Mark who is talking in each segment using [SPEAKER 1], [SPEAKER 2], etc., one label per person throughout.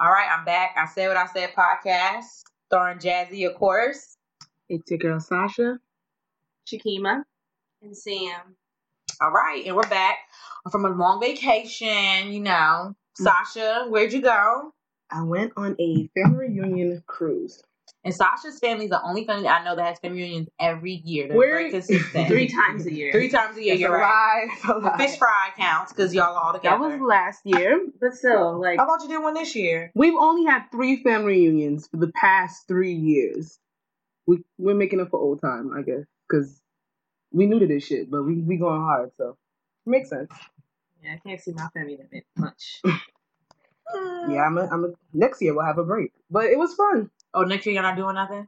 [SPEAKER 1] All right, I'm back. I said what I said podcast, starring Jazzy, of course.
[SPEAKER 2] It's your girl Sasha.
[SPEAKER 3] Shakima and Sam.
[SPEAKER 1] All right, and we're back from a long vacation, you know. Sasha, where'd you go?
[SPEAKER 2] I went on a family reunion cruise.
[SPEAKER 1] And Sasha's family's the only family I know that has family reunions every year. They're
[SPEAKER 2] We're-
[SPEAKER 1] very consistent.
[SPEAKER 3] Three times a year.
[SPEAKER 1] Three times a year,
[SPEAKER 2] It's
[SPEAKER 1] you're
[SPEAKER 2] a
[SPEAKER 1] right.
[SPEAKER 2] lie, it's a lie.
[SPEAKER 1] Fish fry counts because y'all are all
[SPEAKER 2] That
[SPEAKER 1] together.
[SPEAKER 2] was last year, but
[SPEAKER 3] Oh.
[SPEAKER 2] still, like
[SPEAKER 1] I want you to do one this year.
[SPEAKER 2] we've only had three family reunions for the past three years. We we're making up for old time, I guess, because we new to this shit, but we we going hard, so makes sense.
[SPEAKER 3] Yeah, I can't see my family that bit much.
[SPEAKER 1] Hmm.
[SPEAKER 2] Yeah, I'm a, I'm a, next year we'll have a break, but it was fun.
[SPEAKER 1] Oh, next year you're not doing nothing?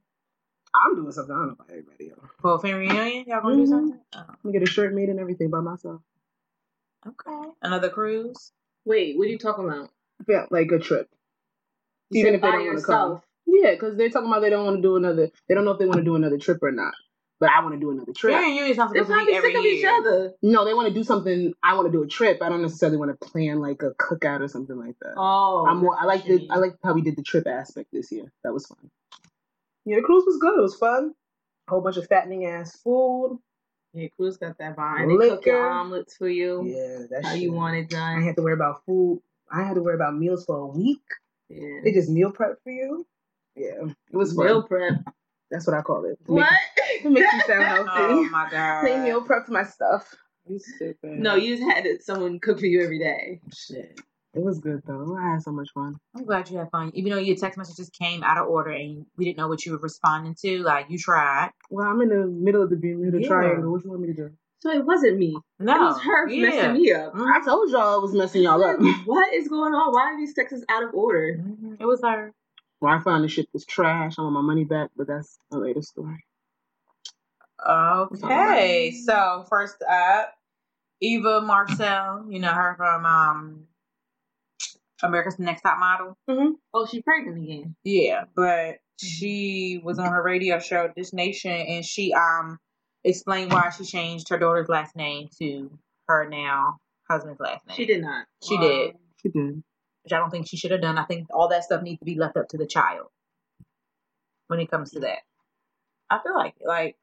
[SPEAKER 2] I'm doing something. I don't know about everybody else.
[SPEAKER 1] For a family reunion? Y'all gonna do
[SPEAKER 2] Mhm.
[SPEAKER 1] something? Oh,
[SPEAKER 2] I'm gonna get a shirt made and everything by myself.
[SPEAKER 1] okay. Another cruise?
[SPEAKER 3] Wait, what are you talking about?
[SPEAKER 2] Yeah, like a trip.
[SPEAKER 3] You
[SPEAKER 2] Even
[SPEAKER 3] said
[SPEAKER 2] if they
[SPEAKER 3] by
[SPEAKER 2] don't wanna
[SPEAKER 3] yourself.
[SPEAKER 2] Yeah, because they're talking about they don't want to do another. They don't know if they want to do another trip or not. But I want to do another trip.
[SPEAKER 1] Family reunion's not
[SPEAKER 3] They're
[SPEAKER 1] supposed to
[SPEAKER 3] probably
[SPEAKER 1] be every
[SPEAKER 3] sick of
[SPEAKER 1] year.
[SPEAKER 3] each other.
[SPEAKER 2] No, they want to do something. I want to do a trip. I don't necessarily want to plan like a cookout or something like that.
[SPEAKER 3] Oh,
[SPEAKER 2] I'm more, I like the I
[SPEAKER 3] like.
[SPEAKER 2] like how we did the trip aspect this year. That was fun. Yeah, the cruise was good. It was fun. Whole bunch of fattening ass food.
[SPEAKER 3] Yeah, Cruz got that vine. They cook
[SPEAKER 2] Liquor.
[SPEAKER 3] your omelets for you.
[SPEAKER 2] Yeah, that's
[SPEAKER 3] How you want it
[SPEAKER 2] I didn't
[SPEAKER 3] done.
[SPEAKER 2] have to worry about food. I didn't have to worry about meals for a week. They
[SPEAKER 3] Yeah.
[SPEAKER 2] just meal prep for you. Yeah, it was fun.
[SPEAKER 3] Meal prep.
[SPEAKER 2] That's what I call it.
[SPEAKER 3] What?
[SPEAKER 2] Make, it makes you sound
[SPEAKER 1] Oh
[SPEAKER 2] healthy.
[SPEAKER 1] my god.
[SPEAKER 2] They meal prep my stuff.
[SPEAKER 1] You stupid.
[SPEAKER 3] No, you just had it, someone cook for you every day.
[SPEAKER 1] Shit.
[SPEAKER 2] It was good though. I had so much fun.
[SPEAKER 1] I'm glad you had fun. Even though your text messages came out of order and we didn't know what you were responding to, like you tried.
[SPEAKER 2] Well, I'm in the middle of the Bermuda
[SPEAKER 1] Yeah.
[SPEAKER 2] Triangle. What you want me to do?
[SPEAKER 3] So it wasn't me.
[SPEAKER 1] No,
[SPEAKER 3] it was her messing me up.
[SPEAKER 1] Mhm.
[SPEAKER 2] I told y'all it was messing y'all up.
[SPEAKER 3] What is going on? Why are these texts out of order?
[SPEAKER 1] Mhm. It was her.
[SPEAKER 2] Well, I found the shit was trash. I want my money back, but that's a later story.
[SPEAKER 1] Okay, so first up, Eva Marcel. You know her from um, America's Next Top Model.
[SPEAKER 3] Oh, she's pregnant again.
[SPEAKER 1] Yeah, but she was on her radio show This Nation, and she um explained why she changed her daughter's last name to her now husband's last name.
[SPEAKER 3] She did not. Uh,
[SPEAKER 1] She did.
[SPEAKER 2] She did.
[SPEAKER 1] which I don't think she should have done. I think all that stuff needs to be left up to the child when it comes to that. I feel like like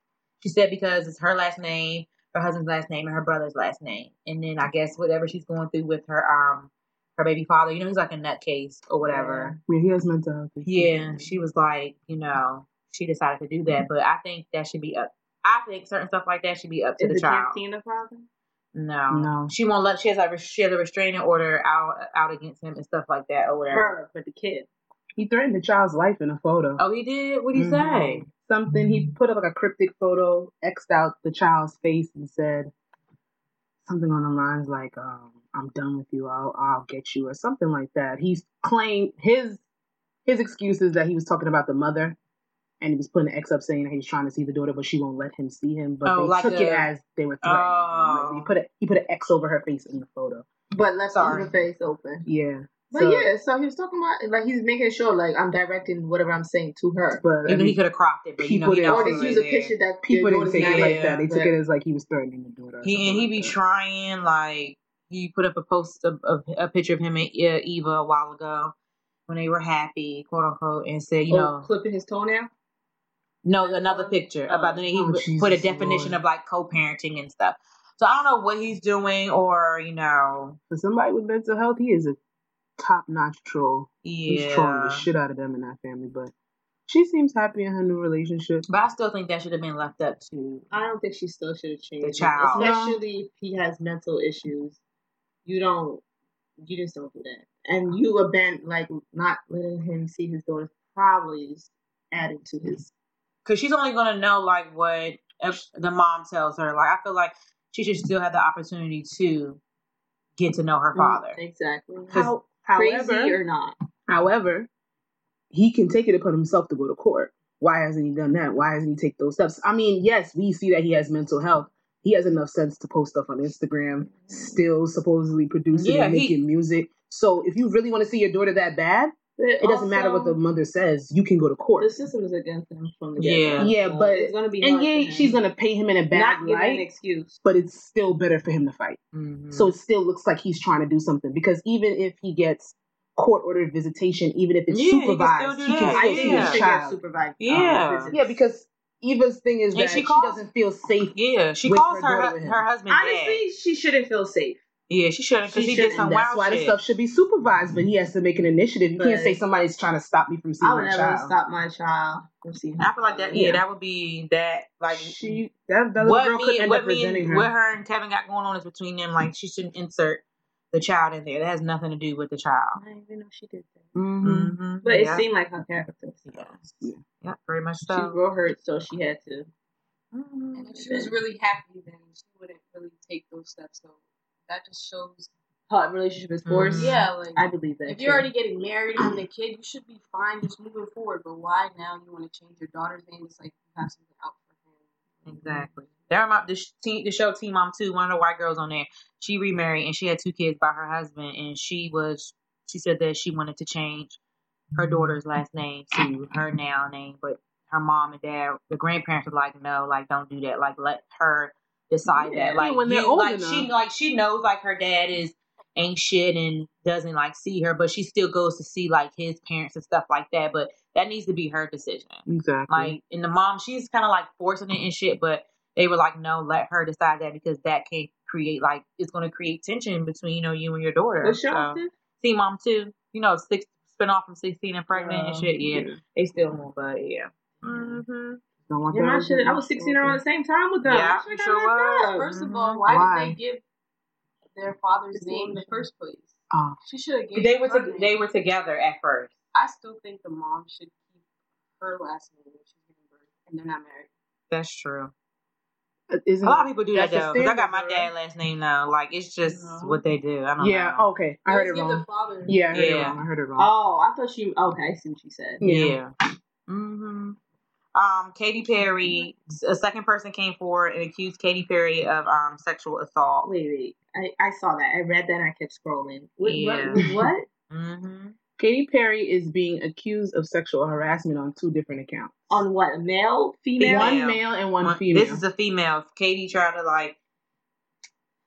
[SPEAKER 1] she said because it's her last name, her husband's last name, and her brother's last name, and then I guess whatever she's going through with her um her baby father, you know, he's like a nutcase or whatever.
[SPEAKER 2] Yeah, he has mental health issues.
[SPEAKER 1] Yeah, she was like, you know, she decided to do that, but I think that should be up. I think certain stuff like that should be up to
[SPEAKER 3] Is
[SPEAKER 1] the
[SPEAKER 3] the
[SPEAKER 1] child.
[SPEAKER 3] Cantina problem?
[SPEAKER 1] No,
[SPEAKER 2] No.
[SPEAKER 1] she won't let. She has a she has a restraining order out out against him and stuff like that or whatever.
[SPEAKER 3] Her, but the kid.
[SPEAKER 2] He threatened the child's life in a photo.
[SPEAKER 1] Oh, he did. What did he
[SPEAKER 2] Mhm.
[SPEAKER 1] say?
[SPEAKER 2] Something he put up like a cryptic photo, xed out the child's face, and said something on the lines like, um, "I'm done with you. I'll I'll get you," or something like that. He's claimed his his excuse is that he was talking about the mother. And he was putting an X up saying that he was trying to see the daughter, but she won't let him see him. But
[SPEAKER 1] Oh,
[SPEAKER 2] they
[SPEAKER 1] like
[SPEAKER 2] took it
[SPEAKER 1] a-
[SPEAKER 2] as they were threatened.
[SPEAKER 1] Oh.
[SPEAKER 2] Like, he put a he put an X over her face in the photo.
[SPEAKER 3] But left
[SPEAKER 1] Sorry.
[SPEAKER 3] the face open.
[SPEAKER 2] Yeah.
[SPEAKER 3] But
[SPEAKER 2] So-
[SPEAKER 3] yeah, so he was talking about like he's making sure like I'm directing whatever I'm saying to her.
[SPEAKER 2] But I
[SPEAKER 1] Even though
[SPEAKER 2] mean,
[SPEAKER 1] he could have cropped it, but you know,
[SPEAKER 2] people
[SPEAKER 1] he
[SPEAKER 2] didn't-
[SPEAKER 1] knows
[SPEAKER 3] Or
[SPEAKER 2] Or
[SPEAKER 1] he
[SPEAKER 3] just
[SPEAKER 2] they
[SPEAKER 3] use
[SPEAKER 1] was
[SPEAKER 3] a
[SPEAKER 1] there.
[SPEAKER 3] picture that
[SPEAKER 2] people
[SPEAKER 3] your
[SPEAKER 2] didn't
[SPEAKER 3] daughter's
[SPEAKER 2] take it
[SPEAKER 3] not
[SPEAKER 2] like
[SPEAKER 3] in.
[SPEAKER 1] yeah,
[SPEAKER 2] that. They took
[SPEAKER 3] but-
[SPEAKER 2] it as like he was threatening the daughter. or
[SPEAKER 1] He and
[SPEAKER 2] something
[SPEAKER 1] he
[SPEAKER 2] like
[SPEAKER 1] be
[SPEAKER 2] that.
[SPEAKER 1] trying like he put up a post of, of a picture of him and uh, Eva a while ago when they were happy, quote unquote, and said, you
[SPEAKER 3] Oh,
[SPEAKER 1] know,
[SPEAKER 3] clipping his toenail.
[SPEAKER 1] no, another picture about then he
[SPEAKER 2] Oh,
[SPEAKER 1] put
[SPEAKER 2] Jesus
[SPEAKER 1] put a definition
[SPEAKER 2] Lord.
[SPEAKER 1] of like co-parenting and stuff. So I don't know what he's doing, or you know,
[SPEAKER 2] For somebody with mental health, he is a top notch troll. He's trolling the
[SPEAKER 1] yeah.
[SPEAKER 2] shit out of them in that family. But she seems happy in her new relationship.
[SPEAKER 1] But I still think that should have been left up to
[SPEAKER 3] I don't think she still should have changed.
[SPEAKER 1] The
[SPEAKER 3] it,
[SPEAKER 1] child.
[SPEAKER 3] especially if he has mental issues. You don't. You just don't do that. And you abandon like not letting him see his daughter probably is adding to his.
[SPEAKER 1] because she's only going to know like what if the mom tells her. Like I feel like she should still have the opportunity to get to know her
[SPEAKER 2] Mm-hmm.
[SPEAKER 1] father.
[SPEAKER 3] Exactly.
[SPEAKER 1] 'Cause
[SPEAKER 2] How,
[SPEAKER 3] Crazy
[SPEAKER 2] however,
[SPEAKER 3] or not?
[SPEAKER 2] however, he can take it upon himself to go to court. Why hasn't he done that? Why hasn't he take those steps? I mean, yes, we see that he has mental health. He has enough sense to post stuff on Instagram, still supposedly producing
[SPEAKER 1] Yeah,
[SPEAKER 2] and
[SPEAKER 1] he-
[SPEAKER 2] making music. So if you really want to see your daughter that bad, it doesn't matter what the mother says. You can go to court.
[SPEAKER 3] the system is against him from the
[SPEAKER 1] Yeah.
[SPEAKER 3] get-go,
[SPEAKER 2] Yeah,
[SPEAKER 3] so
[SPEAKER 2] but-
[SPEAKER 3] it's gonna be
[SPEAKER 2] and
[SPEAKER 3] hard for
[SPEAKER 2] yeah,
[SPEAKER 3] him.
[SPEAKER 2] she's gonna paint him in a bad
[SPEAKER 3] not giving an
[SPEAKER 2] light,
[SPEAKER 3] excuse.
[SPEAKER 2] but it's still better for him to fight.
[SPEAKER 1] Mhm.
[SPEAKER 2] So it still looks like he's trying to do something because even if he gets court ordered visitation, even if it's
[SPEAKER 1] Yeah, he can still
[SPEAKER 2] supervised.
[SPEAKER 1] do
[SPEAKER 2] He can
[SPEAKER 1] that,
[SPEAKER 2] still
[SPEAKER 3] I
[SPEAKER 2] see
[SPEAKER 3] think
[SPEAKER 1] yeah.
[SPEAKER 2] his
[SPEAKER 3] he should get
[SPEAKER 2] child.
[SPEAKER 3] supervised. um,
[SPEAKER 1] Yeah.
[SPEAKER 3] visits.
[SPEAKER 2] Yeah, because Eva's thing is
[SPEAKER 1] And
[SPEAKER 2] that
[SPEAKER 1] she
[SPEAKER 2] she,
[SPEAKER 1] calls-
[SPEAKER 2] doesn't feel safe.
[SPEAKER 1] Yeah, she
[SPEAKER 2] With
[SPEAKER 1] calls
[SPEAKER 2] her
[SPEAKER 1] her
[SPEAKER 2] daughter
[SPEAKER 1] her,
[SPEAKER 2] with him.
[SPEAKER 1] her husband dad.
[SPEAKER 3] honestly, she shouldn't feel safe.
[SPEAKER 1] Yeah, she shouldn't because
[SPEAKER 3] she
[SPEAKER 1] he did
[SPEAKER 3] shouldn't.
[SPEAKER 1] some
[SPEAKER 2] And that's
[SPEAKER 1] wild
[SPEAKER 2] why the
[SPEAKER 1] shit.
[SPEAKER 2] stuff should be supervised, but he has to make an initiative. You can't
[SPEAKER 3] But-
[SPEAKER 2] say somebody's trying to stop me from seeing
[SPEAKER 3] I would
[SPEAKER 2] my
[SPEAKER 3] never
[SPEAKER 2] child.
[SPEAKER 3] stop my child from seeing.
[SPEAKER 1] I feel like that. Yeah,
[SPEAKER 2] Yeah.
[SPEAKER 1] that would be that. Like
[SPEAKER 2] she that, that
[SPEAKER 1] what
[SPEAKER 2] girl could
[SPEAKER 1] me,
[SPEAKER 2] end
[SPEAKER 1] what
[SPEAKER 2] up
[SPEAKER 1] me,
[SPEAKER 2] resenting
[SPEAKER 1] and,
[SPEAKER 2] her.
[SPEAKER 1] what her and Kevin got going on is between them. Like she shouldn't insert the child in there. That has nothing to do with the child.
[SPEAKER 3] I didn't even know she did that.
[SPEAKER 2] Mhm.
[SPEAKER 1] Mm-hmm.
[SPEAKER 3] But
[SPEAKER 1] yeah.
[SPEAKER 3] it seemed like her character. So.
[SPEAKER 1] Yeah. Yeah, very much
[SPEAKER 3] She
[SPEAKER 1] so.
[SPEAKER 3] real hurt, so she had to.
[SPEAKER 1] Mhm.
[SPEAKER 4] And if she was really happy, then she wouldn't really take those steps. So that just shows. Mm-hmm.
[SPEAKER 3] Hot relationship is forced.
[SPEAKER 1] Mhm.
[SPEAKER 4] Yeah, like
[SPEAKER 3] I believe that.
[SPEAKER 4] if you're
[SPEAKER 3] too.
[SPEAKER 4] already getting married and having a kid, you should be fine just moving forward. But why now you want to change your daughter's name? It's like you have something out for him.
[SPEAKER 1] Exactly. There are my the, sh- teen, the show Team Mom too. One of the white girls on there, she remarried and she had two kids by her husband, and she was she said that she wanted to change
[SPEAKER 2] Mm-hmm.
[SPEAKER 1] her daughter's last name to her now name, but her mom and dad, the grandparents were like, no, like don't do that. Like let her decide
[SPEAKER 2] Yeah,
[SPEAKER 1] that. Like
[SPEAKER 2] when they're
[SPEAKER 1] you,
[SPEAKER 2] old
[SPEAKER 1] like she,
[SPEAKER 2] enough.
[SPEAKER 1] like she knows like her dad is ain't shit and doesn't like see her, but she still goes to see like his parents and stuff like that. But that needs to be her decision.
[SPEAKER 2] Exactly.
[SPEAKER 1] Like, and the mom, she's kind of like forcing it and shit, but they were like, no, let her decide that because that can create, like, it's going to create tension between, you know, you and your daughter.
[SPEAKER 3] What's your
[SPEAKER 1] So, see, mom, too, you know, six spin off from 16 and pregnant and
[SPEAKER 3] Oh,
[SPEAKER 1] shit. Yeah, they still won't, but yeah. Mm-hmm.
[SPEAKER 2] Don't want
[SPEAKER 3] Yeah,
[SPEAKER 2] that
[SPEAKER 3] my
[SPEAKER 2] husband.
[SPEAKER 3] shit. I was 16 around the same time with them.
[SPEAKER 1] Yeah,
[SPEAKER 3] I Mm-hmm. should
[SPEAKER 1] you
[SPEAKER 3] have
[SPEAKER 1] sure was.
[SPEAKER 3] got locked up.
[SPEAKER 4] First of
[SPEAKER 1] Mhm.
[SPEAKER 4] all, why,
[SPEAKER 2] Why?
[SPEAKER 4] did they give their father's name in the first place?
[SPEAKER 2] Oh.
[SPEAKER 4] She should have given.
[SPEAKER 1] They were,
[SPEAKER 4] her
[SPEAKER 1] to-
[SPEAKER 4] name.
[SPEAKER 1] they were together at first.
[SPEAKER 4] I still think the mom should keep her last name when she's giving birth, and they're not married.
[SPEAKER 1] That's true. A
[SPEAKER 2] Isn't
[SPEAKER 1] lot of people do that,
[SPEAKER 2] That's
[SPEAKER 1] though, Mm-hmm.
[SPEAKER 2] a
[SPEAKER 1] because I got my
[SPEAKER 2] standard,
[SPEAKER 1] dad last name now. Like, it's just
[SPEAKER 4] No.
[SPEAKER 1] what they do. I don't
[SPEAKER 2] yeah.
[SPEAKER 1] know.
[SPEAKER 2] okay. I heard
[SPEAKER 4] Let's
[SPEAKER 2] it
[SPEAKER 4] give
[SPEAKER 2] wrong.
[SPEAKER 4] the father.
[SPEAKER 2] Yeah. I heard it
[SPEAKER 1] Yeah.
[SPEAKER 2] wrong. I heard it wrong.
[SPEAKER 3] Oh, I thought she. Okay, I see what you said.
[SPEAKER 2] Yeah.
[SPEAKER 1] Yeah. hmm Um, Katy Perry, a second person came forward and accused Katy Perry of um sexual assault.
[SPEAKER 3] Wait, wait. I, I saw that. I read that. and I kept scrolling. What?
[SPEAKER 1] Yeah.
[SPEAKER 3] What? with what?
[SPEAKER 1] Mm-hmm.
[SPEAKER 2] Katy Perry is being accused of sexual harassment on two different accounts.
[SPEAKER 3] On what? A Male? Female?
[SPEAKER 2] One male and one, female.
[SPEAKER 1] This is a female. Katy tried to like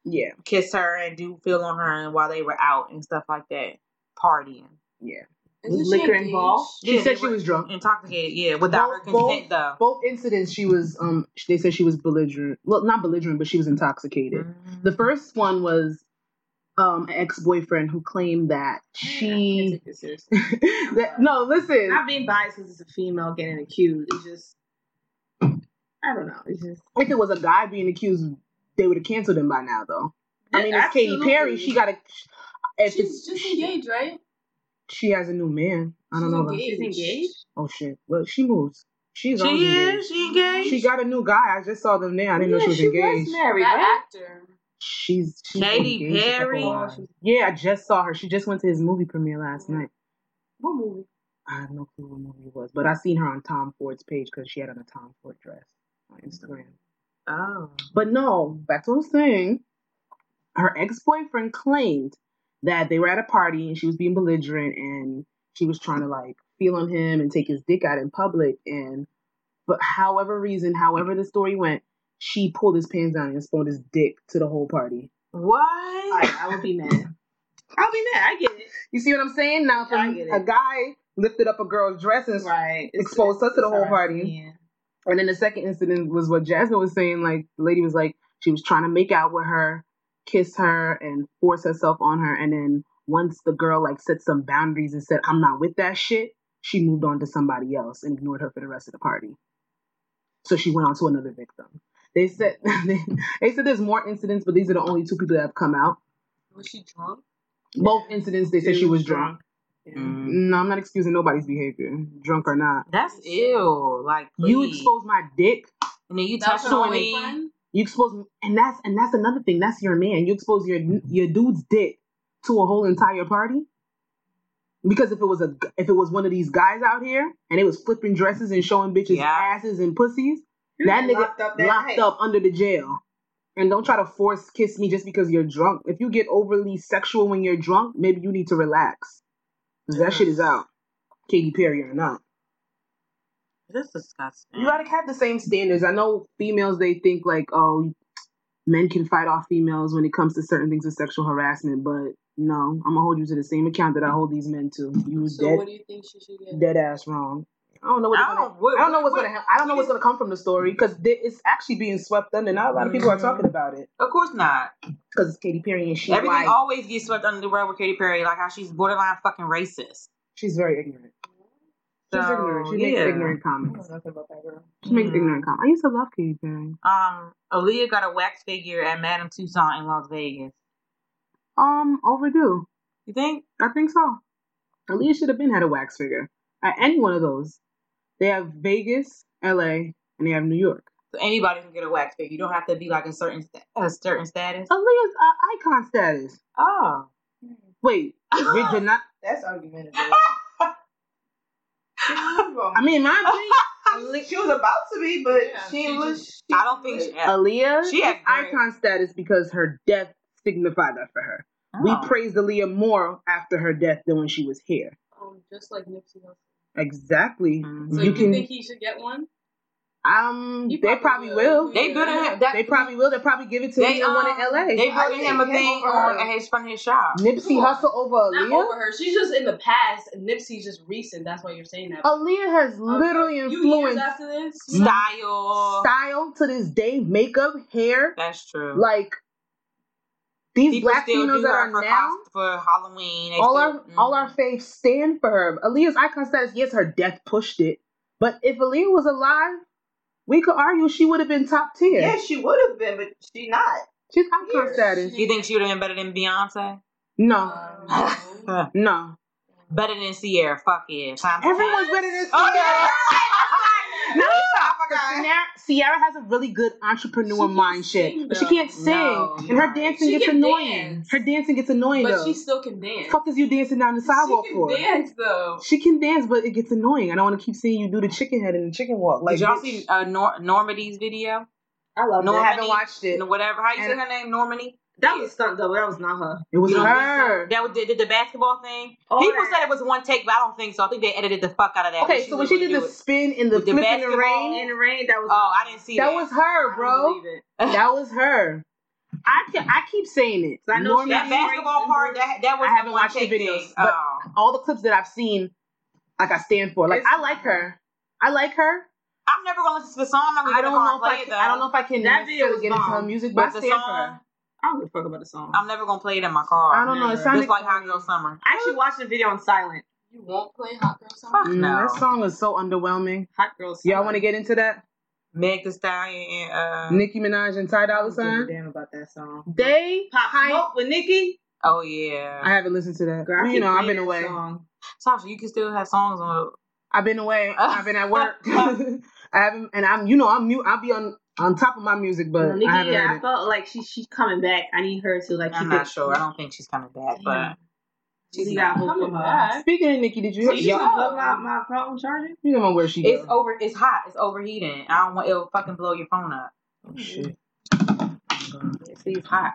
[SPEAKER 2] yeah.
[SPEAKER 1] kiss her and do feel on her and while they were out and stuff like that, partying
[SPEAKER 2] Yeah.
[SPEAKER 4] Isn't she
[SPEAKER 3] liquor
[SPEAKER 4] engaged?
[SPEAKER 3] involved?
[SPEAKER 2] She
[SPEAKER 1] Yeah,
[SPEAKER 2] said
[SPEAKER 1] they
[SPEAKER 2] she
[SPEAKER 1] were-
[SPEAKER 2] was drunk.
[SPEAKER 1] intoxicated. Yeah, without her
[SPEAKER 2] Both- both-
[SPEAKER 1] consent though.
[SPEAKER 2] Both incidents, she was. Um, they said she was belligerent. Well, not belligerent, but she was intoxicated.
[SPEAKER 1] Mhm.
[SPEAKER 2] The first one was um an ex boyfriend who claimed that
[SPEAKER 3] I can't
[SPEAKER 2] she.
[SPEAKER 3] take this seriously.
[SPEAKER 2] that, no,
[SPEAKER 1] Mm-hmm.
[SPEAKER 2] listen.
[SPEAKER 3] Not being biased because it's a female getting accused. It's just. I don't know. It's just.
[SPEAKER 2] if it was a guy being accused, they would have canceled him by now, though. I mean, it's Katy
[SPEAKER 3] Absolutely.
[SPEAKER 2] Perry. She got a. If
[SPEAKER 4] She's
[SPEAKER 2] it's,
[SPEAKER 4] just engaged, right?
[SPEAKER 2] she has a new man. I don't
[SPEAKER 4] She's
[SPEAKER 2] know. About,
[SPEAKER 4] engaged.
[SPEAKER 3] She's engaged?
[SPEAKER 2] oh shit! Well, she moves. She's always
[SPEAKER 1] She
[SPEAKER 2] engaged.
[SPEAKER 1] is. She engaged.
[SPEAKER 2] She got a new guy. I just saw them there. I didn't know
[SPEAKER 3] Yeah,
[SPEAKER 2] she was engaged.
[SPEAKER 3] married,
[SPEAKER 4] That
[SPEAKER 3] right?
[SPEAKER 4] actor.
[SPEAKER 2] she's she's
[SPEAKER 1] Katy
[SPEAKER 2] engaged to
[SPEAKER 1] Perry?
[SPEAKER 2] Echo Wise. Yeah, I just saw her. She just went to his movie premiere last night.
[SPEAKER 4] What movie?
[SPEAKER 2] I have no clue what movie it was, but I seen her on Tom Ford's page because she had on a Tom Ford dress on Instagram.
[SPEAKER 1] oh.
[SPEAKER 2] But no, back to what I was saying. Her ex boyfriend claimed that they were at a party and she was being belligerent and she was trying to like feel on him and take his dick out in public. And but however reason, however the story went, she pulled his pants down and exposed his dick to the whole party.
[SPEAKER 1] What?
[SPEAKER 3] Alright, I would be mad. I'll be mad. I get it.
[SPEAKER 2] You see what I'm saying? Now,
[SPEAKER 3] Yeah, I
[SPEAKER 2] from
[SPEAKER 3] get it.
[SPEAKER 2] a guy lifted up a girl's dress and
[SPEAKER 3] Right. It's-
[SPEAKER 2] Exposed
[SPEAKER 3] it's-
[SPEAKER 2] her to the
[SPEAKER 3] it's
[SPEAKER 2] whole
[SPEAKER 3] alright.
[SPEAKER 2] party.
[SPEAKER 3] Yeah.
[SPEAKER 2] And then the second incident was what Jasmine was saying. Like the lady was like she was trying to make out with her, kiss her, and force herself on her. And then once the girl like set some boundaries and said, "I'm not with that shit," she moved on to somebody else and ignored her for the rest of the party. So she went on to another victim. They said they said there's more incidents, but these are the only two people that have come out.
[SPEAKER 4] Was she drunk?
[SPEAKER 2] Both incidents, they said she was drunk.
[SPEAKER 3] Yeah.
[SPEAKER 1] Mm.
[SPEAKER 2] No, I'm not excusing nobody's behavior, drunk or not.
[SPEAKER 1] That's ill. Like please.
[SPEAKER 2] You expose my dick.
[SPEAKER 1] and then you
[SPEAKER 4] That was
[SPEAKER 1] touch
[SPEAKER 4] her
[SPEAKER 1] on
[SPEAKER 2] Absolutely.
[SPEAKER 1] me.
[SPEAKER 4] boyfriend.
[SPEAKER 2] You expose, and that's and that's another thing. That's your man. You expose your your dude's dick to a whole entire party. Because if it was a if it was one of these guys out here and it was flipping dresses and showing bitches
[SPEAKER 1] Yeah.
[SPEAKER 2] asses and pussies,
[SPEAKER 3] You
[SPEAKER 2] that
[SPEAKER 3] get
[SPEAKER 2] nigga
[SPEAKER 3] locked up that
[SPEAKER 2] locked
[SPEAKER 3] night.
[SPEAKER 2] up under the jail. And don't try to force kiss me just because you're drunk. If you get overly sexual when you're drunk, maybe you need to relax. 'Cause that shit is out. Katy Perry or not.
[SPEAKER 1] That's disgusting.
[SPEAKER 2] you gotta have the same standards. I know females they think like, oh, men can fight off females when it comes to certain things of sexual harassment, but No, I'm gonna hold you to the same account that I hold these men to. You was
[SPEAKER 4] So
[SPEAKER 2] dead,
[SPEAKER 4] what do you think she should get?
[SPEAKER 2] dead ass wrong. I don't know what.
[SPEAKER 1] I
[SPEAKER 2] they're
[SPEAKER 1] don't,
[SPEAKER 2] gonna-
[SPEAKER 1] what,
[SPEAKER 2] I don't know what's
[SPEAKER 1] what-
[SPEAKER 2] gonna. hap- I don't know what's gonna come from the story because it's actually being swept under. Not a lot of people are
[SPEAKER 1] Mhm.
[SPEAKER 2] talking about it
[SPEAKER 1] Of course not.
[SPEAKER 2] because it's Katy Perry and she's
[SPEAKER 1] Everything
[SPEAKER 2] like,
[SPEAKER 1] always gets swept under the rug with Katy Perry, like how she's borderline fucking racist.
[SPEAKER 2] she's very ignorant. She's
[SPEAKER 1] So,
[SPEAKER 2] ignorant. She makes
[SPEAKER 1] yeah. Mm-hmm.
[SPEAKER 2] ignorant
[SPEAKER 3] I
[SPEAKER 2] comments.
[SPEAKER 3] don't know nothing about that girl.
[SPEAKER 2] She makes
[SPEAKER 1] Yeah.
[SPEAKER 2] ignorant comments. I used to love Katy Perry.
[SPEAKER 1] Um, Aaliyah got a wax figure at Madame Tussauds in Las Vegas.
[SPEAKER 2] Um, overdue.
[SPEAKER 1] You think?
[SPEAKER 2] I think so. Aaliyah should have been had a wax figure at any one of those. They have Vegas, L.A., and they have New York.
[SPEAKER 1] So anybody can get a wax figure. You don't have to be like a certain sta- a certain status.
[SPEAKER 2] Aaliyah's uh, icon status.
[SPEAKER 1] Oh,
[SPEAKER 2] Wait, we did not.
[SPEAKER 3] That's argumentative. I
[SPEAKER 2] I mean, in my opinion,
[SPEAKER 3] mean, she was about to be, but
[SPEAKER 4] Yeah,
[SPEAKER 3] she,
[SPEAKER 4] she
[SPEAKER 3] was. she-
[SPEAKER 1] I don't think. She, uh,
[SPEAKER 2] Uh, Aaliyah
[SPEAKER 1] She
[SPEAKER 2] she
[SPEAKER 1] had
[SPEAKER 2] had
[SPEAKER 1] great-
[SPEAKER 2] icon status because her death signified that for her.
[SPEAKER 1] Oh.
[SPEAKER 2] We praised Aaliyah more after her death than when she was here.
[SPEAKER 3] oh,
[SPEAKER 4] Um, just like Nipsey Hussle.
[SPEAKER 2] Exactly.
[SPEAKER 1] Mhm.
[SPEAKER 4] So
[SPEAKER 2] You
[SPEAKER 4] you,
[SPEAKER 2] can.
[SPEAKER 4] think he should get one?
[SPEAKER 2] um,
[SPEAKER 4] He
[SPEAKER 2] they probably will.
[SPEAKER 1] They built him. That,
[SPEAKER 2] They probably will. They probably give it to
[SPEAKER 1] They,
[SPEAKER 2] me and one in
[SPEAKER 1] um,
[SPEAKER 2] L.A.
[SPEAKER 1] they
[SPEAKER 3] I
[SPEAKER 1] built
[SPEAKER 3] think
[SPEAKER 1] him a
[SPEAKER 3] him
[SPEAKER 1] thing
[SPEAKER 3] over
[SPEAKER 1] on
[SPEAKER 3] her.
[SPEAKER 1] at his front of his shop.
[SPEAKER 2] Nipsey Hustle over
[SPEAKER 4] Not
[SPEAKER 2] Aaliyah.
[SPEAKER 4] over her. She's just in the past, and Nipsey's just recent. That's why you're saying that.
[SPEAKER 2] Aaliyah has
[SPEAKER 3] Uh,
[SPEAKER 2] literally
[SPEAKER 4] Okay. You years
[SPEAKER 2] influenced
[SPEAKER 4] after this,
[SPEAKER 1] Style.
[SPEAKER 2] style to this day, makeup, hair,
[SPEAKER 1] That's true.
[SPEAKER 2] like these
[SPEAKER 1] People
[SPEAKER 2] black
[SPEAKER 1] still
[SPEAKER 2] females
[SPEAKER 1] do
[SPEAKER 2] that
[SPEAKER 1] her
[SPEAKER 2] are
[SPEAKER 1] for,
[SPEAKER 2] now.
[SPEAKER 1] cost, for Halloween. They
[SPEAKER 2] all
[SPEAKER 1] still-
[SPEAKER 2] our
[SPEAKER 1] mhm.
[SPEAKER 2] all our faiths stand for her. Aaliyah's icon status, yes, her death pushed it, but if Aaliyah was alive, we could argue she would have been top tier.
[SPEAKER 3] yeah, she would have been, but she not.
[SPEAKER 2] She's icon
[SPEAKER 3] Here.
[SPEAKER 2] status.
[SPEAKER 1] You think she would have been better than Beyonce?
[SPEAKER 2] No,
[SPEAKER 3] Uh,
[SPEAKER 4] um,
[SPEAKER 2] no,
[SPEAKER 1] better than Sierra? Fuck yeah. Times
[SPEAKER 2] everyone's
[SPEAKER 1] 10.
[SPEAKER 2] better than Sierra.
[SPEAKER 1] Oh yeah.
[SPEAKER 2] No,
[SPEAKER 3] I
[SPEAKER 2] stop.
[SPEAKER 3] forgot.
[SPEAKER 2] Sierra, Sierra has a really good entrepreneur
[SPEAKER 4] She can't
[SPEAKER 2] mind shit,
[SPEAKER 4] sing,
[SPEAKER 2] but she
[SPEAKER 4] though.
[SPEAKER 2] can't sing,
[SPEAKER 1] No,
[SPEAKER 2] and her
[SPEAKER 1] you're
[SPEAKER 2] dancing
[SPEAKER 4] right. She
[SPEAKER 2] gets
[SPEAKER 4] can
[SPEAKER 2] annoying.
[SPEAKER 4] dance.
[SPEAKER 2] Her dancing gets annoying
[SPEAKER 4] but
[SPEAKER 2] though.
[SPEAKER 4] she still can dance.
[SPEAKER 2] fuck is you dancing down the sidewalk
[SPEAKER 4] she can
[SPEAKER 2] for?
[SPEAKER 4] dance though.
[SPEAKER 2] She can dance, but it gets annoying. I don't want to keep seeing you do the chicken head and the chicken walk. Like
[SPEAKER 1] Did y'all
[SPEAKER 2] bitch,
[SPEAKER 1] see uh, Nor- Normandy's video?
[SPEAKER 3] I love
[SPEAKER 1] No,
[SPEAKER 3] that.
[SPEAKER 2] I haven't watched it.
[SPEAKER 1] No, Whatever. How you say
[SPEAKER 2] And-
[SPEAKER 1] her name? Normandy.
[SPEAKER 3] That was stunt double. That was not her.
[SPEAKER 2] It was
[SPEAKER 1] You don't think
[SPEAKER 2] her.
[SPEAKER 1] That was, did, did the basketball thing.
[SPEAKER 3] All
[SPEAKER 1] People
[SPEAKER 3] that.
[SPEAKER 1] said it was one take, but I don't think so. I think they edited the fuck out of that.
[SPEAKER 2] Oh, Okay, so when she
[SPEAKER 1] was
[SPEAKER 2] did
[SPEAKER 1] gonna do
[SPEAKER 2] the
[SPEAKER 1] it.
[SPEAKER 2] spin in the
[SPEAKER 1] With the
[SPEAKER 2] flip in the
[SPEAKER 1] basketball.
[SPEAKER 2] rain,
[SPEAKER 3] In the rain, that was.
[SPEAKER 1] Oh, I didn't see that.
[SPEAKER 2] that was her, bro. That was her. I can, I keep saying it. 'cause I know
[SPEAKER 3] Norm-
[SPEAKER 2] she-
[SPEAKER 1] that basketball part. That that was
[SPEAKER 2] I haven't
[SPEAKER 1] the one
[SPEAKER 2] watched the
[SPEAKER 1] take
[SPEAKER 2] videos,
[SPEAKER 1] thing.
[SPEAKER 2] but-
[SPEAKER 1] oh.
[SPEAKER 2] all the clips that I've seen, like I stand for. Like
[SPEAKER 3] It's-
[SPEAKER 2] I like her. I like her.
[SPEAKER 1] I'm never gonna listen to the song. I'm not gonna
[SPEAKER 2] I
[SPEAKER 1] get a
[SPEAKER 2] don't
[SPEAKER 1] car
[SPEAKER 2] know
[SPEAKER 1] and
[SPEAKER 2] if
[SPEAKER 1] play
[SPEAKER 2] I
[SPEAKER 1] it
[SPEAKER 2] can,
[SPEAKER 1] though.
[SPEAKER 2] I don't know if I can
[SPEAKER 3] That video
[SPEAKER 2] necessarily
[SPEAKER 3] was
[SPEAKER 2] get into her
[SPEAKER 3] bomb.
[SPEAKER 2] music, but I
[SPEAKER 1] but the
[SPEAKER 2] stand for
[SPEAKER 1] song,
[SPEAKER 2] her.
[SPEAKER 3] I don't give a fuck about the song.
[SPEAKER 1] I'm never gonna play it in my car.
[SPEAKER 2] I don't know. It
[SPEAKER 3] Never.
[SPEAKER 2] sounded
[SPEAKER 1] Just like Hot
[SPEAKER 2] corny.
[SPEAKER 1] Girl Summer.
[SPEAKER 3] I actually watched the video on silent.
[SPEAKER 4] You won't play hot girl
[SPEAKER 1] Fuck
[SPEAKER 4] summer.
[SPEAKER 2] Mm,
[SPEAKER 1] no.
[SPEAKER 2] That song is so underwhelming.
[SPEAKER 3] Hot girls.
[SPEAKER 2] Y'all want to get into that?
[SPEAKER 1] Meg Thee Stallion and uh,
[SPEAKER 2] Nicki Minaj and Ty
[SPEAKER 3] I
[SPEAKER 2] Dolla
[SPEAKER 3] don't give a
[SPEAKER 2] Sign.
[SPEAKER 3] damn about that song.
[SPEAKER 2] They
[SPEAKER 3] Pop
[SPEAKER 2] hype-
[SPEAKER 3] smoke with Nicki.
[SPEAKER 1] oh yeah.
[SPEAKER 2] I haven't listened to that.
[SPEAKER 3] Girl, I
[SPEAKER 2] you
[SPEAKER 3] keep
[SPEAKER 2] know, I've been
[SPEAKER 3] playing that
[SPEAKER 2] away.
[SPEAKER 3] Song.
[SPEAKER 1] Sasha, you can still have songs on.
[SPEAKER 2] I've been away.
[SPEAKER 3] Oh,
[SPEAKER 2] I've been at work. I haven't, and I'm, you know, I'm mute. I'll be on on top of my music, but
[SPEAKER 3] No, Nicki,
[SPEAKER 2] I haven't
[SPEAKER 3] I,
[SPEAKER 2] heard it.
[SPEAKER 3] felt like she she's coming back. I need her to like.
[SPEAKER 1] I'm
[SPEAKER 3] keep
[SPEAKER 1] not
[SPEAKER 3] it-
[SPEAKER 1] sure. I don't think she's coming back,
[SPEAKER 3] Damn.
[SPEAKER 1] but she's
[SPEAKER 3] She
[SPEAKER 1] not.
[SPEAKER 3] got hope for
[SPEAKER 4] Coming
[SPEAKER 3] her.
[SPEAKER 4] back.
[SPEAKER 2] Speaking of Nicki, did you?
[SPEAKER 3] So
[SPEAKER 2] hear
[SPEAKER 3] you
[SPEAKER 2] y'all,
[SPEAKER 3] can plug my my phone charger.
[SPEAKER 2] you don't know where she
[SPEAKER 1] It's
[SPEAKER 2] goes.
[SPEAKER 1] over. It's hot. It's overheating. I don't want it'll fucking blow your phone up.
[SPEAKER 2] Oh, shit.
[SPEAKER 1] It's hot.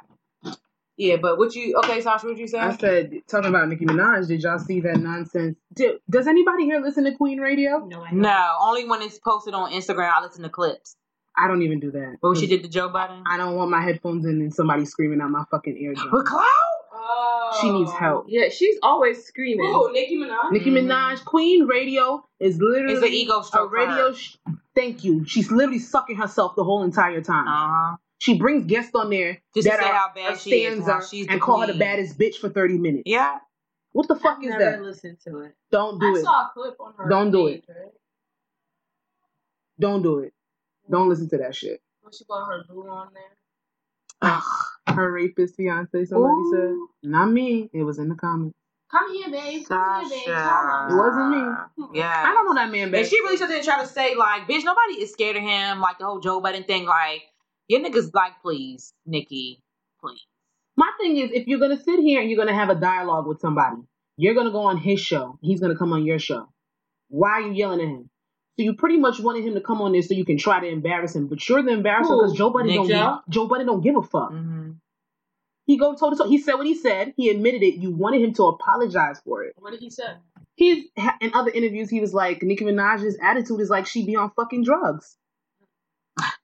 [SPEAKER 1] Yeah, but what you okay, Sasha? What you say?
[SPEAKER 2] I said, talking about Nicki Minaj. Did y'all see that nonsense? Did, does anybody here listen to Queen Radio?
[SPEAKER 3] No, I don't.
[SPEAKER 1] No, only when it's posted on Instagram. I listen to clips.
[SPEAKER 2] I don't even do that.
[SPEAKER 1] But when she did the Joe Biden.
[SPEAKER 2] Mm. I don't want my headphones in and somebody screaming out my fucking eardrum.
[SPEAKER 1] With Cloud?
[SPEAKER 4] Oh.
[SPEAKER 2] She needs help.
[SPEAKER 3] Yeah, she's always screaming.
[SPEAKER 4] Ooh, Nicki Minaj.
[SPEAKER 2] Nicki
[SPEAKER 1] Mhm.
[SPEAKER 2] Minaj, Queen Radio is literally
[SPEAKER 1] It's an ego
[SPEAKER 2] a
[SPEAKER 1] stroke. for
[SPEAKER 2] radio.
[SPEAKER 1] her.
[SPEAKER 2] Sh- thank you. She's literally sucking herself the whole entire time.
[SPEAKER 1] Uh-huh.
[SPEAKER 2] She brings guests on there
[SPEAKER 1] Just to
[SPEAKER 2] Mm. that
[SPEAKER 1] say
[SPEAKER 2] are
[SPEAKER 1] how bad she is and
[SPEAKER 2] stanza
[SPEAKER 1] how she's the
[SPEAKER 2] and call her the
[SPEAKER 1] queen.
[SPEAKER 2] baddest bitch for thirty minutes.
[SPEAKER 1] Yeah.
[SPEAKER 2] What the fuck
[SPEAKER 3] I've
[SPEAKER 2] is
[SPEAKER 3] never
[SPEAKER 2] that?
[SPEAKER 3] listened to it.
[SPEAKER 2] Don't
[SPEAKER 4] I
[SPEAKER 2] do it.
[SPEAKER 4] saw a clip on her.
[SPEAKER 2] Don't do
[SPEAKER 4] page, Right?
[SPEAKER 2] Don't do it. Don't listen to that shit.
[SPEAKER 4] When she got her boo on there.
[SPEAKER 2] Her rapist fiance, somebody
[SPEAKER 1] Ooh.
[SPEAKER 2] said. Not me. It was in the comments.
[SPEAKER 4] Come here, babe. Come here, babe.
[SPEAKER 1] Sasha.
[SPEAKER 4] Come
[SPEAKER 2] It
[SPEAKER 4] on.
[SPEAKER 2] wasn't me.
[SPEAKER 1] Yeah.
[SPEAKER 2] I don't know that man.
[SPEAKER 1] And
[SPEAKER 2] Bad.
[SPEAKER 1] she really just didn't try to say, like, bitch, nobody is scared of him. Like, the whole Joe Biden thing. Like, your niggas, like, please, Nikki, please.
[SPEAKER 2] My thing is, if you're gonna sit here and you're gonna have a dialogue with somebody, you're gonna go on his show. He's gonna come on your show. Why are you yelling at him? So you pretty much wanted him to come on there so you can try to embarrass him, but you're the embarrassment because
[SPEAKER 3] Who?
[SPEAKER 2] Joe Budden
[SPEAKER 1] Nick
[SPEAKER 2] don't
[SPEAKER 1] Joe?
[SPEAKER 2] give, Joe Budden don't give a fuck.
[SPEAKER 1] Mm-hmm.
[SPEAKER 2] He go toe to toe. He said what he said. He admitted it. You wanted him to apologize for it.
[SPEAKER 4] What did he say?
[SPEAKER 2] He's in other interviews. He was like Nicki Minaj's attitude is like she be on fucking drugs.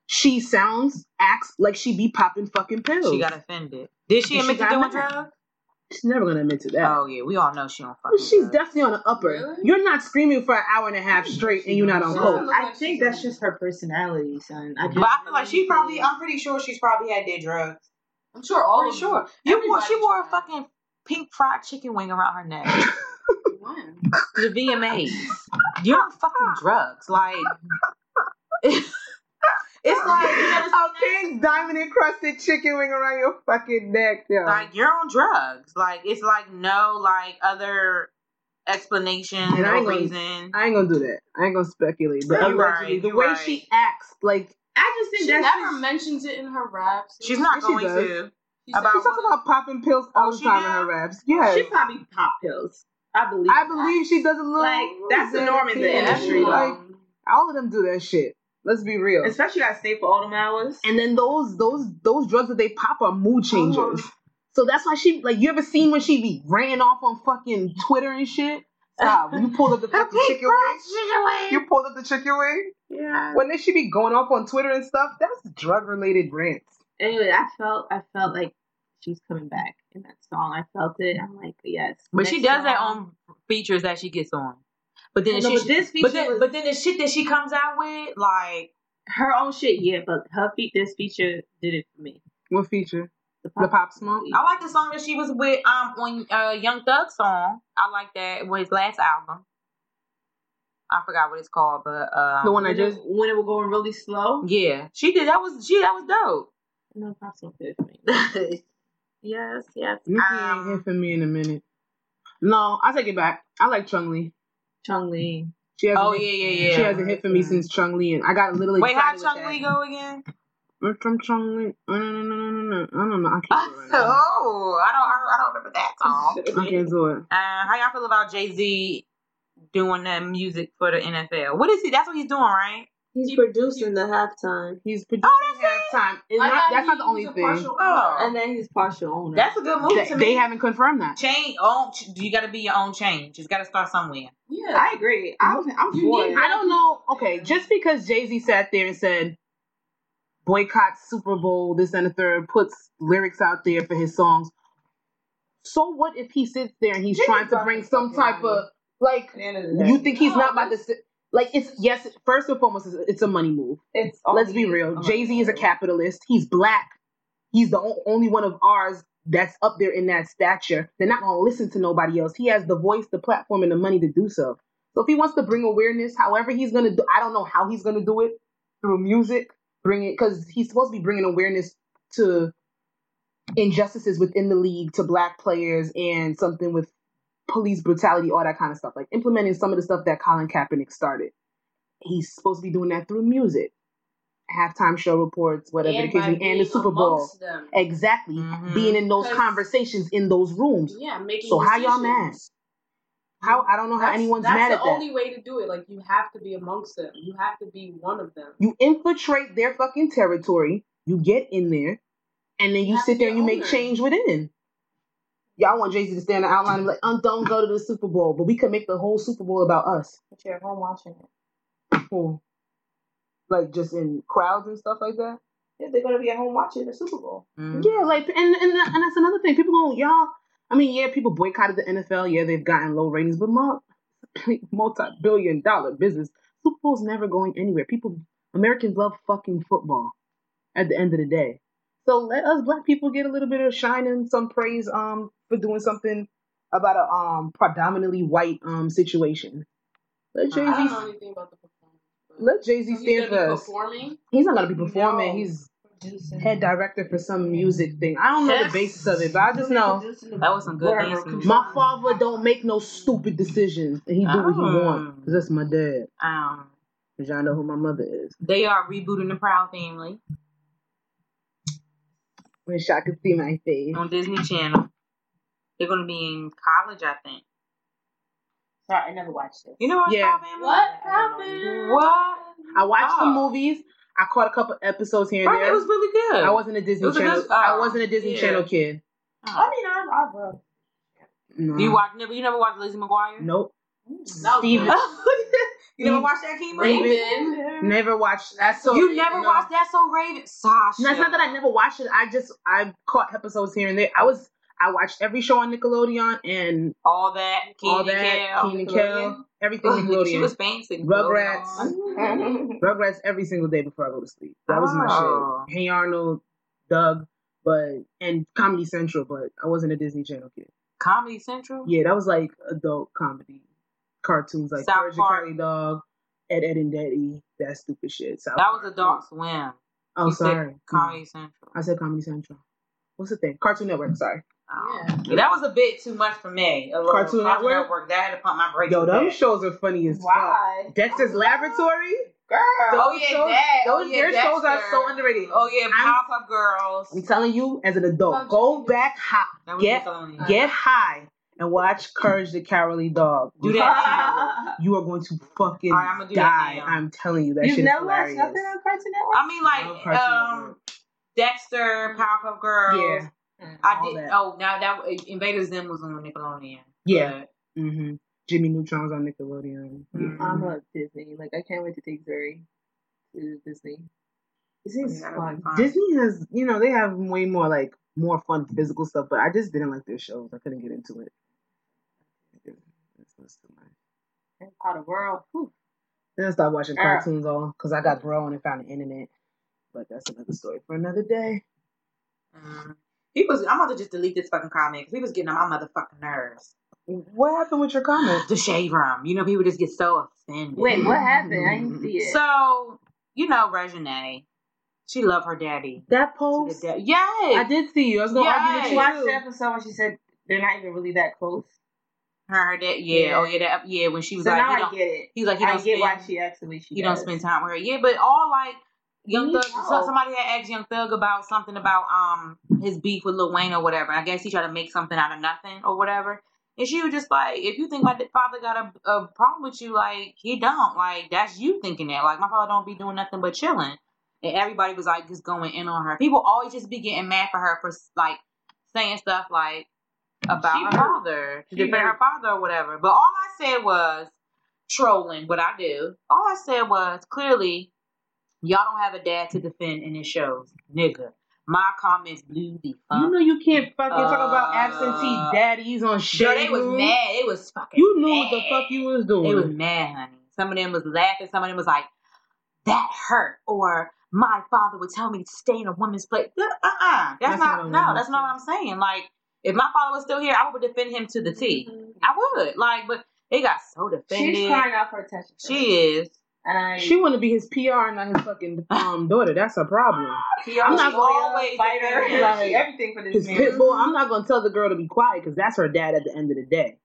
[SPEAKER 2] She sounds, acts like she be popping fucking pills.
[SPEAKER 1] She got offended. Did she
[SPEAKER 2] And she
[SPEAKER 1] admit to
[SPEAKER 2] got
[SPEAKER 1] doing
[SPEAKER 2] mad.
[SPEAKER 1] drugs?
[SPEAKER 2] She's never gonna admit to that.
[SPEAKER 1] Oh yeah, we all know she don't fucking.
[SPEAKER 2] She's
[SPEAKER 1] love.
[SPEAKER 2] definitely on the upper.
[SPEAKER 4] Really?
[SPEAKER 2] You're not screaming for an hour and a half straight and you're not on
[SPEAKER 4] She
[SPEAKER 2] coke.
[SPEAKER 4] doesn't look
[SPEAKER 3] I
[SPEAKER 4] like
[SPEAKER 3] think
[SPEAKER 4] she's
[SPEAKER 3] that's just her personality, son. I
[SPEAKER 1] But
[SPEAKER 3] just,
[SPEAKER 1] I feel like she probably. I'm pretty sure she's probably had did drugs.
[SPEAKER 4] I'm Oh, sure all
[SPEAKER 1] For
[SPEAKER 4] of
[SPEAKER 1] sure.
[SPEAKER 4] you.
[SPEAKER 1] You wore, she
[SPEAKER 4] Everybody
[SPEAKER 1] wore a
[SPEAKER 4] tried.
[SPEAKER 1] fucking pink fried chicken wing around her neck.
[SPEAKER 4] you. When?
[SPEAKER 1] the VMAs. You're on fucking drugs. Like it's like you never seen
[SPEAKER 2] A
[SPEAKER 1] that?
[SPEAKER 2] pink diamond encrusted chicken wing around your fucking neck, yo.
[SPEAKER 1] like you're on drugs. Like it's like no like other explanation
[SPEAKER 2] And I
[SPEAKER 1] or
[SPEAKER 2] ain't gonna-
[SPEAKER 1] reason.
[SPEAKER 2] I ain't gonna do that. I ain't gonna speculate. But
[SPEAKER 1] You're
[SPEAKER 2] allegedly,
[SPEAKER 1] right,
[SPEAKER 2] the
[SPEAKER 1] you're
[SPEAKER 2] way
[SPEAKER 1] right.
[SPEAKER 2] she acts, like
[SPEAKER 3] I just think
[SPEAKER 4] She
[SPEAKER 3] that's
[SPEAKER 4] never
[SPEAKER 3] just,
[SPEAKER 4] mentions it in her raps.
[SPEAKER 1] She's not
[SPEAKER 2] Yes, she
[SPEAKER 1] going
[SPEAKER 2] does.
[SPEAKER 1] to.
[SPEAKER 4] She
[SPEAKER 1] about
[SPEAKER 2] she
[SPEAKER 4] said-
[SPEAKER 2] talks about popping pills all
[SPEAKER 1] Oh,
[SPEAKER 2] the
[SPEAKER 1] she
[SPEAKER 2] time in
[SPEAKER 1] did?
[SPEAKER 2] her raps. Yeah,
[SPEAKER 3] she probably pop pills. I believe.
[SPEAKER 2] I believe she does a little.
[SPEAKER 3] Like, that's the norm in the
[SPEAKER 4] Yeah,
[SPEAKER 3] industry.
[SPEAKER 2] Like
[SPEAKER 4] everyone.
[SPEAKER 2] all of them do that shit. Let's be real.
[SPEAKER 3] especially I stay for all them hours.
[SPEAKER 2] and then those those those drugs that they pop are mood changers. So that's why she like you ever seen when she be ran off on fucking Twitter and shit. Stop. You pulled up the fucking chicken wing. You pulled up the chicken wing.
[SPEAKER 3] yeah.
[SPEAKER 2] When they should be going off on Twitter and stuff, that's drug related rants.
[SPEAKER 3] Anyway, I felt I felt like she's coming back in that song. I felt it. I'm like, yes.
[SPEAKER 1] But she
[SPEAKER 3] Next
[SPEAKER 1] does that
[SPEAKER 3] song.
[SPEAKER 1] on features that she gets on. But then
[SPEAKER 3] No,
[SPEAKER 1] she,
[SPEAKER 3] but this feature
[SPEAKER 1] but then,
[SPEAKER 3] was
[SPEAKER 1] but then the shit that she comes out with, like
[SPEAKER 3] her own shit, yeah. But her feet, this feature did it for me.
[SPEAKER 2] What feature? The pop smoke.
[SPEAKER 1] I like the song that she was with um on uh, Young Thug song. I like that with his last album. I forgot what it's called, but um,
[SPEAKER 2] The one I
[SPEAKER 3] When
[SPEAKER 2] just
[SPEAKER 3] it, when it was going really slow,
[SPEAKER 1] yeah, she did. That was she. That was dope.
[SPEAKER 3] no pop smoke did it for me. Yes, yes.
[SPEAKER 2] Nikki ain't
[SPEAKER 1] Um,
[SPEAKER 2] here for me in a minute. No, I take it back. I like Chung Lee.
[SPEAKER 3] Chung Lee.
[SPEAKER 2] She hasn't
[SPEAKER 1] oh
[SPEAKER 2] hit,
[SPEAKER 1] yeah, yeah, yeah.
[SPEAKER 2] she hasn't hit for me since Chung Lee, and I got a little
[SPEAKER 1] Wait, how Chung
[SPEAKER 2] excited with that.
[SPEAKER 1] Lee go again?
[SPEAKER 2] I'm from Chung Lee. I don't know. I don't know. I can't do it. Right
[SPEAKER 1] oh, I don't. I, I don't remember that song.
[SPEAKER 2] now. I can't do it.
[SPEAKER 1] Uh, how y'all feel about Jay Z doing that music for the NFL? What is he? That's what he's doing, right?
[SPEAKER 3] He's producing the halftime,
[SPEAKER 2] He's producing
[SPEAKER 1] Oh, that's it.
[SPEAKER 2] halftime. It's
[SPEAKER 4] I
[SPEAKER 2] not,
[SPEAKER 4] thought
[SPEAKER 2] that's not
[SPEAKER 4] he
[SPEAKER 2] the only
[SPEAKER 4] was a
[SPEAKER 2] thing.
[SPEAKER 4] partial
[SPEAKER 1] Oh.
[SPEAKER 4] owner.
[SPEAKER 3] and then he's partial owner.
[SPEAKER 1] That's a good move
[SPEAKER 2] They,
[SPEAKER 1] to
[SPEAKER 2] they
[SPEAKER 1] me.
[SPEAKER 2] haven't confirmed that.
[SPEAKER 1] Change own. You got to be your own change. It's got to start somewhere.
[SPEAKER 4] yeah.
[SPEAKER 3] I agree. I'm, I'm
[SPEAKER 4] You
[SPEAKER 3] for
[SPEAKER 4] need
[SPEAKER 3] it.
[SPEAKER 2] I don't know. Okay, just because Jay Z sat there and said boycott Super Bowl, this and the third, puts lyrics out there for his songs. So what if he sits there and he's
[SPEAKER 3] Jay-Z
[SPEAKER 2] trying to
[SPEAKER 3] got
[SPEAKER 2] bring
[SPEAKER 3] the
[SPEAKER 2] some
[SPEAKER 3] fucking
[SPEAKER 2] type of like
[SPEAKER 3] At the end of the
[SPEAKER 2] you
[SPEAKER 3] day,
[SPEAKER 2] think he's
[SPEAKER 4] No,
[SPEAKER 2] not about to sit like it's yes first and foremost it's- it's a money move
[SPEAKER 3] it's
[SPEAKER 2] let's
[SPEAKER 3] only-
[SPEAKER 2] be real.
[SPEAKER 3] oh,
[SPEAKER 2] Jay Z is a capitalist. He's black. He's the o- only one of ours that's up there in that stature. They're not gonna listen to nobody else. He has the voice, the platform, and the money to do so. So if he wants to bring awareness, however he's gonna do, I don't know how he's gonna do it through music. Bring it because he's supposed to be bringing awareness to injustices within the league to black players and something with police brutality, all that kind of stuff. Like implementing some of the stuff that Colin Kaepernick started. He's supposed to be doing that through music, halftime show reports, whatever the case,
[SPEAKER 4] by
[SPEAKER 2] may be, and the
[SPEAKER 4] being
[SPEAKER 2] Super Bowl.
[SPEAKER 4] amongst them.
[SPEAKER 2] Exactly,
[SPEAKER 1] Mhm.
[SPEAKER 2] being in those
[SPEAKER 4] 'Cause-
[SPEAKER 2] conversations in those rooms.
[SPEAKER 4] Yeah, making
[SPEAKER 2] So how y'all mad?
[SPEAKER 4] decisions.
[SPEAKER 2] How I don't know how
[SPEAKER 4] That's-
[SPEAKER 2] anyone's
[SPEAKER 4] that's
[SPEAKER 2] mad
[SPEAKER 4] the
[SPEAKER 2] at that.
[SPEAKER 4] only way to do it. Like you have to be amongst them. You have to be one of them.
[SPEAKER 2] You infiltrate their fucking territory. You get in there, and then you,
[SPEAKER 4] You have
[SPEAKER 2] sit
[SPEAKER 4] to
[SPEAKER 2] there and
[SPEAKER 4] be
[SPEAKER 2] you
[SPEAKER 4] an
[SPEAKER 2] make
[SPEAKER 4] owner.
[SPEAKER 2] change within. Y'all want Jay Z to stand out outline and be like, "Uh, "Don't go to the Super Bowl," but we could make the whole Super Bowl about us.
[SPEAKER 4] But you're at home watching it.
[SPEAKER 2] Hmm. Like just in crowds and stuff like that.
[SPEAKER 3] Yeah, they're gonna be at home watching the Super Bowl.
[SPEAKER 4] Mm-hmm.
[SPEAKER 1] Mhm.
[SPEAKER 2] Yeah, like and and and that's another thing. People don't y'all. I mean, yeah, people boycotted the NFL. Yeah, they've gotten low ratings, but multi billion dollar business. Super Bowl's never going anywhere. People, Americans love fucking football. At the end of the day, so let us black people get a little bit of shine and some praise um for doing something about a um predominantly white um situation. Let Jay
[SPEAKER 4] I don't
[SPEAKER 2] Z
[SPEAKER 4] know anything about the performance. but-
[SPEAKER 2] let Jay Z
[SPEAKER 4] So he's
[SPEAKER 2] stand
[SPEAKER 4] gonna
[SPEAKER 2] for
[SPEAKER 4] be
[SPEAKER 2] us.
[SPEAKER 4] performing.
[SPEAKER 2] He's not gonna be performing.
[SPEAKER 3] No.
[SPEAKER 2] He's
[SPEAKER 3] Producing.
[SPEAKER 2] head director for some music thing. I don't know the basis of it, but I just know
[SPEAKER 3] Producing the
[SPEAKER 1] That was some good
[SPEAKER 3] Whatever.
[SPEAKER 1] dancing. music.
[SPEAKER 2] my father don't make no stupid decisions, and he do what he
[SPEAKER 1] Oh.
[SPEAKER 2] want. 'Cause that's my dad.
[SPEAKER 1] Um,
[SPEAKER 2] Cause y'all know who my mother is.
[SPEAKER 1] they are rebooting the Proud Family
[SPEAKER 2] Wish I could see my face.
[SPEAKER 1] on Disney Channel. They're gonna be in college, I think.
[SPEAKER 3] Sorry, I never watched it.
[SPEAKER 1] You know what?
[SPEAKER 2] Yeah.
[SPEAKER 1] Proud Family?
[SPEAKER 4] What happened?
[SPEAKER 1] What?
[SPEAKER 2] I watched some
[SPEAKER 1] Oh.
[SPEAKER 2] movies. I caught a couple episodes here
[SPEAKER 1] Proud
[SPEAKER 2] and
[SPEAKER 1] Family
[SPEAKER 2] there.
[SPEAKER 1] was really good.
[SPEAKER 2] I wasn't a Disney
[SPEAKER 1] It was a
[SPEAKER 2] Channel.
[SPEAKER 1] good-
[SPEAKER 2] I
[SPEAKER 1] oh,
[SPEAKER 2] wasn't a Disney
[SPEAKER 1] yeah.
[SPEAKER 2] Channel kid.
[SPEAKER 3] I
[SPEAKER 1] Oh.
[SPEAKER 3] mean, I, I love.
[SPEAKER 2] No.
[SPEAKER 1] Do you watch? Never, you never watched Lizzie McGuire?
[SPEAKER 2] Nope.
[SPEAKER 4] That was
[SPEAKER 2] Steven.
[SPEAKER 4] good.
[SPEAKER 1] you never
[SPEAKER 2] Mm.
[SPEAKER 1] watched that, Kima?
[SPEAKER 4] Raven.
[SPEAKER 2] Never watched. That's so.
[SPEAKER 1] You never
[SPEAKER 2] no.
[SPEAKER 1] watched That's So Raven? Sasha.
[SPEAKER 2] No, it's not that I never watched it. I just I caught episodes here and there. I was I watched every show on Nickelodeon and
[SPEAKER 1] All that,
[SPEAKER 2] all
[SPEAKER 1] Keenan
[SPEAKER 2] that,
[SPEAKER 1] Kel.
[SPEAKER 2] Keenan and Kel, everything Nickelodeon.
[SPEAKER 1] Oh, she was fancy.
[SPEAKER 2] Rugrats. Rugrats every single day before I go to sleep. That was
[SPEAKER 1] Oh.
[SPEAKER 2] my shit. Hey Arnold, Doug, but and Comedy Central, but I wasn't a Disney Channel kid.
[SPEAKER 1] Comedy Central.
[SPEAKER 2] Yeah, that was like adult comedy cartoons like
[SPEAKER 1] South
[SPEAKER 2] Courage the
[SPEAKER 1] Park.
[SPEAKER 2] Cowardly Dog, Ed, Ed and Daddy, that stupid shit. South
[SPEAKER 1] That was
[SPEAKER 2] Park.
[SPEAKER 1] Adult Swim.
[SPEAKER 2] Oh,
[SPEAKER 1] You said
[SPEAKER 2] sorry.
[SPEAKER 1] Comedy Central.
[SPEAKER 2] I said Comedy Central. What's the thing? Cartoon Network. Sorry.
[SPEAKER 1] Oh.
[SPEAKER 4] Yeah.
[SPEAKER 1] That was a bit too much for me. A little
[SPEAKER 2] Cartoon Network?
[SPEAKER 1] That had to pump my brakes.
[SPEAKER 2] Yo,
[SPEAKER 1] a bit.
[SPEAKER 2] those shows are funny as fuck.
[SPEAKER 4] Why?
[SPEAKER 2] Dexter's Laboratory.
[SPEAKER 4] Girl.
[SPEAKER 1] Oh
[SPEAKER 2] Those
[SPEAKER 1] yeah,
[SPEAKER 2] shows-
[SPEAKER 1] that.
[SPEAKER 2] Those
[SPEAKER 1] oh, yeah,
[SPEAKER 2] their shows are
[SPEAKER 1] Dexter.
[SPEAKER 2] so underrated.
[SPEAKER 1] Oh yeah,
[SPEAKER 2] I'm-
[SPEAKER 1] Powerpuff Girls.
[SPEAKER 2] I'm telling you, as an
[SPEAKER 4] Oh,
[SPEAKER 2] adult, go
[SPEAKER 4] Jesus.
[SPEAKER 2] back, hop,
[SPEAKER 1] That was
[SPEAKER 2] get
[SPEAKER 1] Nickelodeon.
[SPEAKER 2] get high and watch Courage the Cowardly Dog.
[SPEAKER 1] Do that.
[SPEAKER 2] You are going to fucking
[SPEAKER 1] All right, I'ma do that
[SPEAKER 2] die.
[SPEAKER 1] now.
[SPEAKER 2] I'm telling you, that
[SPEAKER 3] You've
[SPEAKER 2] shit is
[SPEAKER 3] never
[SPEAKER 2] hilarious.
[SPEAKER 3] watched nothing on Cartoon Network?
[SPEAKER 1] I mean,
[SPEAKER 2] Love
[SPEAKER 1] like
[SPEAKER 2] Cartoon
[SPEAKER 1] um,
[SPEAKER 2] Network.
[SPEAKER 1] Dexter, Powerpuff Girls.
[SPEAKER 2] Yeah.
[SPEAKER 1] I
[SPEAKER 2] all
[SPEAKER 1] did.
[SPEAKER 2] that.
[SPEAKER 1] Oh, now that Invaders Zim was on Nickelodeon.
[SPEAKER 2] Yeah.
[SPEAKER 1] But
[SPEAKER 2] hmm Jimmy Neutron's on Nickelodeon.
[SPEAKER 1] Mhm.
[SPEAKER 2] Mm-hmm.
[SPEAKER 3] I'm a Disney. Like I can't wait to take Zuri to Disney. Disney's
[SPEAKER 1] Yeah, that'll be
[SPEAKER 3] fun.
[SPEAKER 1] fun.
[SPEAKER 2] Uh, Disney has, you know, they have way more like more fun physical stuff, but I just didn't like their shows. I couldn't get into it.
[SPEAKER 3] Out of world. Whew.
[SPEAKER 2] Then I started watching
[SPEAKER 3] Girl.
[SPEAKER 2] cartoons all because I got grown and found the internet. But that's another story for another day.
[SPEAKER 1] Mm. He was. I'm about to just delete this fucking comment because he was getting on my motherfucking nerves.
[SPEAKER 2] What happened with your comment?
[SPEAKER 1] The shade room. You know, people just get so offended.
[SPEAKER 3] Wait, what happened? I didn't see it.
[SPEAKER 1] So you know, Regine, she loved her daddy. To
[SPEAKER 2] That
[SPEAKER 1] the
[SPEAKER 2] post.
[SPEAKER 1] de- yes.
[SPEAKER 2] I did see you. I was gonna
[SPEAKER 1] Yes.
[SPEAKER 2] argue
[SPEAKER 3] She watched
[SPEAKER 2] with
[SPEAKER 3] the
[SPEAKER 2] you.
[SPEAKER 3] episode and she said they're not even really that close.
[SPEAKER 1] Her dad, yeah,
[SPEAKER 3] Yeah.
[SPEAKER 1] oh yeah, that, yeah. When she was
[SPEAKER 3] So
[SPEAKER 1] like,
[SPEAKER 3] now
[SPEAKER 1] he
[SPEAKER 3] I
[SPEAKER 1] don't,
[SPEAKER 3] get it.
[SPEAKER 1] he's like, he
[SPEAKER 3] I
[SPEAKER 1] don't
[SPEAKER 3] get
[SPEAKER 1] spend,
[SPEAKER 3] why she acts the way she
[SPEAKER 1] he
[SPEAKER 3] does.
[SPEAKER 1] don't spend time with her. Yeah, but all like Young
[SPEAKER 3] Me
[SPEAKER 1] Thug,
[SPEAKER 3] too.
[SPEAKER 1] so- somebody had asked Young Thug about something about um his beef with Lil Wayne or whatever. I guess he tried to make something out of nothing or whatever. And she was just like, if you think my d- father got a, a problem with you, like he don't, like that's you thinking that. Like my father don't be doing nothing but chilling. And everybody was like just going in on her. People always just be getting mad for her for like saying stuff like about
[SPEAKER 3] She
[SPEAKER 1] her
[SPEAKER 3] hurt.
[SPEAKER 1] father, to
[SPEAKER 3] She
[SPEAKER 1] defend her
[SPEAKER 3] hurt.
[SPEAKER 1] father or whatever. But all I said was trolling. What I do, all I said was clearly y'all don't have a dad to defend in his shows, nigga. My comments blew the
[SPEAKER 2] You
[SPEAKER 1] fuck.
[SPEAKER 2] know you can't fucking talk about
[SPEAKER 1] Uh,
[SPEAKER 2] absentee daddies on shit.
[SPEAKER 1] Yo, they was mad. They was fucking.
[SPEAKER 2] You knew what
[SPEAKER 1] mad.
[SPEAKER 2] the fuck you was doing.
[SPEAKER 1] They was mad, honey. Some of them was laughing. Some of them was like, "That hurt," or "My father would tell me to stay in a woman's place." Uh, uh, uh. That's,
[SPEAKER 2] That's not
[SPEAKER 1] not.
[SPEAKER 2] a
[SPEAKER 1] no,
[SPEAKER 2] woman's
[SPEAKER 1] that's not what I'm saying. Like, if my father was still here, I would defend him to the T. I would. Like, but they got so defended.
[SPEAKER 3] She's crying out for attention. for him.
[SPEAKER 1] She is.
[SPEAKER 3] And I,
[SPEAKER 2] She want to be his PR and not his fucking um daughter. That's a problem.
[SPEAKER 1] I'm
[SPEAKER 2] not
[SPEAKER 1] not
[SPEAKER 2] gonna-
[SPEAKER 1] always
[SPEAKER 3] fighter.
[SPEAKER 1] defending her.
[SPEAKER 2] Like,
[SPEAKER 3] She everything for this
[SPEAKER 2] His
[SPEAKER 3] man.
[SPEAKER 2] pit bull. I'm not gonna tell the girl to be quiet because that's her dad at the end of the day.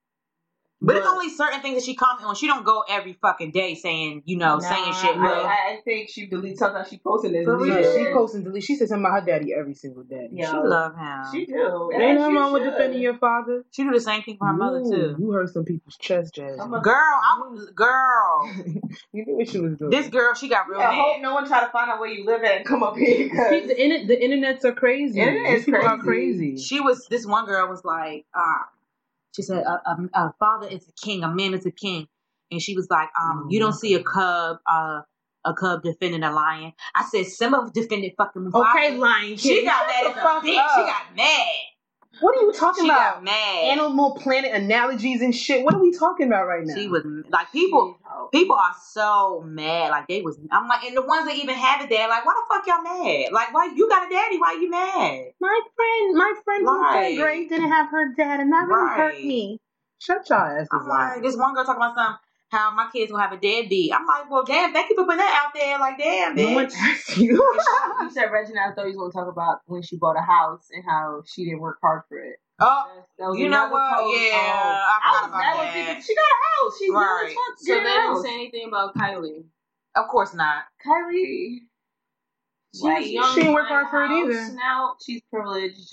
[SPEAKER 1] But, it's only certain things that she comments on. She don't go every fucking day saying, you know, saying shit.
[SPEAKER 3] I,
[SPEAKER 1] but-
[SPEAKER 3] I, I think she deletes something she posted and
[SPEAKER 2] For real,
[SPEAKER 3] deleted
[SPEAKER 2] she
[SPEAKER 3] it.
[SPEAKER 2] posts and deletes. She says something about her daddy every single day.
[SPEAKER 3] Yeah.
[SPEAKER 1] she love him.
[SPEAKER 3] She
[SPEAKER 1] She,
[SPEAKER 3] do. And
[SPEAKER 2] Ain't
[SPEAKER 3] she
[SPEAKER 2] nothing wrong with
[SPEAKER 3] should.
[SPEAKER 2] defending your father.
[SPEAKER 1] do the same thing for her mother
[SPEAKER 2] Ooh,
[SPEAKER 1] too.
[SPEAKER 2] You hurt some people's chest, Jazz.
[SPEAKER 3] I'm a-
[SPEAKER 1] Girl, I was girl.
[SPEAKER 2] you knew what she was doing.
[SPEAKER 1] This girl, she got real
[SPEAKER 3] I hope
[SPEAKER 1] mad.
[SPEAKER 3] no one try to find out where you live at and come up here. 'cause
[SPEAKER 2] See, the, inter- the internets are crazy.
[SPEAKER 3] Internet
[SPEAKER 2] These
[SPEAKER 3] is
[SPEAKER 2] people are
[SPEAKER 3] crazy.
[SPEAKER 2] crazy.
[SPEAKER 1] She was. This one girl was like, um, she said, a, a, a father is a king, a man is a king, and she was like, um,
[SPEAKER 2] Oh,
[SPEAKER 1] you don't
[SPEAKER 2] my
[SPEAKER 1] see a
[SPEAKER 2] God.
[SPEAKER 1] cub, uh, a cub defending a lion. I said, Simba defended fucking Mufasa.
[SPEAKER 2] Okay, Lion King.
[SPEAKER 1] she got
[SPEAKER 2] shut
[SPEAKER 1] mad
[SPEAKER 2] the
[SPEAKER 1] as a
[SPEAKER 2] fuck
[SPEAKER 1] bitch. She
[SPEAKER 2] up.
[SPEAKER 1] got mad.
[SPEAKER 2] What are you talking
[SPEAKER 1] She
[SPEAKER 2] about?
[SPEAKER 1] got mad.
[SPEAKER 2] Animal Planet analogies and shit. What are we talking about right now?
[SPEAKER 1] She was like people. People are so mad. Like they was. I'm like, and the ones that even have a dad, like, why the fuck y'all mad? Like, why you got a daddy? Why you mad?
[SPEAKER 2] my friend, my friend from
[SPEAKER 1] Right.
[SPEAKER 2] third grade didn't have her dad, and that really hurt
[SPEAKER 1] Right.
[SPEAKER 2] me. Shut y'all asses
[SPEAKER 1] I'm
[SPEAKER 2] up.
[SPEAKER 1] like, this one girl talking about some how my kids gonna have a deadbeat. I'm like, well, damn, thank you for putting that out there. Like, damn,
[SPEAKER 2] No one
[SPEAKER 1] bitch.
[SPEAKER 2] asked you.
[SPEAKER 3] You said Regina, I thought you was going to talk about when she bought a house and how she didn't work hard for it.
[SPEAKER 1] Oh,
[SPEAKER 3] That was
[SPEAKER 1] you know
[SPEAKER 3] another
[SPEAKER 1] what?
[SPEAKER 3] post.
[SPEAKER 1] Yeah,
[SPEAKER 3] Oh.
[SPEAKER 1] I
[SPEAKER 3] I
[SPEAKER 1] forgot
[SPEAKER 3] was
[SPEAKER 1] about
[SPEAKER 3] that was
[SPEAKER 1] that.
[SPEAKER 3] thinking, she got a house. She's right.
[SPEAKER 1] Right.
[SPEAKER 4] So they
[SPEAKER 3] Get a
[SPEAKER 4] didn't
[SPEAKER 3] house.
[SPEAKER 4] say anything about Kylie.
[SPEAKER 1] of course not.
[SPEAKER 3] Kylie.
[SPEAKER 4] She
[SPEAKER 3] Why
[SPEAKER 4] was
[SPEAKER 3] you-
[SPEAKER 4] young.
[SPEAKER 2] she ain't work
[SPEAKER 4] buying
[SPEAKER 2] hard for it
[SPEAKER 4] a house
[SPEAKER 2] either.
[SPEAKER 4] Now,
[SPEAKER 3] She's privileged.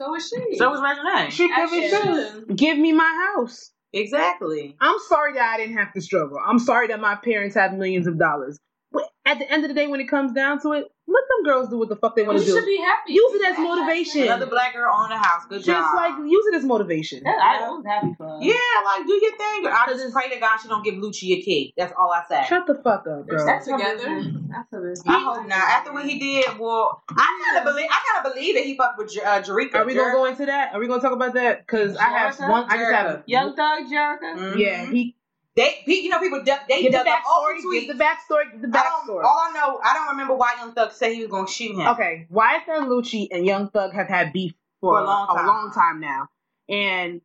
[SPEAKER 4] so is she.
[SPEAKER 1] So was Regina.
[SPEAKER 2] She
[SPEAKER 4] As
[SPEAKER 2] probably
[SPEAKER 4] she
[SPEAKER 2] should.
[SPEAKER 4] should.
[SPEAKER 2] Give me my house.
[SPEAKER 1] Exactly.
[SPEAKER 2] I'm sorry that I didn't have to struggle. I'm sorry that my parents have millions of dollars. But at the end of the day, when it comes down to it, Let them girls do what the fuck they want
[SPEAKER 4] You
[SPEAKER 2] to do.
[SPEAKER 4] should be happy.
[SPEAKER 2] Use it as motivation.
[SPEAKER 1] Another black girl own the house. Good
[SPEAKER 2] Just
[SPEAKER 1] job.
[SPEAKER 2] like use it as motivation.
[SPEAKER 3] That, I was happy for her.
[SPEAKER 1] yeah, like do your thing. girl. I just pray to God she don't give Lucci a kid. That's all I say.
[SPEAKER 2] Shut the fuck up, girl.
[SPEAKER 4] That's
[SPEAKER 3] That's her
[SPEAKER 4] together.
[SPEAKER 3] business. That's her business.
[SPEAKER 1] I hope not. After what he did, well, I kind of believe I kind of believe that he fucked with Jer- uh, Jerika.
[SPEAKER 2] Are we gonna go into that? Are we gonna talk about that? Because I have
[SPEAKER 3] Jerica?
[SPEAKER 2] one. I just have.
[SPEAKER 3] Young Thug Jerica.
[SPEAKER 1] Mhm.
[SPEAKER 2] Yeah, he.
[SPEAKER 1] They, pe- you know, people du- they
[SPEAKER 2] Give the
[SPEAKER 1] dug up all the
[SPEAKER 2] backstory.
[SPEAKER 1] tweets.
[SPEAKER 2] Give the backstory. The
[SPEAKER 1] I don't,
[SPEAKER 2] backstory.
[SPEAKER 1] all I know, I don't remember why Young Thug said he was gonna shoot him.
[SPEAKER 2] Okay, Wyatt and Lucci and Young Thug have had beef for, a, long time. now, and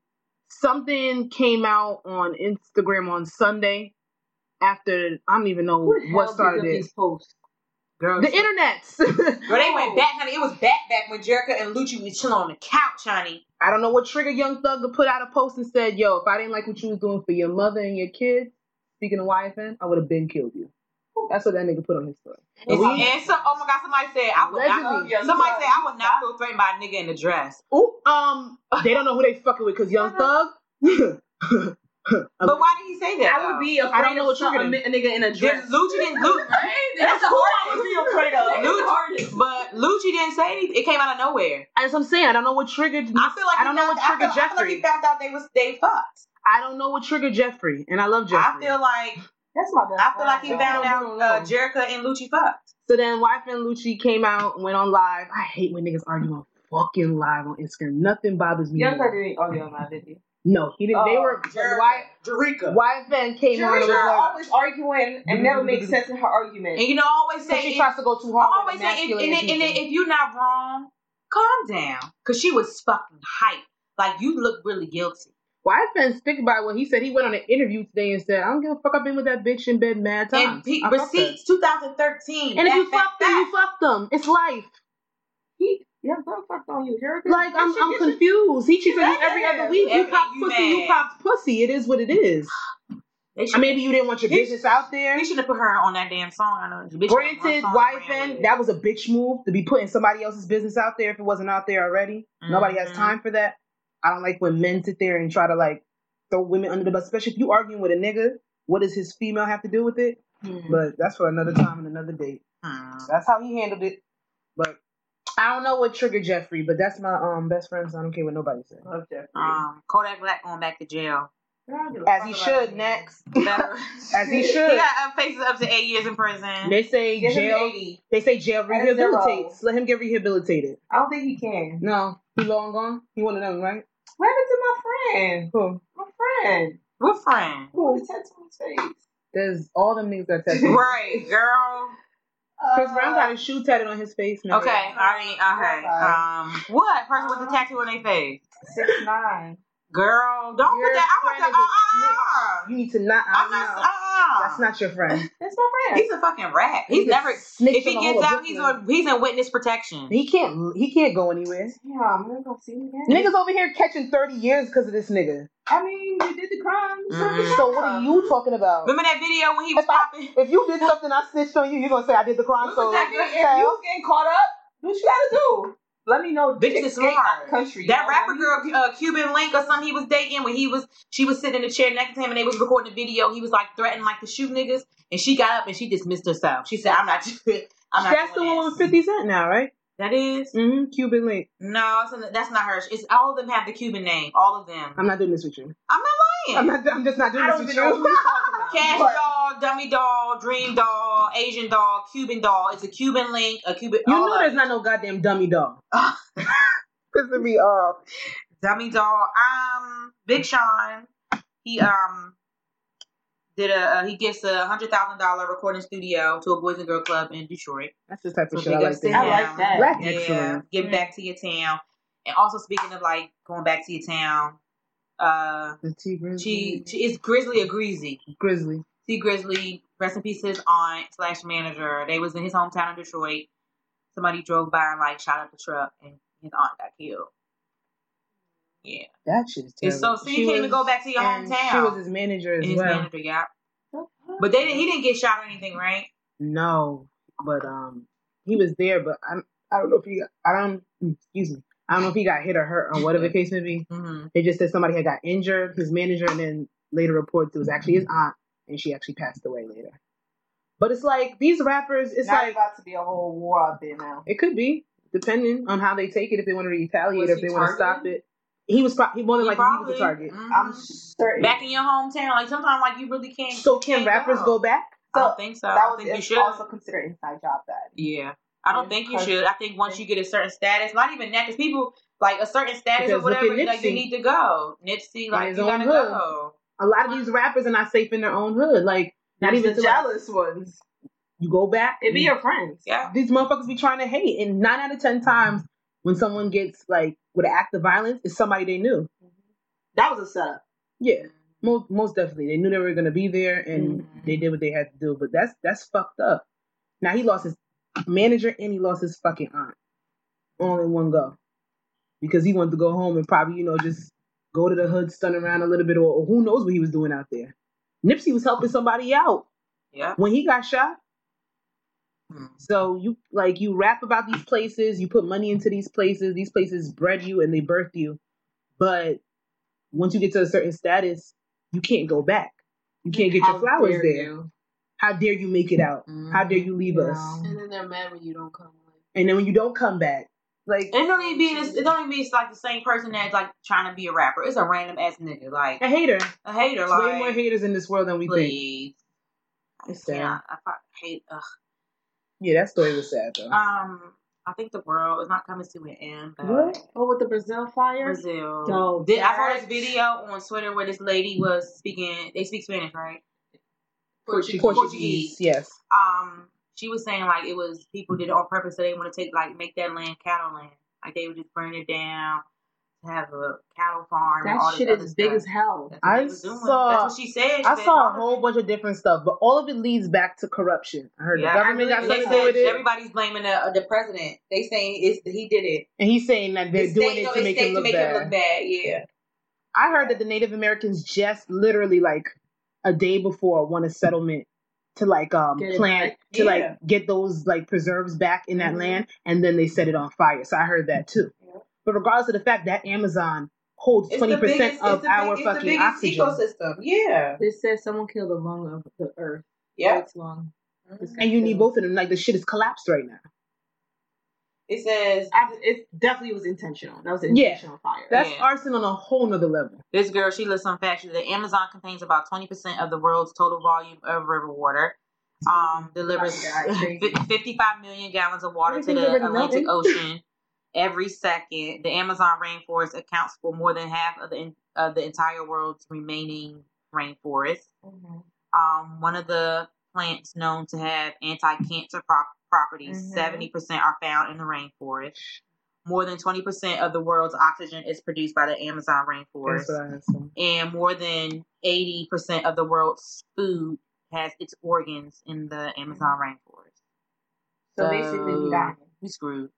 [SPEAKER 2] something came out on Instagram on Sunday. After I don't even know what started it.
[SPEAKER 3] These posts.
[SPEAKER 1] Girl,
[SPEAKER 2] The internet's.
[SPEAKER 1] Girl, they went back, honey. It was back back when Jerica and Lucci was chilling on the couch, honey.
[SPEAKER 2] I don't know what triggered Young Thug to put out a post and said, "Yo, if I didn't like what you was doing for your mother and your kids, speaking of YFN, I would have been killed you." That's what that nigga put on his story.
[SPEAKER 1] And, and so, oh my God, somebody said I would
[SPEAKER 2] Allegedly.
[SPEAKER 1] not. Somebody said I would not feel threatened by a nigga in a dress.
[SPEAKER 2] Ooh, um, they don't know who they fucking with because Young Thug.
[SPEAKER 1] But why did he say that?
[SPEAKER 3] I would
[SPEAKER 1] though?
[SPEAKER 3] be afraid
[SPEAKER 2] I don't know
[SPEAKER 3] of
[SPEAKER 2] what
[SPEAKER 3] some, a
[SPEAKER 2] triggered
[SPEAKER 3] mi- a nigga in a
[SPEAKER 1] Did
[SPEAKER 3] dress.
[SPEAKER 1] Lucci didn't. Lu-
[SPEAKER 4] Right?
[SPEAKER 1] That's who I would be afraid of.
[SPEAKER 4] That's
[SPEAKER 1] Lucci,
[SPEAKER 4] hardest.
[SPEAKER 1] but Lucci didn't say anything. It came out of nowhere.
[SPEAKER 2] As I'm saying, I don't know what triggered.
[SPEAKER 1] I feel like
[SPEAKER 2] I
[SPEAKER 1] he
[SPEAKER 2] don't know
[SPEAKER 1] found-
[SPEAKER 2] what triggered
[SPEAKER 1] I feel, I feel like
[SPEAKER 2] Jeffrey.
[SPEAKER 1] he found out they was they fucked.
[SPEAKER 2] I don't know what triggered Jeffrey, and I love
[SPEAKER 1] I
[SPEAKER 2] Jeffrey.
[SPEAKER 1] feel like
[SPEAKER 3] That's my best.
[SPEAKER 1] I feel like he
[SPEAKER 3] friend,
[SPEAKER 1] found
[SPEAKER 2] no,
[SPEAKER 1] out
[SPEAKER 2] no, no.
[SPEAKER 1] uh, Jerica and Lucci fucked.
[SPEAKER 2] So then Wife and Lucci came out and went on live. I hate when niggas argue on fucking live on Instagram. Nothing bothers me.
[SPEAKER 3] Young
[SPEAKER 2] more.
[SPEAKER 3] Thug didn't argue on that, did he?
[SPEAKER 2] No, he didn't. they
[SPEAKER 3] Oh,
[SPEAKER 2] were
[SPEAKER 1] Jerica.
[SPEAKER 2] Wyatt.
[SPEAKER 1] Jerica.
[SPEAKER 2] Wife came on and was
[SPEAKER 3] Jerry
[SPEAKER 2] like,
[SPEAKER 3] always arguing and never makes sense in her argument.
[SPEAKER 1] And you know, I always
[SPEAKER 2] so
[SPEAKER 1] say
[SPEAKER 2] she
[SPEAKER 1] it-
[SPEAKER 2] tries to go too
[SPEAKER 1] I
[SPEAKER 2] hard.
[SPEAKER 1] always say, if, and, it, and it, if you're not wrong, calm down. Because she was fucking hype. Like, you look really guilty.
[SPEAKER 2] Wife stick by what he said. He went on an interview today and said, "I don't give a fuck. I've been with that bitch in bed mad
[SPEAKER 1] And
[SPEAKER 2] times.
[SPEAKER 1] pe-
[SPEAKER 2] I fucked her."
[SPEAKER 1] receipts 2013.
[SPEAKER 2] And if
[SPEAKER 1] back,
[SPEAKER 2] you
[SPEAKER 1] back,
[SPEAKER 2] fuck them,
[SPEAKER 1] back.
[SPEAKER 2] you fuck them. It's life.
[SPEAKER 3] He, Young Thug fucked on you, Jerry.
[SPEAKER 2] Like I'm, I'm confused. He cheats on you every other week. You
[SPEAKER 1] Every-
[SPEAKER 2] pop
[SPEAKER 1] you
[SPEAKER 2] pussy. You
[SPEAKER 1] mad.
[SPEAKER 2] pop pussy. It is what it is.
[SPEAKER 1] They should,
[SPEAKER 2] And maybe you didn't want your
[SPEAKER 1] He-
[SPEAKER 2] business out there.
[SPEAKER 1] they should have put her on that damn song. I know. Bitch,
[SPEAKER 2] Granted,
[SPEAKER 1] that one song
[SPEAKER 2] wife
[SPEAKER 1] ran with
[SPEAKER 2] and
[SPEAKER 1] it.
[SPEAKER 2] that was a bitch move to be putting somebody else's business out there if it wasn't out there already. Nobody has
[SPEAKER 1] Mhm.
[SPEAKER 2] time for that. I don't like when men sit there and try to like throw women under the bus, especially if you arguing with a nigga. What does his female have to do with it?
[SPEAKER 3] Mm-hmm.
[SPEAKER 2] But that's for another time and another date.
[SPEAKER 1] Hmm.
[SPEAKER 2] That's how he handled it. But I don't know what triggered Jeffrey, but that's my um best friend, so I don't care what nobody says.
[SPEAKER 3] Love Jeffrey.
[SPEAKER 1] Um, Kodak Black going back to jail.
[SPEAKER 2] As he should next.
[SPEAKER 1] Better.
[SPEAKER 2] As he
[SPEAKER 1] he
[SPEAKER 2] should.
[SPEAKER 1] got uh, faces up to eight years in prison.
[SPEAKER 2] They say
[SPEAKER 3] Give him
[SPEAKER 2] jail.
[SPEAKER 3] 80.
[SPEAKER 2] They say jail
[SPEAKER 3] At a zero.
[SPEAKER 2] rehabilitates. Let him get rehabilitated.
[SPEAKER 3] I don't think he can.
[SPEAKER 2] No, he long gone. He one of them, right?
[SPEAKER 3] What happened to my friend?
[SPEAKER 2] Cool.
[SPEAKER 3] My friend.
[SPEAKER 1] We're friends.
[SPEAKER 3] Who was tattooed on his face?
[SPEAKER 2] There's all them niggas got tattoos.
[SPEAKER 1] right, girl.
[SPEAKER 2] Chris Brown got his shoe tatted on his face. Now.
[SPEAKER 1] Okay, I mean, okay. Um, what person with the tattoo on their face?
[SPEAKER 3] Six nine.
[SPEAKER 1] Girl, don't
[SPEAKER 2] Your
[SPEAKER 1] put that. I want
[SPEAKER 2] friend
[SPEAKER 1] that.
[SPEAKER 2] is
[SPEAKER 1] Uh, uh,
[SPEAKER 2] You need to not.
[SPEAKER 1] I'm
[SPEAKER 2] no,
[SPEAKER 1] not. Uh,
[SPEAKER 2] That's not your friend.
[SPEAKER 3] That's my friend.
[SPEAKER 1] He's a fucking rat. He's,
[SPEAKER 2] He's a
[SPEAKER 1] never.
[SPEAKER 2] snitch
[SPEAKER 1] If he
[SPEAKER 2] on the
[SPEAKER 1] gets
[SPEAKER 2] whole of
[SPEAKER 1] out, he's on. He's in witness protection.
[SPEAKER 2] He can't. He can't go anywhere.
[SPEAKER 3] Damn, I'm gonna go see him again.
[SPEAKER 2] Niggas over here catching thirty years because of this nigga.
[SPEAKER 3] I mean, you did the crime. So
[SPEAKER 1] Mhm.
[SPEAKER 3] did I.
[SPEAKER 2] So what are you talking about?
[SPEAKER 1] Remember that video when he was
[SPEAKER 2] If I-
[SPEAKER 1] popping?
[SPEAKER 2] If you did something, I snitched on you. You're gonna say I did the crime. So
[SPEAKER 3] Nigga, if you getting caught up, do what you gotta do. Let me know.
[SPEAKER 1] Bitches is
[SPEAKER 3] Escape out
[SPEAKER 1] smart.
[SPEAKER 3] the Country.
[SPEAKER 1] That
[SPEAKER 3] you know
[SPEAKER 1] rapper
[SPEAKER 3] what I
[SPEAKER 1] girl, uh, Cuban Link or something, he was dating when he was. She was sitting in the chair next to him, and they was recording a video. He was like threatening like to shoot niggas, and she got up and she dismissed herself. She said, "I'm not. doing- I'm not."
[SPEAKER 2] that's the
[SPEAKER 1] doing
[SPEAKER 2] one
[SPEAKER 1] this."
[SPEAKER 2] with Fifty Cent now, right?
[SPEAKER 1] That is.
[SPEAKER 2] Mm-hmm. Cuban Link.
[SPEAKER 1] No, it's an- that's not her. It's all of them have the Cuban name. All of them.
[SPEAKER 2] I'm not doing this with you.
[SPEAKER 1] I'm not lying.
[SPEAKER 2] I'm not. I'm just not doing
[SPEAKER 3] I
[SPEAKER 2] this
[SPEAKER 3] don't
[SPEAKER 2] with
[SPEAKER 3] even know who
[SPEAKER 2] you.
[SPEAKER 3] you're talking about.
[SPEAKER 1] Cash
[SPEAKER 3] But
[SPEAKER 1] doll, dummy doll, dream doll, Asian doll, Cuban doll. It's a Cuban link, a Cuban.
[SPEAKER 2] You
[SPEAKER 1] all
[SPEAKER 2] know
[SPEAKER 1] of
[SPEAKER 2] there's
[SPEAKER 1] it.
[SPEAKER 2] not no goddamn dummy dog. Pissing me off.
[SPEAKER 1] dummy doll. Um, Big Sean, he um did a uh, he gets a hundred thousand dollar recording studio to a boys and girl club in Detroit.
[SPEAKER 2] That's the type
[SPEAKER 1] So
[SPEAKER 2] of shit I
[SPEAKER 1] big
[SPEAKER 2] like.
[SPEAKER 1] ups to
[SPEAKER 2] to
[SPEAKER 1] him.
[SPEAKER 3] I
[SPEAKER 2] hear.
[SPEAKER 3] like that. Mm-hmm.
[SPEAKER 2] Black
[SPEAKER 1] Yeah,
[SPEAKER 2] excellence.
[SPEAKER 1] get back to your town. And also speaking of like going back to your town, uh,
[SPEAKER 2] The T
[SPEAKER 1] she,
[SPEAKER 2] Grizzly.
[SPEAKER 1] she is Grizzly or Greasy.
[SPEAKER 2] Grizzly.
[SPEAKER 1] T Grizzly, rest in peace, his aunt slash manager. They was in his hometown of Detroit. Somebody drove by and like shot up the truck, and his aunt got killed. Yeah,
[SPEAKER 2] That shit is
[SPEAKER 1] it's
[SPEAKER 2] terrible.
[SPEAKER 1] so so you
[SPEAKER 2] She
[SPEAKER 1] can't even
[SPEAKER 2] was-
[SPEAKER 1] go back to your
[SPEAKER 2] and
[SPEAKER 1] hometown.
[SPEAKER 2] She was his manager as
[SPEAKER 1] And his
[SPEAKER 2] well.
[SPEAKER 1] manager, yeah. But they didn't, he didn't get shot or anything, right?
[SPEAKER 2] No, but um, he was there. But I, I don't know if he. Got, I don't. mm, Excuse me. I don't know if he got hit or hurt or whatever the case may be.
[SPEAKER 1] Mm-hmm.
[SPEAKER 2] They just said somebody had got injured. His manager, and then later reports it was actually his aunt, and she actually passed away later. But it's like these rappers, it's
[SPEAKER 3] Now
[SPEAKER 2] like
[SPEAKER 3] about to be a whole war out there now.
[SPEAKER 2] it could be depending on how they take it. If they want to retaliate,
[SPEAKER 4] Was
[SPEAKER 2] or if
[SPEAKER 4] he
[SPEAKER 2] they want to stop
[SPEAKER 4] targeted?
[SPEAKER 2] it, he was pro- he more than
[SPEAKER 1] You
[SPEAKER 2] likely he was a target.
[SPEAKER 1] mhm.
[SPEAKER 3] I'm certain.
[SPEAKER 1] back in your hometown. Like sometimes, like you really can't.
[SPEAKER 2] So can
[SPEAKER 1] can't
[SPEAKER 2] rappers go back?
[SPEAKER 1] I
[SPEAKER 3] So,
[SPEAKER 1] don't think so. I
[SPEAKER 3] that
[SPEAKER 1] don't
[SPEAKER 3] was
[SPEAKER 1] think you
[SPEAKER 3] it's
[SPEAKER 1] should.
[SPEAKER 3] also considered inside job that.
[SPEAKER 1] Yeah. I don't
[SPEAKER 3] Yeah,
[SPEAKER 1] think you
[SPEAKER 3] 'cause-
[SPEAKER 1] should. I think once you get a certain status, not even that, because people like a certain status
[SPEAKER 2] Because
[SPEAKER 1] or
[SPEAKER 2] look at
[SPEAKER 1] whatever, like you
[SPEAKER 2] Nipsey.
[SPEAKER 1] need to go. Nipsey, like
[SPEAKER 2] his
[SPEAKER 1] you
[SPEAKER 2] own
[SPEAKER 1] gotta
[SPEAKER 2] hood.
[SPEAKER 1] go.
[SPEAKER 2] A lot of these rappers are not safe in their own hood. Like not
[SPEAKER 3] There's
[SPEAKER 2] even
[SPEAKER 3] the
[SPEAKER 2] to, like, Mm.
[SPEAKER 3] jealous ones.
[SPEAKER 2] you go back.
[SPEAKER 3] It be
[SPEAKER 2] you-
[SPEAKER 3] your friends.
[SPEAKER 1] Yeah.
[SPEAKER 2] these motherfuckers be trying to hate, and nine out of ten times when someone gets like with an act of violence, it's somebody they knew.
[SPEAKER 3] That was a setup.
[SPEAKER 2] Yeah, most most definitely, they knew they were gonna be there, and they did what they had to do. But that's that's fucked up. Now he lost his manager and he lost his fucking aunt, all in one go, because he wanted to go home and probably you know just go to the hood, stun around a little bit, or, or who knows what he was doing out there. Nipsey was helping somebody out
[SPEAKER 1] Yeah.
[SPEAKER 2] when he got shot.
[SPEAKER 1] Hmm.
[SPEAKER 2] So you like you rap about these places, you put money into these places, these places bred you and they birth you. But once you get to a certain status, you can't go back. You can't get your
[SPEAKER 3] How
[SPEAKER 2] flowers
[SPEAKER 3] dare
[SPEAKER 2] there.
[SPEAKER 3] you.
[SPEAKER 2] How dare you make it out? How dare you leave
[SPEAKER 3] You
[SPEAKER 2] us?
[SPEAKER 3] know.
[SPEAKER 4] And then they're mad when you don't come. Like,
[SPEAKER 2] And then when you don't come back, like
[SPEAKER 1] It don't even be this, it don't even be like the same person that's like trying to be a rapper. It's a random ass nigga, like
[SPEAKER 2] a hater.
[SPEAKER 1] a hater,
[SPEAKER 2] There's way more
[SPEAKER 1] like
[SPEAKER 2] haters in this world than we think.
[SPEAKER 1] please.
[SPEAKER 2] It's sad.
[SPEAKER 1] Yeah, I fuck- hate. Ugh.
[SPEAKER 2] Yeah, that story was sad though.
[SPEAKER 1] Um, I think the world is not coming to an end. But
[SPEAKER 2] What?
[SPEAKER 3] Oh, with the Brazil fire?
[SPEAKER 1] Brazil.
[SPEAKER 3] Yo,
[SPEAKER 1] Did, I saw
[SPEAKER 3] that-
[SPEAKER 1] this video on Twitter where this lady was speaking. They speak Spanish, right?
[SPEAKER 4] Portuguese.
[SPEAKER 2] Portuguese, yes.
[SPEAKER 1] Um, she was saying like it was people did it on purpose, so they want to take like make that land cattle land. Like they would just burn it down, have a cattle farm. and all
[SPEAKER 3] That
[SPEAKER 1] this
[SPEAKER 3] shit
[SPEAKER 1] other
[SPEAKER 3] is big
[SPEAKER 1] stuff.
[SPEAKER 3] as hell.
[SPEAKER 1] That's what
[SPEAKER 2] I
[SPEAKER 1] they was doing.
[SPEAKER 2] saw-
[SPEAKER 1] That's what she said.
[SPEAKER 2] I
[SPEAKER 1] She
[SPEAKER 2] saw a
[SPEAKER 1] said,
[SPEAKER 2] whole bunch of different stuff, but all of it leads back to corruption. I heard
[SPEAKER 1] Yeah.
[SPEAKER 2] the government got
[SPEAKER 1] And they
[SPEAKER 2] something to do
[SPEAKER 1] said
[SPEAKER 2] with it.
[SPEAKER 1] everybody's blaming the, the president. They saying it's he did it.
[SPEAKER 2] And he's saying that they're
[SPEAKER 1] It's
[SPEAKER 2] doing
[SPEAKER 1] state-
[SPEAKER 2] it
[SPEAKER 1] no,
[SPEAKER 2] to
[SPEAKER 1] it's
[SPEAKER 2] make,
[SPEAKER 1] state
[SPEAKER 2] him look, bad.
[SPEAKER 1] bad. Yeah.
[SPEAKER 2] I heard that the Native Americans just literally like a day before won a settlement to like um
[SPEAKER 3] Get it
[SPEAKER 2] plant
[SPEAKER 3] back.
[SPEAKER 2] to
[SPEAKER 3] Yeah.
[SPEAKER 2] like get those like preserves back in that
[SPEAKER 3] Mhm.
[SPEAKER 2] land and then they set it on fire. So I heard that too.
[SPEAKER 1] Mm-hmm. Yeah.
[SPEAKER 2] But regardless of the fact that Amazon holds
[SPEAKER 1] It's
[SPEAKER 2] twenty
[SPEAKER 1] the biggest-
[SPEAKER 2] percent
[SPEAKER 1] it's
[SPEAKER 2] of
[SPEAKER 1] the big-
[SPEAKER 2] our
[SPEAKER 1] it's the
[SPEAKER 2] fucking
[SPEAKER 1] biggest
[SPEAKER 2] oxygen.
[SPEAKER 1] ecosystem. Yeah.
[SPEAKER 3] They said someone killed a lung of the earth.
[SPEAKER 1] Yeah.
[SPEAKER 3] Earth's lung.
[SPEAKER 2] And you need both of them. Like the shit is collapsed right now.
[SPEAKER 1] It says
[SPEAKER 3] I, it definitely was intentional. That was an
[SPEAKER 2] Yeah.
[SPEAKER 3] intentional fire.
[SPEAKER 2] That's
[SPEAKER 1] Yeah.
[SPEAKER 2] arson on a whole nother level.
[SPEAKER 1] This girl, she lists some facts. She said Amazon contains about 20% of the world's total volume of river water. Um, delivers
[SPEAKER 3] Oh my God, crazy.
[SPEAKER 1] 55 million gallons of water to
[SPEAKER 2] Everything's
[SPEAKER 1] the
[SPEAKER 2] already
[SPEAKER 1] Atlantic
[SPEAKER 2] melting.
[SPEAKER 1] Ocean every second. The Amazon rainforest accounts for more than half of the of the entire world's remaining rainforest.
[SPEAKER 3] Mhm.
[SPEAKER 1] Um, one of the plants known to have anti-cancer prop- properties,
[SPEAKER 3] Mhm.
[SPEAKER 1] 70% are found in the rainforest. More than 20% of the world's oxygen is produced by the Amazon rainforest
[SPEAKER 2] That's what I heard. so.
[SPEAKER 1] and more than 80% of the world's food has its organs in the Amazon rainforest.
[SPEAKER 3] So basically, we got
[SPEAKER 1] We screwed.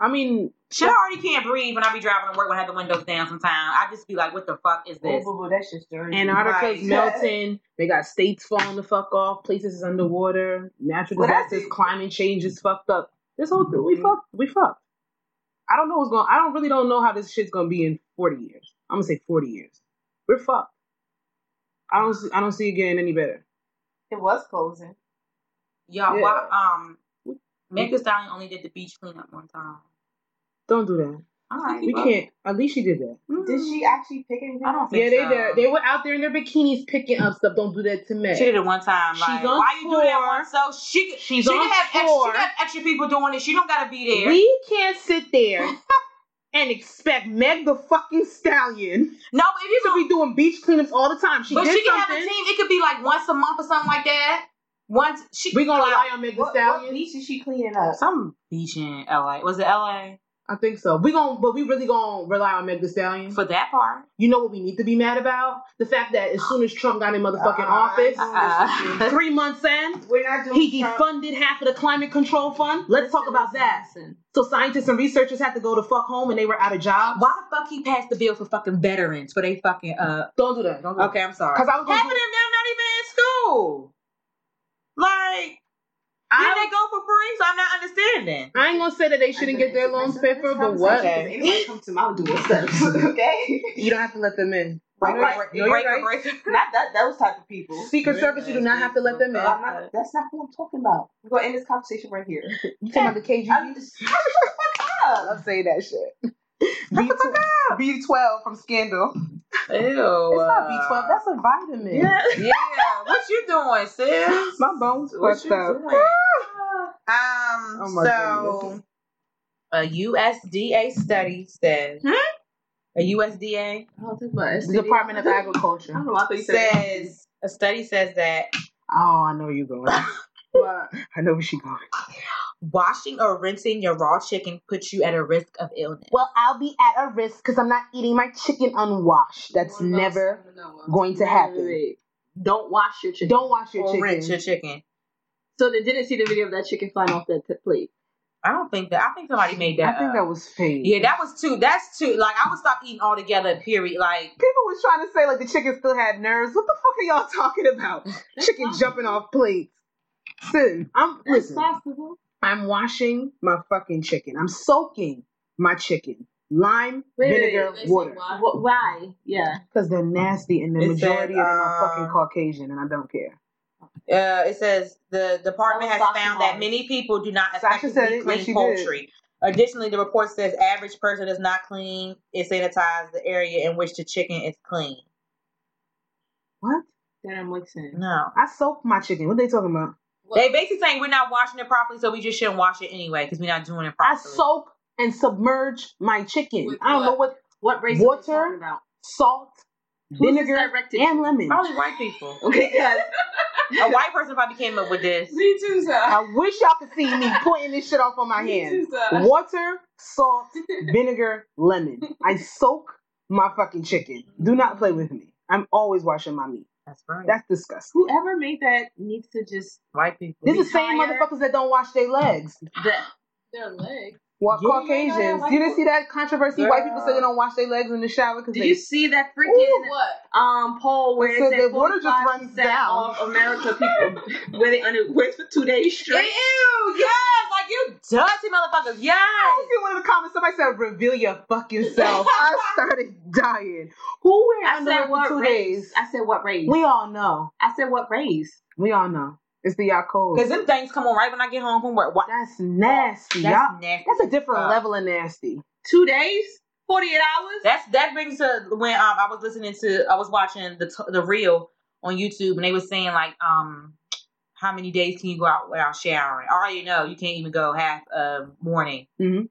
[SPEAKER 2] I mean,
[SPEAKER 1] Shit, I already can't breathe when I be driving to work when I have the windows down sometimes. I just be like, what the fuck is
[SPEAKER 3] Oh,
[SPEAKER 1] this?
[SPEAKER 3] boo, boo, that's just dirty.
[SPEAKER 2] Antarctica's
[SPEAKER 1] Right.
[SPEAKER 2] melting. They got states falling the fuck off. Places is underwater. Natural
[SPEAKER 3] Well, that's
[SPEAKER 2] disasters,
[SPEAKER 3] it.
[SPEAKER 2] climate change is fucked up. This whole thing,
[SPEAKER 1] Mm-hmm.
[SPEAKER 2] we fucked. We fucked. I don't know what's going. I don't really don't know how this shit's gonna be in forty years. I'm gonna say forty years. We're fucked. I don't. See, I don't see it getting any better.
[SPEAKER 3] It was closing.
[SPEAKER 1] Y'all,
[SPEAKER 2] Yeah.
[SPEAKER 1] why, um, Meg Thee Stallion only did the beach cleanup one time.
[SPEAKER 2] Don't do that.
[SPEAKER 1] All right,
[SPEAKER 2] We
[SPEAKER 1] well,
[SPEAKER 2] can't. At least she did that.
[SPEAKER 3] Did
[SPEAKER 1] mm,
[SPEAKER 3] she actually pick anything?
[SPEAKER 1] I don't think
[SPEAKER 2] Yeah, they
[SPEAKER 1] so.
[SPEAKER 2] did. They were out there in their bikinis picking up stuff. Don't do that to me.
[SPEAKER 1] She did it one time.
[SPEAKER 2] She's
[SPEAKER 1] Like,
[SPEAKER 2] on
[SPEAKER 1] why you do that
[SPEAKER 2] tour.
[SPEAKER 1] one? So she could-
[SPEAKER 2] She's
[SPEAKER 1] she
[SPEAKER 2] on
[SPEAKER 1] can have extra, she
[SPEAKER 2] tour.
[SPEAKER 1] could have extra people doing it. She don't gotta be there.
[SPEAKER 2] We can't sit there and expect Meg the fucking Stallion.
[SPEAKER 1] no, but if you
[SPEAKER 2] She should be doing beach cleanups all the time. She
[SPEAKER 1] but
[SPEAKER 2] did
[SPEAKER 1] she can
[SPEAKER 2] something.
[SPEAKER 1] have a team. It could be like once a month or something like that. Once she
[SPEAKER 2] We're gonna rely on Meg Thee
[SPEAKER 3] What, what
[SPEAKER 2] Stallion.
[SPEAKER 3] beach is she cleaning up?
[SPEAKER 1] some beach in LA. Was it LA?
[SPEAKER 2] I think so. We gonna, but we really gonna rely on Meg Thee Stallion.
[SPEAKER 1] For that part.
[SPEAKER 2] you know what we need to be mad about? The fact that as soon as Trump got in motherfucking office,
[SPEAKER 1] Uh-uh.
[SPEAKER 2] three months in,
[SPEAKER 3] We're not doing
[SPEAKER 2] he
[SPEAKER 3] Trump.
[SPEAKER 2] defunded half of the climate control fund. Let's talk about that.
[SPEAKER 3] Listen.
[SPEAKER 2] So scientists and researchers had to go to fuck home and they were out of jobs.
[SPEAKER 1] Why the fuck he passed the bill for fucking veterans for they fucking uh
[SPEAKER 2] Don't do that. Don't do that.
[SPEAKER 1] Okay, I'm sorry.
[SPEAKER 2] Cause I was gonna
[SPEAKER 1] Half of them
[SPEAKER 2] do-
[SPEAKER 1] they're not even in school. Like did
[SPEAKER 2] I,
[SPEAKER 1] they go for free? So I'm not understanding.
[SPEAKER 2] I ain't gonna say that they shouldn't get their loans paid for, but what?
[SPEAKER 3] Anyone come to my doorstep, okay?
[SPEAKER 2] You don't have to let them in.
[SPEAKER 1] Breaker,
[SPEAKER 3] right.
[SPEAKER 1] breaker,
[SPEAKER 2] No, you're
[SPEAKER 1] breaker,
[SPEAKER 2] right.
[SPEAKER 1] breaker.
[SPEAKER 3] Not that those type of people.
[SPEAKER 2] Secret
[SPEAKER 5] Yeah,
[SPEAKER 2] Service, you do not have to let them in.
[SPEAKER 3] I'm not, that's not what I'm talking about. We're gonna end this conversation right here.
[SPEAKER 2] You talking about the
[SPEAKER 3] I'm
[SPEAKER 2] KGB?
[SPEAKER 3] just, shut the fuck
[SPEAKER 2] I
[SPEAKER 3] up.
[SPEAKER 2] love saying that shit. B twelve from Scandal.
[SPEAKER 1] Ew.
[SPEAKER 2] It's not B twelve. That's a vitamin.
[SPEAKER 3] Yeah.
[SPEAKER 1] yeah. What you doing, sis?
[SPEAKER 2] My bones
[SPEAKER 1] What
[SPEAKER 2] fucked
[SPEAKER 1] you
[SPEAKER 2] up.
[SPEAKER 1] doing? Um.
[SPEAKER 2] Oh my
[SPEAKER 1] so, a USDA study says
[SPEAKER 2] Hmm?
[SPEAKER 1] a USDA
[SPEAKER 3] I don't think about
[SPEAKER 2] The Department of
[SPEAKER 3] I
[SPEAKER 2] Agriculture.
[SPEAKER 3] don't know. I thought you said
[SPEAKER 1] says a study says that
[SPEAKER 2] Oh, I know you going.
[SPEAKER 3] What?
[SPEAKER 2] I know where she going.
[SPEAKER 1] washing or rinsing your raw chicken puts you at a risk of illness.
[SPEAKER 2] Well, I'll be at a risk because I'm not eating my chicken unwashed. That's
[SPEAKER 6] What about
[SPEAKER 2] never
[SPEAKER 6] salmonella?
[SPEAKER 2] going to happen.
[SPEAKER 3] Wait, Don't wash your chicken.
[SPEAKER 2] Don't wash your
[SPEAKER 1] Or rinse your
[SPEAKER 2] chicken.
[SPEAKER 1] chicken.
[SPEAKER 3] So they didn't see the video of that chicken flying off that t- plate.
[SPEAKER 1] I don't think that. I think somebody made
[SPEAKER 2] I
[SPEAKER 1] that.
[SPEAKER 2] think
[SPEAKER 1] up.
[SPEAKER 2] that was fake.
[SPEAKER 1] Yeah, that was too. That's too. Like I would stop eating altogether. Period. Like
[SPEAKER 2] People was trying to say like the chicken still had nerves. What the fuck are y'all talking about? Chicken
[SPEAKER 3] possible.
[SPEAKER 2] jumping off plates. Sis, I'm
[SPEAKER 3] That's
[SPEAKER 2] listen.
[SPEAKER 3] possible.
[SPEAKER 2] I'm washing my fucking chicken. I'm soaking my chicken. Lime,
[SPEAKER 3] Wait, wait,
[SPEAKER 2] vinegar,
[SPEAKER 6] They say
[SPEAKER 2] water.
[SPEAKER 6] why?
[SPEAKER 3] Wh- Why? Yeah.
[SPEAKER 2] Because they're nasty and the
[SPEAKER 1] It
[SPEAKER 2] majority
[SPEAKER 1] says,
[SPEAKER 2] of them are fucking
[SPEAKER 1] um,
[SPEAKER 2] Caucasian and I don't care.
[SPEAKER 1] uh, it says, the department has
[SPEAKER 3] That was Sasha
[SPEAKER 1] found
[SPEAKER 3] Mars.
[SPEAKER 1] that many people do not
[SPEAKER 2] Sasha said
[SPEAKER 1] effectively
[SPEAKER 2] it, yes,
[SPEAKER 1] clean
[SPEAKER 2] she did.
[SPEAKER 1] poultry. Additionally, the report says average person does not clean and sanitize the area in which the chicken is clean.
[SPEAKER 2] What?
[SPEAKER 3] That I'm mixing.
[SPEAKER 1] No,
[SPEAKER 2] I soaked my chicken. What they talking about?
[SPEAKER 1] they basically saying we're not washing it properly, so we just shouldn't wash it anyway because we're not doing it
[SPEAKER 2] I
[SPEAKER 1] properly.
[SPEAKER 2] soak and submerge my chicken.
[SPEAKER 6] With
[SPEAKER 2] I don't know what
[SPEAKER 3] What race
[SPEAKER 2] Water?
[SPEAKER 3] are you talking about?
[SPEAKER 2] salt,
[SPEAKER 3] Who's this
[SPEAKER 2] vinegar,
[SPEAKER 3] directed
[SPEAKER 2] and
[SPEAKER 3] to?
[SPEAKER 2] lemon.
[SPEAKER 1] Probably white people.
[SPEAKER 3] Okay, guys.
[SPEAKER 1] A white person probably came up with this.
[SPEAKER 6] Me too, sir.
[SPEAKER 2] I wish y'all could see me pointing this shit off on my
[SPEAKER 6] Me too,
[SPEAKER 2] hand.
[SPEAKER 6] sir.
[SPEAKER 2] Water, salt, vinegar, lemon. I soak my fucking chicken. Do not play with me. I'm always washing my meat.
[SPEAKER 1] That's right.
[SPEAKER 2] That's disgusting.
[SPEAKER 3] Whoever made that needs to just
[SPEAKER 1] White people.
[SPEAKER 2] This is the same
[SPEAKER 3] Retire.
[SPEAKER 2] motherfuckers that don't wash their legs.
[SPEAKER 3] that.
[SPEAKER 6] Their leg.
[SPEAKER 2] Well,
[SPEAKER 1] Yeah,
[SPEAKER 2] Caucasians.
[SPEAKER 1] yeah, yeah,
[SPEAKER 2] you didn't see that controversy? White people
[SPEAKER 1] Girl.
[SPEAKER 2] say they don't wash their legs in the shower because
[SPEAKER 3] Did
[SPEAKER 2] they.
[SPEAKER 3] you see that
[SPEAKER 2] Ooh,
[SPEAKER 3] freaking
[SPEAKER 6] What?
[SPEAKER 3] um poll where
[SPEAKER 2] It
[SPEAKER 3] it
[SPEAKER 2] said
[SPEAKER 3] said
[SPEAKER 2] the water just
[SPEAKER 3] 45%
[SPEAKER 2] runs down.
[SPEAKER 3] of America people wear they underwears for two days straight?
[SPEAKER 1] Ew, yes, like you dirty motherfuckers,
[SPEAKER 2] I
[SPEAKER 1] yes.
[SPEAKER 2] see one of the comments. Somebody said, "Reveal your fucking self." I started dying. Who wear
[SPEAKER 3] I
[SPEAKER 2] underwear
[SPEAKER 3] said
[SPEAKER 2] for
[SPEAKER 3] what
[SPEAKER 2] two
[SPEAKER 3] race?
[SPEAKER 2] days?
[SPEAKER 3] I said what race?
[SPEAKER 2] We all know.
[SPEAKER 3] I said what race?
[SPEAKER 2] We all know. It's the Yakult.
[SPEAKER 1] Because them things come on right when I get home from work. Why?
[SPEAKER 2] That's nasty.
[SPEAKER 1] That's
[SPEAKER 2] y'all.
[SPEAKER 1] nasty.
[SPEAKER 2] That's a different
[SPEAKER 1] Uh,
[SPEAKER 2] level of nasty.
[SPEAKER 3] Two days? Forty eight hours?
[SPEAKER 1] That's that brings to when um I was listening to I was watching the t- the reel on YouTube and they were saying like um how many days can you go out without showering? I already know you can't even go half a morning.
[SPEAKER 2] Thank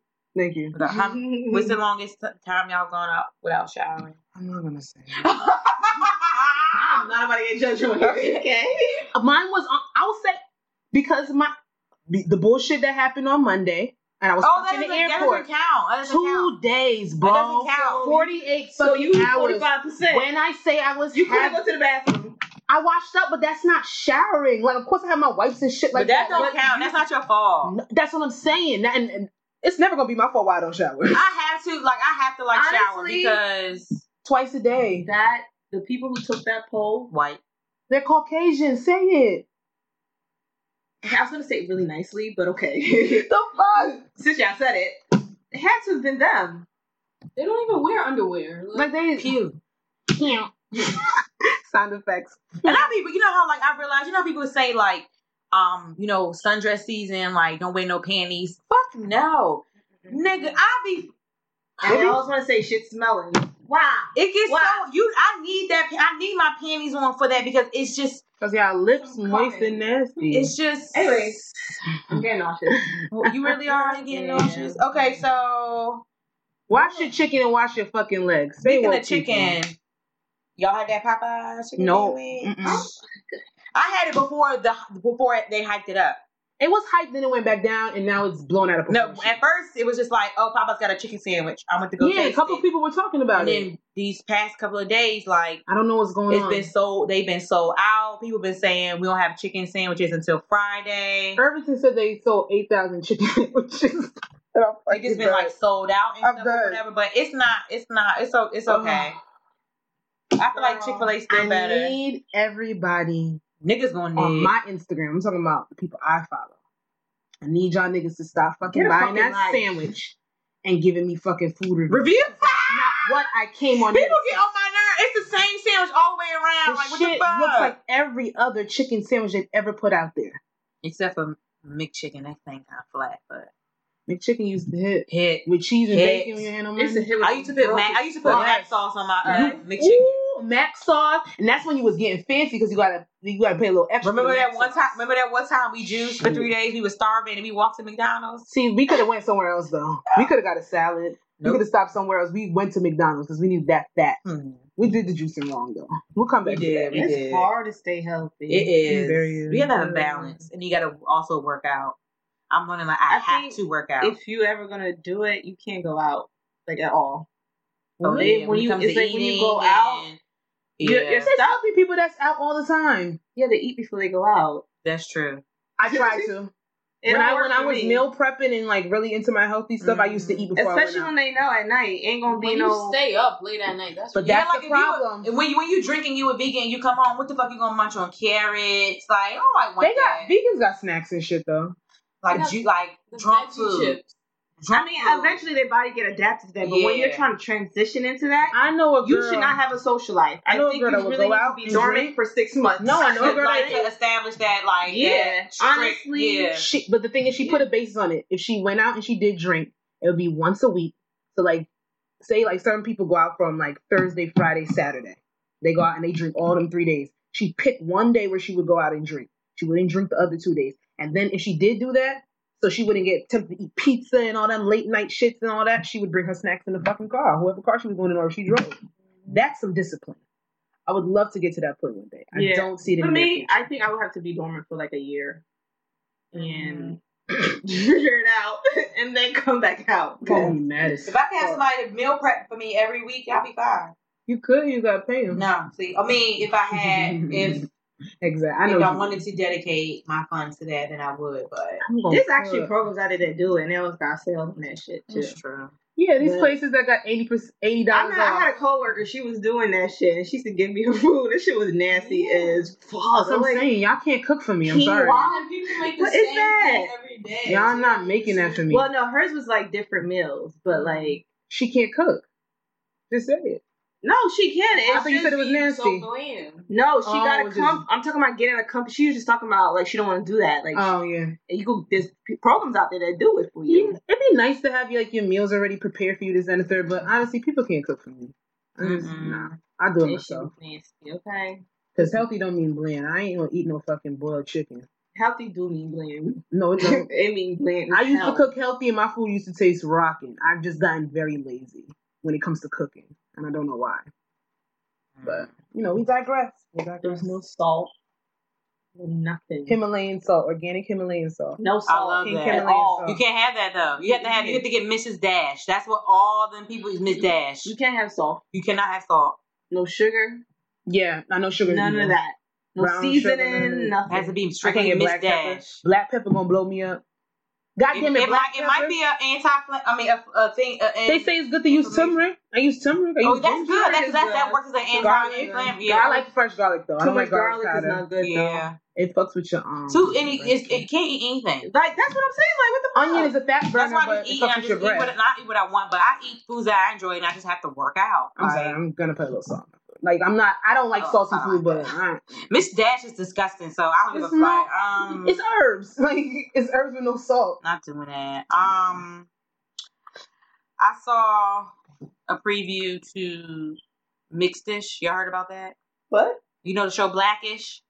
[SPEAKER 2] you.
[SPEAKER 1] Without- how- What's the longest t- time y'all gone out without showering?
[SPEAKER 2] I'm not gonna say.
[SPEAKER 3] I'm not about to get judged on here, okay?
[SPEAKER 2] Mine was. on- I would say because my be- the bullshit that happened on Monday, and I was
[SPEAKER 1] oh, that
[SPEAKER 2] stuck in
[SPEAKER 1] doesn't,
[SPEAKER 2] the
[SPEAKER 1] that
[SPEAKER 2] airport.
[SPEAKER 1] doesn't count. That doesn't count.
[SPEAKER 2] Two days, bro.
[SPEAKER 1] doesn't count.
[SPEAKER 2] Forty-eight
[SPEAKER 3] So
[SPEAKER 2] fucking
[SPEAKER 3] you forty
[SPEAKER 2] hours.
[SPEAKER 3] five percent.
[SPEAKER 2] When I say I was,
[SPEAKER 3] You couldn't
[SPEAKER 2] having-
[SPEAKER 3] go to the bathroom.
[SPEAKER 2] I washed up, but that's not showering. Like, of course, I have my wipes and shit
[SPEAKER 1] but
[SPEAKER 2] like
[SPEAKER 1] that,
[SPEAKER 2] that.
[SPEAKER 1] don't count. That's not your fault.
[SPEAKER 2] N- That's what I'm saying. And, and it's never gonna be my fault why I don't shower
[SPEAKER 1] I have to like I have to like
[SPEAKER 3] Honestly-
[SPEAKER 1] shower because
[SPEAKER 2] twice a day.
[SPEAKER 3] That the people who took that poll,
[SPEAKER 1] white.
[SPEAKER 2] They're Caucasian. Say it.
[SPEAKER 3] I was gonna say it really nicely, but okay.
[SPEAKER 2] The fuck?
[SPEAKER 3] Since y'all said it, it had to have been them.
[SPEAKER 6] They don't even wear underwear. Like,
[SPEAKER 2] Like they
[SPEAKER 1] Pew.
[SPEAKER 2] can't. Sound effects.
[SPEAKER 1] And I be, you know how like I realize, you know, people say like, um, you know, sundress season, like don't wear no panties. Fuck no, nigga. I be.
[SPEAKER 3] And I always wanna say shit smelling. Why?
[SPEAKER 1] It gets
[SPEAKER 3] Why?
[SPEAKER 1] so you. I need that. I need my panties on for that because it's just.
[SPEAKER 2] Cause y'all lips moist and nasty.
[SPEAKER 1] It's just. Oh,
[SPEAKER 3] Anyway.
[SPEAKER 1] Mm-hmm.
[SPEAKER 3] I'm getting nauseous.
[SPEAKER 1] you really are getting
[SPEAKER 3] Yeah.
[SPEAKER 1] nauseous. Okay, so
[SPEAKER 2] wash your chicken and wash your fucking legs. Say
[SPEAKER 1] speaking
[SPEAKER 2] what,
[SPEAKER 1] of chicken, y'all had that Popeyes chicken
[SPEAKER 2] No.
[SPEAKER 1] sandwich?
[SPEAKER 2] Mm-mm.
[SPEAKER 1] I had it before the before they hiked it up.
[SPEAKER 2] people. It was hyped, then it went back down, and now it's blown out of
[SPEAKER 1] No,
[SPEAKER 2] proportion.
[SPEAKER 1] at first it was just like, oh, Papa's got a chicken sandwich. I went to go
[SPEAKER 2] yeah, a
[SPEAKER 1] taste
[SPEAKER 2] couple
[SPEAKER 1] it.
[SPEAKER 2] people were talking about
[SPEAKER 1] and
[SPEAKER 2] it.
[SPEAKER 1] then these past couple of days, like
[SPEAKER 2] I don't know what's going
[SPEAKER 1] it's
[SPEAKER 2] on.
[SPEAKER 1] been sold. They've been sold out. People been saying we don't have chicken sandwiches until Friday.
[SPEAKER 2] Irvington said they sold eight thousand chicken sandwiches.
[SPEAKER 1] It just been like sold out and
[SPEAKER 2] I'm
[SPEAKER 1] stuff or
[SPEAKER 2] done.
[SPEAKER 1] whatever. But it's not. It's not. It's o- It's
[SPEAKER 2] Ugh.
[SPEAKER 1] okay. I feel like Chick Fil A still
[SPEAKER 2] I
[SPEAKER 1] better.
[SPEAKER 2] need everybody
[SPEAKER 1] Niggas gonna
[SPEAKER 2] on
[SPEAKER 1] need.
[SPEAKER 2] my Instagram. I'm talking about the people I follow. I need y'all niggas to stop fucking
[SPEAKER 3] Get a
[SPEAKER 2] buying
[SPEAKER 3] fucking
[SPEAKER 2] that
[SPEAKER 3] life.
[SPEAKER 2] sandwich and giving me fucking food reviews.
[SPEAKER 1] Review.
[SPEAKER 2] Not what I came on. here
[SPEAKER 1] People
[SPEAKER 2] to
[SPEAKER 1] get on my nerve. It's the same sandwich all the way around.
[SPEAKER 2] This
[SPEAKER 1] like, what
[SPEAKER 2] shit
[SPEAKER 1] the fuck?
[SPEAKER 2] looks like every other chicken sandwich they've ever put out there.
[SPEAKER 1] Except for McChicken, that thing kind of flat, but
[SPEAKER 2] McChicken used to hit
[SPEAKER 1] hit.
[SPEAKER 2] with cheese and
[SPEAKER 1] Yes.
[SPEAKER 2] bacon. You hand them
[SPEAKER 3] It's a
[SPEAKER 2] in.
[SPEAKER 3] hit.
[SPEAKER 1] I used to put
[SPEAKER 3] Broke
[SPEAKER 1] mac.
[SPEAKER 3] as
[SPEAKER 1] I used to put
[SPEAKER 2] fuck.
[SPEAKER 1] mac sauce on my uh,
[SPEAKER 2] Mhm.
[SPEAKER 1] McChicken.
[SPEAKER 2] Ooh, mac sauce, and that's when you was getting fancy because you gotta you gotta pay a little extra.
[SPEAKER 1] Remember
[SPEAKER 2] for the
[SPEAKER 1] that
[SPEAKER 2] mac
[SPEAKER 1] one
[SPEAKER 2] sauce.
[SPEAKER 1] time? Remember that one time we juiced for
[SPEAKER 2] Shit.
[SPEAKER 1] three days? We were starving and we walked to McDonald's.
[SPEAKER 2] See, we could have went somewhere else though. We could have got a salad. We
[SPEAKER 1] Nope.
[SPEAKER 2] could have stopped somewhere else. We went to McDonald's because we needed that fat.
[SPEAKER 1] Hmm.
[SPEAKER 2] We did the juicing wrong though. We'll come
[SPEAKER 1] We
[SPEAKER 2] back. to
[SPEAKER 1] did.
[SPEAKER 2] that.
[SPEAKER 1] We
[SPEAKER 3] it's
[SPEAKER 1] did.
[SPEAKER 3] hard to stay healthy.
[SPEAKER 1] It
[SPEAKER 2] It very
[SPEAKER 1] is.
[SPEAKER 2] is.
[SPEAKER 1] We gotta have balance, and you gotta also work out. I'm learning like I,
[SPEAKER 3] I
[SPEAKER 1] have
[SPEAKER 3] think
[SPEAKER 1] to work out.
[SPEAKER 3] If you ever gonna do it, you can't go out like at all.
[SPEAKER 1] Oh,
[SPEAKER 3] They-
[SPEAKER 1] yeah,
[SPEAKER 3] when
[SPEAKER 1] it
[SPEAKER 3] you-
[SPEAKER 1] comes
[SPEAKER 3] it's
[SPEAKER 1] to
[SPEAKER 3] like when you
[SPEAKER 1] eating
[SPEAKER 3] go out,
[SPEAKER 1] and-
[SPEAKER 3] you're-
[SPEAKER 1] yeah,
[SPEAKER 3] you're
[SPEAKER 2] There's healthy people that's out all the time.
[SPEAKER 3] Yeah, they eat before they go out.
[SPEAKER 1] that's true.
[SPEAKER 2] I tried to.
[SPEAKER 3] It
[SPEAKER 2] when
[SPEAKER 3] don't
[SPEAKER 2] I
[SPEAKER 3] work
[SPEAKER 2] when
[SPEAKER 3] for
[SPEAKER 2] I was
[SPEAKER 3] me.
[SPEAKER 2] meal prepping and like really into my healthy stuff, I used to eat before.
[SPEAKER 3] especially
[SPEAKER 2] I
[SPEAKER 3] when
[SPEAKER 2] went out.
[SPEAKER 3] they know at night ain't gonna be
[SPEAKER 4] When you
[SPEAKER 3] no.
[SPEAKER 4] stay up late at night, that's
[SPEAKER 2] But
[SPEAKER 4] when you-
[SPEAKER 2] that's
[SPEAKER 1] yeah, like
[SPEAKER 2] the
[SPEAKER 1] if you were-
[SPEAKER 2] problem.
[SPEAKER 1] And when you when you drinking, you a vegan, you come home. What the fuck you gonna munch on carrots? Like oh, I don't like one
[SPEAKER 2] They got vegans got snacks and shit though.
[SPEAKER 1] like
[SPEAKER 4] got
[SPEAKER 1] ju- like
[SPEAKER 4] the
[SPEAKER 1] drunk
[SPEAKER 4] veggie
[SPEAKER 1] food.
[SPEAKER 4] chips.
[SPEAKER 3] I
[SPEAKER 1] Drunk
[SPEAKER 3] mean,
[SPEAKER 1] food.
[SPEAKER 3] eventually their body get adapted to that, but when you're
[SPEAKER 1] Yeah.
[SPEAKER 3] trying to transition into that,
[SPEAKER 2] I know a girl.
[SPEAKER 3] you should not have a social life.
[SPEAKER 2] I
[SPEAKER 3] I,
[SPEAKER 2] know a
[SPEAKER 3] think
[SPEAKER 2] girl
[SPEAKER 3] you
[SPEAKER 2] that would
[SPEAKER 3] really
[SPEAKER 2] go
[SPEAKER 3] need
[SPEAKER 2] out
[SPEAKER 3] to be
[SPEAKER 2] and
[SPEAKER 3] dormant
[SPEAKER 2] drink.
[SPEAKER 3] for six months.
[SPEAKER 2] No, I know a girl
[SPEAKER 1] like
[SPEAKER 2] that
[SPEAKER 1] to establish that like
[SPEAKER 3] Yeah,
[SPEAKER 1] that strict-
[SPEAKER 3] honestly,
[SPEAKER 1] yeah.
[SPEAKER 2] she but the thing is she put a basis on it if she went out and she did drink it would be once a week so like say like certain people go out from like thursday friday saturday they go out and they drink all them three days she picked one day where she would go out and drink she wouldn't drink the other two days and then if she did do that so she wouldn't get tempted to eat pizza and all them late night shits and all that she would bring her snacks in the fucking car whoever car she was going in or she drove that's some discipline i would love to get to that point one day i
[SPEAKER 3] Yeah.
[SPEAKER 2] don't see it in
[SPEAKER 3] For
[SPEAKER 2] the near
[SPEAKER 3] me,
[SPEAKER 2] future.
[SPEAKER 3] I think I would have to be dormant for like a year and
[SPEAKER 2] Mm-hmm.
[SPEAKER 3] figure it out and then come back out.
[SPEAKER 2] I'm gonna be mad as
[SPEAKER 1] If I can have
[SPEAKER 2] fuck.
[SPEAKER 1] somebody to meal prep for me every week, I'll be fine.
[SPEAKER 2] you could you gotta pay them
[SPEAKER 1] No, see, I mean, if I had, if
[SPEAKER 2] Exactly. I know.
[SPEAKER 1] if I
[SPEAKER 2] you-
[SPEAKER 1] wanted to dedicate my funds to that, then I would. But
[SPEAKER 2] I'm gonna
[SPEAKER 3] There's
[SPEAKER 2] fuck.
[SPEAKER 3] actually programs out there that do it and they always got sales and that shit too.
[SPEAKER 1] it's true.
[SPEAKER 2] yeah, these
[SPEAKER 3] Yeah.
[SPEAKER 2] places that got eighty percent, eighty
[SPEAKER 3] I,
[SPEAKER 2] dollars
[SPEAKER 3] met, I
[SPEAKER 2] off.
[SPEAKER 3] had a coworker, she was doing that shit and she used to give me her food. This shit was nasty as fuck.
[SPEAKER 2] That's what I'm
[SPEAKER 3] Like,
[SPEAKER 2] saying. Y'all can't cook for me. I'm
[SPEAKER 3] quinoa?
[SPEAKER 2] sorry.
[SPEAKER 4] And people make the
[SPEAKER 3] What is
[SPEAKER 4] same
[SPEAKER 3] that?
[SPEAKER 4] thing every day.
[SPEAKER 2] Y'all not making that for me.
[SPEAKER 3] Well, no, hers was like different meals, but like,
[SPEAKER 2] She can't cook. Just say it.
[SPEAKER 3] no, she can.
[SPEAKER 2] I
[SPEAKER 3] It's
[SPEAKER 2] thought you
[SPEAKER 3] just,
[SPEAKER 2] said it was
[SPEAKER 4] Being
[SPEAKER 2] nasty.
[SPEAKER 4] So bland.
[SPEAKER 3] no, she
[SPEAKER 2] Oh,
[SPEAKER 3] got a
[SPEAKER 2] just-
[SPEAKER 3] comp. I'm talking about getting a comp. She was just talking about like she don't want to do that. Like,
[SPEAKER 2] Oh yeah.
[SPEAKER 3] you go. There's p- programs out there that do it for
[SPEAKER 2] yeah.
[SPEAKER 3] you.
[SPEAKER 2] It'd be nice to have like your meals already prepared for you this and the third, but honestly, people can't cook for me. I just,
[SPEAKER 1] Mm-mm.
[SPEAKER 2] nah. I do it
[SPEAKER 3] That shit
[SPEAKER 2] myself.
[SPEAKER 3] was nasty, okay?
[SPEAKER 2] Cause healthy don't mean bland. I ain't gonna eat no fucking boiled chicken.
[SPEAKER 3] Healthy do mean bland.
[SPEAKER 2] No, it don't.
[SPEAKER 3] it mean bland. as
[SPEAKER 2] I used
[SPEAKER 3] hell.
[SPEAKER 2] to cook healthy and my food used to taste rocking. I've just gotten very lazy when it comes to cooking. And I don't know why. But, you know, we digress. We
[SPEAKER 3] There was
[SPEAKER 2] digress.
[SPEAKER 3] no salt, no nothing.
[SPEAKER 2] Himalayan salt, organic Himalayan salt.
[SPEAKER 3] no
[SPEAKER 1] I
[SPEAKER 3] salt.
[SPEAKER 1] love
[SPEAKER 2] Pink
[SPEAKER 1] that.
[SPEAKER 2] Himalayan
[SPEAKER 3] at all.
[SPEAKER 2] salt.
[SPEAKER 1] You can't have that though. You have to have. You have to get Mrs. Dash. That's what all them people is Miss Dash.
[SPEAKER 3] You can't have salt.
[SPEAKER 1] You cannot have salt.
[SPEAKER 3] No sugar.
[SPEAKER 2] Yeah, I know sugar. is
[SPEAKER 3] None
[SPEAKER 2] evil.
[SPEAKER 3] of that. No
[SPEAKER 2] Brown sugar,
[SPEAKER 3] seasoning.
[SPEAKER 2] none of that.
[SPEAKER 1] It
[SPEAKER 3] nothing.
[SPEAKER 1] has to be
[SPEAKER 2] I can't
[SPEAKER 1] strictly
[SPEAKER 2] get
[SPEAKER 1] Miss
[SPEAKER 2] black pepper.
[SPEAKER 1] Dash.
[SPEAKER 2] Black pepper gonna blow me up. God
[SPEAKER 1] It,
[SPEAKER 2] damn it,
[SPEAKER 1] it might,
[SPEAKER 2] black
[SPEAKER 1] it
[SPEAKER 2] pepper.
[SPEAKER 1] might be an anti. I mean, a, a thing. A, a-
[SPEAKER 2] they say it's good to use
[SPEAKER 1] information.
[SPEAKER 2] turmeric. I use turmeric. I use
[SPEAKER 1] oh, that's
[SPEAKER 2] ginger.
[SPEAKER 1] good. That's,
[SPEAKER 3] is
[SPEAKER 1] that's that
[SPEAKER 3] good.
[SPEAKER 1] works as an
[SPEAKER 2] Garlic.
[SPEAKER 1] anti-inflammatory.
[SPEAKER 2] I
[SPEAKER 1] Yeah.
[SPEAKER 2] like fresh garlic though. I
[SPEAKER 3] Too
[SPEAKER 2] don't
[SPEAKER 3] much
[SPEAKER 2] like garlic,
[SPEAKER 3] garlic is
[SPEAKER 2] powder.
[SPEAKER 3] not good
[SPEAKER 1] yeah.
[SPEAKER 2] It fucks with your um.
[SPEAKER 1] Too, and it, it's, it can't eat anything.
[SPEAKER 3] though. Like that's what I'm saying. Like what the fuck?
[SPEAKER 2] Onion is a fat burner,
[SPEAKER 1] That's why I
[SPEAKER 2] but
[SPEAKER 1] just
[SPEAKER 2] it
[SPEAKER 1] eat. and
[SPEAKER 2] fucks
[SPEAKER 1] I
[SPEAKER 2] with
[SPEAKER 1] just
[SPEAKER 2] your
[SPEAKER 1] eat
[SPEAKER 2] breath.
[SPEAKER 1] what not eat what I want, but I eat foods that I enjoy, and I just have to work out.
[SPEAKER 2] I'm sorry,
[SPEAKER 1] Like,
[SPEAKER 2] I'm gonna put a little salt. Like I'm not. I don't like
[SPEAKER 1] Oh,
[SPEAKER 2] salty
[SPEAKER 1] I
[SPEAKER 2] food,
[SPEAKER 1] like
[SPEAKER 2] but I,
[SPEAKER 1] Miss Dash is disgusting, so I don't give
[SPEAKER 2] It's
[SPEAKER 1] a
[SPEAKER 2] not-
[SPEAKER 1] fuck. Um,
[SPEAKER 2] it's herbs. Like it's herbs with no salt.
[SPEAKER 1] not doing that. Um, I saw a preview to Mixed Dish. Y'all heard about that?
[SPEAKER 3] What?
[SPEAKER 1] You know the show Blackish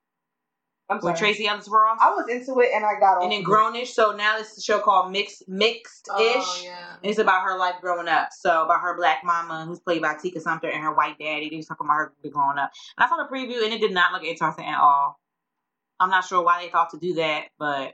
[SPEAKER 3] I'm
[SPEAKER 1] with
[SPEAKER 3] sorry.
[SPEAKER 1] Tracy Ellis Ross,
[SPEAKER 3] I was into it and I got off.
[SPEAKER 1] and then
[SPEAKER 3] of it.
[SPEAKER 1] Grownish. So now it's a show called Mixed Mixed Ish.
[SPEAKER 4] Oh yeah.
[SPEAKER 1] It's about her life growing up. So about her black mama, who's played by Tika Sumter, and her white daddy. They was talking about her growing up. And I saw the preview, and it did not look interesting at all. I'm not sure why they thought to do that, but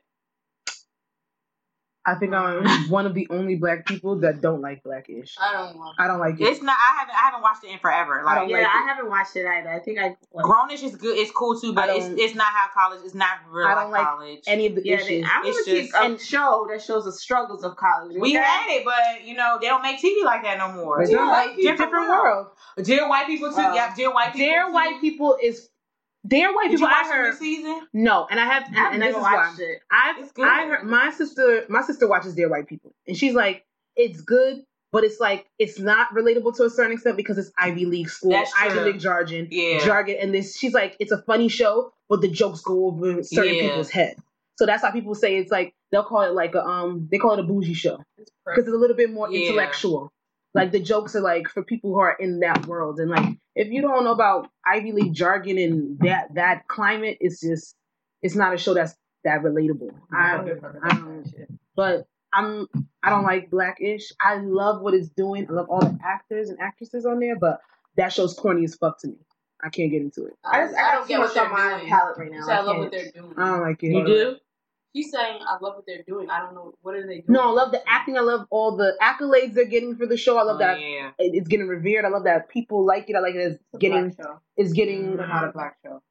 [SPEAKER 2] I think I'm one of the only black people that don't like blackish.
[SPEAKER 4] I don't want.
[SPEAKER 2] I don't like it.
[SPEAKER 1] it's not. I haven't. I haven't watched it in forever.
[SPEAKER 2] I
[SPEAKER 1] Like
[SPEAKER 2] don't
[SPEAKER 3] yeah,
[SPEAKER 2] like
[SPEAKER 3] I
[SPEAKER 2] it.
[SPEAKER 3] haven't watched it either. I think I. Like,
[SPEAKER 1] Grownish is good. It's cool too,
[SPEAKER 2] I
[SPEAKER 1] but it's
[SPEAKER 2] don't-
[SPEAKER 1] it's not how college. It's not real
[SPEAKER 2] I don't
[SPEAKER 1] like
[SPEAKER 2] like
[SPEAKER 1] college.
[SPEAKER 2] Any of the
[SPEAKER 3] yeah, they,
[SPEAKER 2] issues.
[SPEAKER 3] I'm gonna
[SPEAKER 1] It's
[SPEAKER 3] keep
[SPEAKER 1] just-
[SPEAKER 3] a show that shows the struggles of college.
[SPEAKER 1] we
[SPEAKER 3] okay?
[SPEAKER 1] had it, but you know they don't make TV like that no more.
[SPEAKER 2] But
[SPEAKER 1] Dear
[SPEAKER 2] don't like
[SPEAKER 1] White-
[SPEAKER 2] different, world.
[SPEAKER 1] Dear white people too.
[SPEAKER 2] Uh,
[SPEAKER 1] yeah, dear white people.
[SPEAKER 2] Their
[SPEAKER 1] too.
[SPEAKER 2] white people is their white
[SPEAKER 1] Did you
[SPEAKER 2] people.
[SPEAKER 1] watch
[SPEAKER 2] I
[SPEAKER 1] the new
[SPEAKER 2] heard
[SPEAKER 1] season?
[SPEAKER 2] no, and I have, and,
[SPEAKER 3] I've
[SPEAKER 2] and this
[SPEAKER 3] never
[SPEAKER 2] is why
[SPEAKER 3] watched it.
[SPEAKER 2] I've
[SPEAKER 1] It's good.
[SPEAKER 2] I heard my sister my sister watches their white people, and she's like, it's good, But it's like it's not relatable to a certain extent because it's Ivy League school,
[SPEAKER 1] That's
[SPEAKER 2] Ivy
[SPEAKER 1] true.
[SPEAKER 2] League jargon,
[SPEAKER 1] Yeah.
[SPEAKER 2] jargon, and this she's like it's a funny show, but the jokes go over certain
[SPEAKER 1] Yeah.
[SPEAKER 2] people's head. So that's how people say it's like they'll call it like a um they call it a bougie show
[SPEAKER 4] It's
[SPEAKER 2] because it's a little bit more
[SPEAKER 1] Yeah.
[SPEAKER 2] intellectual. Like the jokes are like for people who are in that world, and like if you don't know about Ivy League jargon and that that climate, it's just it's not a show that's that relatable. I, I don't, but I'm I don't like Blackish. I love what it's doing. I love all the actors and actresses on there, but that show's corny as fuck to me. I can't get into it.
[SPEAKER 3] I just I
[SPEAKER 4] I
[SPEAKER 3] don't
[SPEAKER 4] don't
[SPEAKER 3] get
[SPEAKER 4] get
[SPEAKER 3] much
[SPEAKER 4] what
[SPEAKER 3] on
[SPEAKER 4] they're
[SPEAKER 3] my
[SPEAKER 4] doing.
[SPEAKER 3] palate right now.
[SPEAKER 4] She said, I love what
[SPEAKER 3] can't- Um,
[SPEAKER 4] they're doing.
[SPEAKER 2] I don't like it.
[SPEAKER 1] You do?
[SPEAKER 4] She's saying I love what they're doing. I don't know what are they doing.
[SPEAKER 2] No, I love the acting. I love all the accolades they're getting for the show. I love
[SPEAKER 1] Oh,
[SPEAKER 2] that
[SPEAKER 1] Yeah.
[SPEAKER 2] it- it's getting revered. I love that people like it. I like that it's
[SPEAKER 3] It's a
[SPEAKER 2] getting
[SPEAKER 3] black show,
[SPEAKER 2] it's getting
[SPEAKER 3] but not a black show.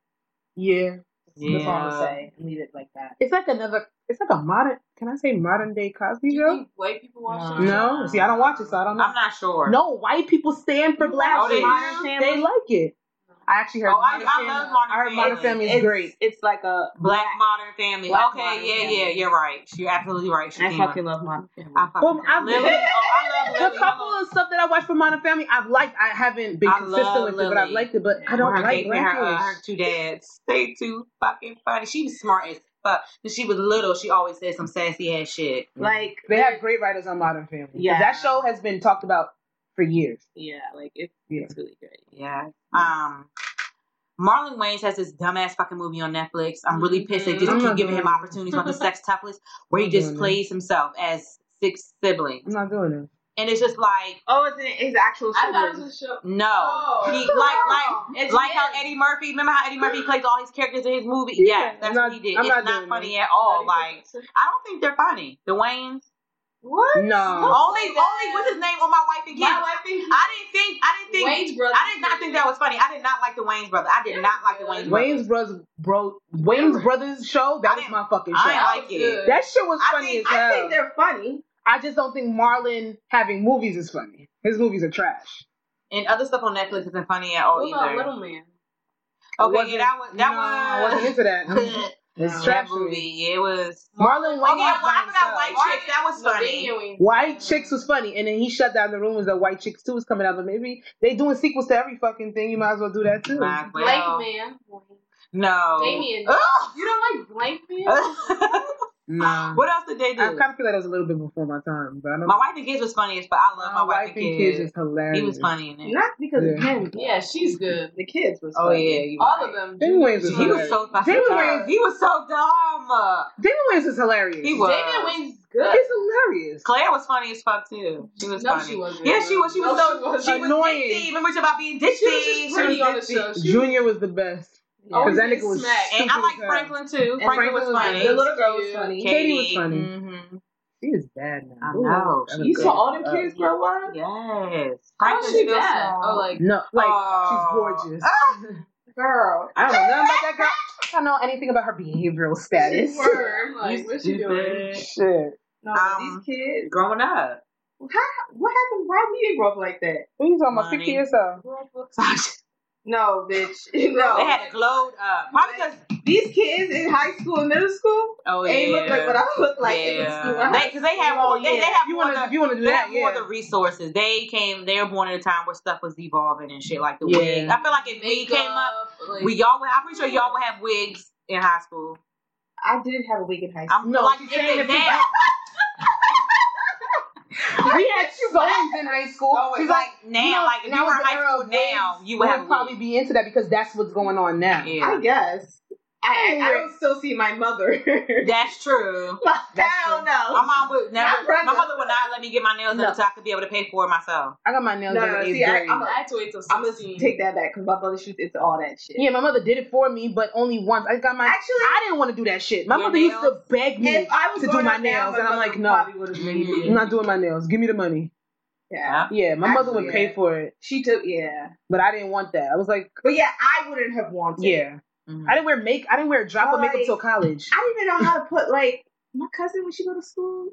[SPEAKER 2] yeah.
[SPEAKER 3] That's all I'm gonna
[SPEAKER 1] Yeah.
[SPEAKER 3] say. And leave it like that.
[SPEAKER 2] It's like another. It's like a modern. Can I say modern day Cosby
[SPEAKER 4] Do you
[SPEAKER 2] Show?
[SPEAKER 4] think white people watch
[SPEAKER 1] No.
[SPEAKER 4] that?
[SPEAKER 2] No. See, I don't watch it, so I don't know.
[SPEAKER 1] I'm not sure.
[SPEAKER 2] no, white people stand for black.
[SPEAKER 1] Oh, they
[SPEAKER 2] shit.
[SPEAKER 1] do?
[SPEAKER 2] they like it. I actually heard.
[SPEAKER 1] Oh, I,
[SPEAKER 2] Modern
[SPEAKER 1] I
[SPEAKER 2] Family-
[SPEAKER 1] love
[SPEAKER 2] I heard
[SPEAKER 1] Modern
[SPEAKER 2] Modern
[SPEAKER 1] Family.
[SPEAKER 2] Family is
[SPEAKER 1] It's-
[SPEAKER 2] great.
[SPEAKER 3] It's like a
[SPEAKER 1] Black Modern Family.
[SPEAKER 3] Black
[SPEAKER 1] okay,
[SPEAKER 3] Modern
[SPEAKER 1] yeah,
[SPEAKER 3] Family.
[SPEAKER 1] yeah, you're right. You're absolutely right. She
[SPEAKER 3] I
[SPEAKER 1] came up.
[SPEAKER 3] fucking love Modern Family.
[SPEAKER 1] I fucking
[SPEAKER 2] Well, I've-
[SPEAKER 1] Lily. Oh, I love
[SPEAKER 2] The
[SPEAKER 1] Lily.
[SPEAKER 2] couple of stuff that I watch from Modern Family, I've liked. I haven't been
[SPEAKER 1] I
[SPEAKER 2] consistent
[SPEAKER 1] love
[SPEAKER 2] with it, but I've
[SPEAKER 1] Lily.
[SPEAKER 2] liked it. But I
[SPEAKER 1] Well,
[SPEAKER 2] don't
[SPEAKER 1] her
[SPEAKER 2] like
[SPEAKER 1] date with
[SPEAKER 2] Blackish.
[SPEAKER 1] her, uh, her two dads. They too fucking funny. She was smart as fuck. When she was little, she always said some sassy ass shit.
[SPEAKER 3] Like
[SPEAKER 2] they have great writers on Modern Family. 'Cause
[SPEAKER 3] Yeah.
[SPEAKER 2] that show has been talked about for years.
[SPEAKER 3] yeah, like it,
[SPEAKER 2] Yeah.
[SPEAKER 3] it's really great.
[SPEAKER 1] Yeah. Um. Marlon Wayans has this dumbass fucking movie on Netflix. I'm really pissed they
[SPEAKER 2] Mm-hmm. I'm
[SPEAKER 1] didn't
[SPEAKER 2] not
[SPEAKER 1] keep giving him
[SPEAKER 2] doing it.
[SPEAKER 1] opportunities for the sex topless, where he
[SPEAKER 2] I'm
[SPEAKER 1] just
[SPEAKER 2] doing it.
[SPEAKER 1] plays himself as six siblings,
[SPEAKER 2] I'm not doing it.
[SPEAKER 1] and it's just like
[SPEAKER 3] Oh, it's in his actual
[SPEAKER 4] I thought it was a show.
[SPEAKER 1] no,
[SPEAKER 4] Oh.
[SPEAKER 1] he like like
[SPEAKER 4] Oh.
[SPEAKER 1] It's like how Eddie Murphy. Remember how Eddie Murphy plays all his characters in his movie?
[SPEAKER 2] Yeah,
[SPEAKER 1] yes, that's
[SPEAKER 2] I'm not-
[SPEAKER 1] what he did.
[SPEAKER 2] I'm
[SPEAKER 1] it's
[SPEAKER 2] not
[SPEAKER 1] not,
[SPEAKER 2] doing
[SPEAKER 1] funny at
[SPEAKER 3] Oh,
[SPEAKER 1] all. Like I don't think they're funny. The Waynes.
[SPEAKER 4] What?
[SPEAKER 2] No.
[SPEAKER 1] Only,
[SPEAKER 4] say that.
[SPEAKER 1] only what's his name on My Wife and Kids.
[SPEAKER 4] My wife thinks
[SPEAKER 1] I didn't think. I didn't think.
[SPEAKER 4] Wayne's brother.
[SPEAKER 1] I did not think that was funny. I did not like the Wayne's brother. I did
[SPEAKER 4] Yeah,
[SPEAKER 1] not like the
[SPEAKER 4] good.
[SPEAKER 1] Wayne's brother.
[SPEAKER 2] Wayne's brothers, bro, Wayne's brothers show. That was my fucking show.
[SPEAKER 1] I didn't
[SPEAKER 4] That
[SPEAKER 1] like
[SPEAKER 4] was
[SPEAKER 1] it.
[SPEAKER 4] good.
[SPEAKER 2] that shit was
[SPEAKER 1] I
[SPEAKER 2] funny
[SPEAKER 1] think-
[SPEAKER 2] as hell.
[SPEAKER 3] I think they're funny.
[SPEAKER 2] I just don't think Marlon having movies is funny. His movies are trash.
[SPEAKER 1] And other stuff on Netflix isn't funny at all
[SPEAKER 3] Oh,
[SPEAKER 4] What about
[SPEAKER 1] either.
[SPEAKER 4] Little Man?
[SPEAKER 1] okay, yeah,
[SPEAKER 2] Wasn't-
[SPEAKER 1] that was that
[SPEAKER 2] no, I
[SPEAKER 1] was.
[SPEAKER 2] wasn't into that. It's
[SPEAKER 1] that
[SPEAKER 2] trash to me.
[SPEAKER 1] movie. Yeah, it was.
[SPEAKER 2] Marlon
[SPEAKER 1] Okay,
[SPEAKER 2] Wayans.
[SPEAKER 1] well,
[SPEAKER 2] by
[SPEAKER 1] I forgot
[SPEAKER 2] himself.
[SPEAKER 1] White Chicks. That was funny.
[SPEAKER 4] Videoing.
[SPEAKER 2] White Chicks was funny, and then he shut down the rumors that White Chicks Two was coming out. But maybe they doing sequels to every fucking thing. You might as well do that too.
[SPEAKER 1] Black Widow.
[SPEAKER 4] Blank Man.
[SPEAKER 1] No.
[SPEAKER 4] Damien.
[SPEAKER 1] Ugh.
[SPEAKER 4] You don't like Blank Man? Oh,
[SPEAKER 2] Nah,
[SPEAKER 1] what else did they
[SPEAKER 2] I
[SPEAKER 1] do?
[SPEAKER 2] kind of feel like that was a little bit before my time, but I don't.
[SPEAKER 1] My wife and kids was funny as fuck. I love my, wife, and kids.
[SPEAKER 2] is hilarious.
[SPEAKER 1] he was funny in it.
[SPEAKER 3] Not because of
[SPEAKER 2] Yeah.
[SPEAKER 3] him.
[SPEAKER 4] Yeah, she's good.
[SPEAKER 3] The kids was.
[SPEAKER 1] Oh
[SPEAKER 3] funny.
[SPEAKER 1] yeah, you
[SPEAKER 4] All
[SPEAKER 1] right.
[SPEAKER 4] of them.
[SPEAKER 2] Damien Wayans was
[SPEAKER 1] He was
[SPEAKER 2] hilarious.
[SPEAKER 1] so fucking
[SPEAKER 2] Damon
[SPEAKER 1] dumb.
[SPEAKER 2] Wayans-
[SPEAKER 1] He was so dumb.
[SPEAKER 2] Damon Wayans is hilarious.
[SPEAKER 1] He was.
[SPEAKER 4] Damien Wayne's good.
[SPEAKER 2] He's hilarious.
[SPEAKER 1] Claire was funny as fuck too. She was
[SPEAKER 4] No,
[SPEAKER 1] funny.
[SPEAKER 4] she wasn't.
[SPEAKER 1] Yeah, she was. She was
[SPEAKER 4] No,
[SPEAKER 1] so.
[SPEAKER 4] she wasn't.
[SPEAKER 1] She was
[SPEAKER 2] Annoying.
[SPEAKER 1] ditzy. Remember she about being ditzy.
[SPEAKER 4] She was just pretty
[SPEAKER 1] was
[SPEAKER 4] on the
[SPEAKER 1] ditzy.
[SPEAKER 4] show. She
[SPEAKER 2] Junior was the best.
[SPEAKER 3] Yeah.
[SPEAKER 4] Oh,
[SPEAKER 2] Because that
[SPEAKER 4] you
[SPEAKER 2] nigga was
[SPEAKER 4] smack.
[SPEAKER 2] stupid
[SPEAKER 1] And I
[SPEAKER 2] as
[SPEAKER 1] like
[SPEAKER 2] hell.
[SPEAKER 1] Franklin too.
[SPEAKER 2] And
[SPEAKER 1] Franklin, was
[SPEAKER 2] Franklin
[SPEAKER 1] funny.
[SPEAKER 2] was
[SPEAKER 3] The little girl was
[SPEAKER 4] Yeah.
[SPEAKER 3] funny.
[SPEAKER 2] Katie was funny.
[SPEAKER 1] Mm-hmm.
[SPEAKER 2] She is bad now.
[SPEAKER 1] I know.
[SPEAKER 2] That
[SPEAKER 1] She-
[SPEAKER 2] was
[SPEAKER 3] You
[SPEAKER 2] good.
[SPEAKER 3] saw all the
[SPEAKER 2] Uh,
[SPEAKER 3] kids grow up.
[SPEAKER 1] Yes.
[SPEAKER 4] How is she
[SPEAKER 1] still
[SPEAKER 4] bad?
[SPEAKER 1] small.
[SPEAKER 4] Oh, like
[SPEAKER 2] No, like
[SPEAKER 1] Oh.
[SPEAKER 2] she's gorgeous.
[SPEAKER 3] Girl,
[SPEAKER 2] I don't know nothing about that girl. I don't know anything about her behavioral status.
[SPEAKER 4] word. Like what's she doing?
[SPEAKER 1] Stupid.
[SPEAKER 2] Shit.
[SPEAKER 3] no,
[SPEAKER 1] Um,
[SPEAKER 3] these kids.
[SPEAKER 1] Growing up.
[SPEAKER 3] How, what happened? Why we didn't grow up like that?
[SPEAKER 2] What are you talking about? 60
[SPEAKER 1] Money.
[SPEAKER 2] years old.
[SPEAKER 3] No, bitch.
[SPEAKER 1] they
[SPEAKER 3] No,
[SPEAKER 1] had glowed up. Probably because.
[SPEAKER 3] these kids in high school and middle school
[SPEAKER 1] Oh yeah.
[SPEAKER 3] ain't look like what I look like in the school.
[SPEAKER 1] yeah.
[SPEAKER 3] I-
[SPEAKER 1] They, cause they had more. They, they
[SPEAKER 2] If
[SPEAKER 1] had
[SPEAKER 2] you
[SPEAKER 1] more.
[SPEAKER 2] want to,
[SPEAKER 1] than-
[SPEAKER 2] if you want to do
[SPEAKER 1] they
[SPEAKER 2] that,
[SPEAKER 1] have more of
[SPEAKER 2] yeah.
[SPEAKER 1] the resources. They came. They were born at a time where stuff was evolving and shit, like the
[SPEAKER 2] Yeah.
[SPEAKER 1] wig. I feel like if we came up,
[SPEAKER 4] like,
[SPEAKER 1] we y'all. Would, I'm pretty sure y'all would have wigs in high school.
[SPEAKER 3] I did have a week in high school.
[SPEAKER 1] I'm
[SPEAKER 2] No,
[SPEAKER 1] like
[SPEAKER 2] she's
[SPEAKER 1] if
[SPEAKER 2] saying
[SPEAKER 1] they
[SPEAKER 2] if we-
[SPEAKER 1] now.
[SPEAKER 2] We had songs in high school.
[SPEAKER 1] So it's
[SPEAKER 2] She's like,
[SPEAKER 1] oh, like now,
[SPEAKER 2] you know,
[SPEAKER 1] like if
[SPEAKER 2] now
[SPEAKER 1] you were
[SPEAKER 2] is
[SPEAKER 1] in
[SPEAKER 2] the
[SPEAKER 1] high
[SPEAKER 2] era
[SPEAKER 1] school
[SPEAKER 2] of
[SPEAKER 1] now,
[SPEAKER 2] wigs.
[SPEAKER 1] you would have
[SPEAKER 2] We'll probably
[SPEAKER 1] wigs.
[SPEAKER 2] be into that because that's what's going on now.
[SPEAKER 3] I
[SPEAKER 1] Yeah,
[SPEAKER 3] guess. I, I, I
[SPEAKER 2] Anyway.
[SPEAKER 3] don't still see my mother.
[SPEAKER 1] that's true.
[SPEAKER 3] I don't know.
[SPEAKER 1] My mom would never.
[SPEAKER 3] brother-
[SPEAKER 1] My mother would not let me get my nails done
[SPEAKER 2] No.
[SPEAKER 1] until I could be able to pay for it myself.
[SPEAKER 2] I got my nails
[SPEAKER 3] No,
[SPEAKER 2] done
[SPEAKER 3] no,
[SPEAKER 2] in eighth
[SPEAKER 3] see, I-
[SPEAKER 2] grade.
[SPEAKER 3] I'm a-
[SPEAKER 4] I had to wait till
[SPEAKER 3] I'm
[SPEAKER 4] 16.
[SPEAKER 3] gonna take that back because my mother shoots into all that shit.
[SPEAKER 2] yeah, my mother did it for me, but only once. I got my.
[SPEAKER 3] Actually,
[SPEAKER 2] I didn't want to do that shit. My
[SPEAKER 1] Your
[SPEAKER 2] mother used to
[SPEAKER 1] nails?
[SPEAKER 2] beg me.
[SPEAKER 3] if I was
[SPEAKER 2] to do
[SPEAKER 3] growing
[SPEAKER 2] my
[SPEAKER 3] up now,
[SPEAKER 2] nails,
[SPEAKER 3] my
[SPEAKER 2] and I'm
[SPEAKER 3] mother
[SPEAKER 2] like, no.
[SPEAKER 3] probably would've made me.
[SPEAKER 2] I'm not doing my nails. Give me the money.
[SPEAKER 3] Yeah,
[SPEAKER 2] Yeah, my mother would
[SPEAKER 3] Actually,
[SPEAKER 2] pay for it,
[SPEAKER 3] she took. Yeah,
[SPEAKER 2] but I didn't want that. I was like,
[SPEAKER 3] but yeah, I wouldn't have wanted.
[SPEAKER 2] yeah.
[SPEAKER 1] Mm-hmm.
[SPEAKER 2] I didn't wear make. I didn't wear a drop of makeup
[SPEAKER 3] Like-
[SPEAKER 2] till college.
[SPEAKER 3] I didn't even know how to put like my cousin when she go to school.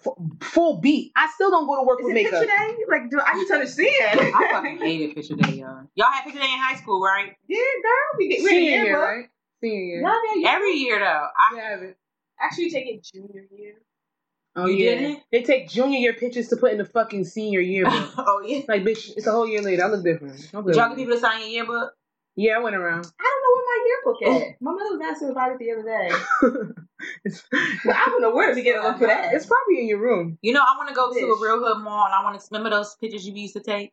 [SPEAKER 2] Full, full beat. I still don't go to work
[SPEAKER 3] Is
[SPEAKER 2] with
[SPEAKER 3] it
[SPEAKER 2] makeup.
[SPEAKER 3] picture day? Like, do I need to understand?
[SPEAKER 1] I fucking hated picture day, y'all. Y'all had picture day in high school, right?
[SPEAKER 3] yeah, girl, we get we
[SPEAKER 2] Senior
[SPEAKER 3] had a
[SPEAKER 2] year,
[SPEAKER 3] yearbook.
[SPEAKER 2] right? Senior year.
[SPEAKER 4] No, no, you
[SPEAKER 1] Every year though, I
[SPEAKER 2] Yeah, I haven't.
[SPEAKER 4] actually take it junior year.
[SPEAKER 2] Oh
[SPEAKER 1] You
[SPEAKER 2] yeah.
[SPEAKER 1] didn't?
[SPEAKER 2] They take junior year pictures to put in the fucking senior yearbook.
[SPEAKER 1] oh yeah.
[SPEAKER 2] like bitch, it's a whole year later. I look different. I'm good
[SPEAKER 1] Did y'all get
[SPEAKER 2] with it.
[SPEAKER 1] people to sign your yearbook?
[SPEAKER 2] Yeah, I went around.
[SPEAKER 3] I don't know where my
[SPEAKER 4] Oh.
[SPEAKER 3] yearbook at. My mother was asking about it the other day.
[SPEAKER 2] it's,
[SPEAKER 3] I don't know where to get it up for that.
[SPEAKER 2] it's probably in your room.
[SPEAKER 1] You know, I want to go to
[SPEAKER 3] Fish.
[SPEAKER 1] a real hood mall and I want to remember those pictures you used to take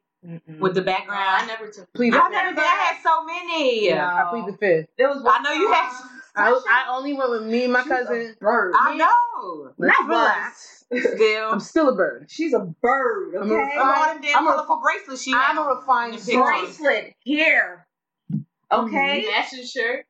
[SPEAKER 1] with the
[SPEAKER 4] No, I
[SPEAKER 1] background.
[SPEAKER 4] never took.
[SPEAKER 2] Please,
[SPEAKER 1] I never did. I had so many.
[SPEAKER 4] Yeah.
[SPEAKER 2] I plead the fifth.
[SPEAKER 3] There was
[SPEAKER 1] I know you had.
[SPEAKER 2] I, I only went with me and my cousin.
[SPEAKER 3] bird.
[SPEAKER 1] I know.
[SPEAKER 2] Let's
[SPEAKER 3] Not
[SPEAKER 2] relax.
[SPEAKER 1] Still,
[SPEAKER 2] I'm still a bird.
[SPEAKER 3] She's a bird.
[SPEAKER 2] I'm a-
[SPEAKER 3] Okay.
[SPEAKER 1] I'm all them damn
[SPEAKER 2] I'm a-
[SPEAKER 1] colorful bracelets. She
[SPEAKER 2] I'm
[SPEAKER 1] had.
[SPEAKER 2] a refined
[SPEAKER 1] in the picture.
[SPEAKER 2] soul
[SPEAKER 3] bracelet here. Okay.
[SPEAKER 4] Matching shirt.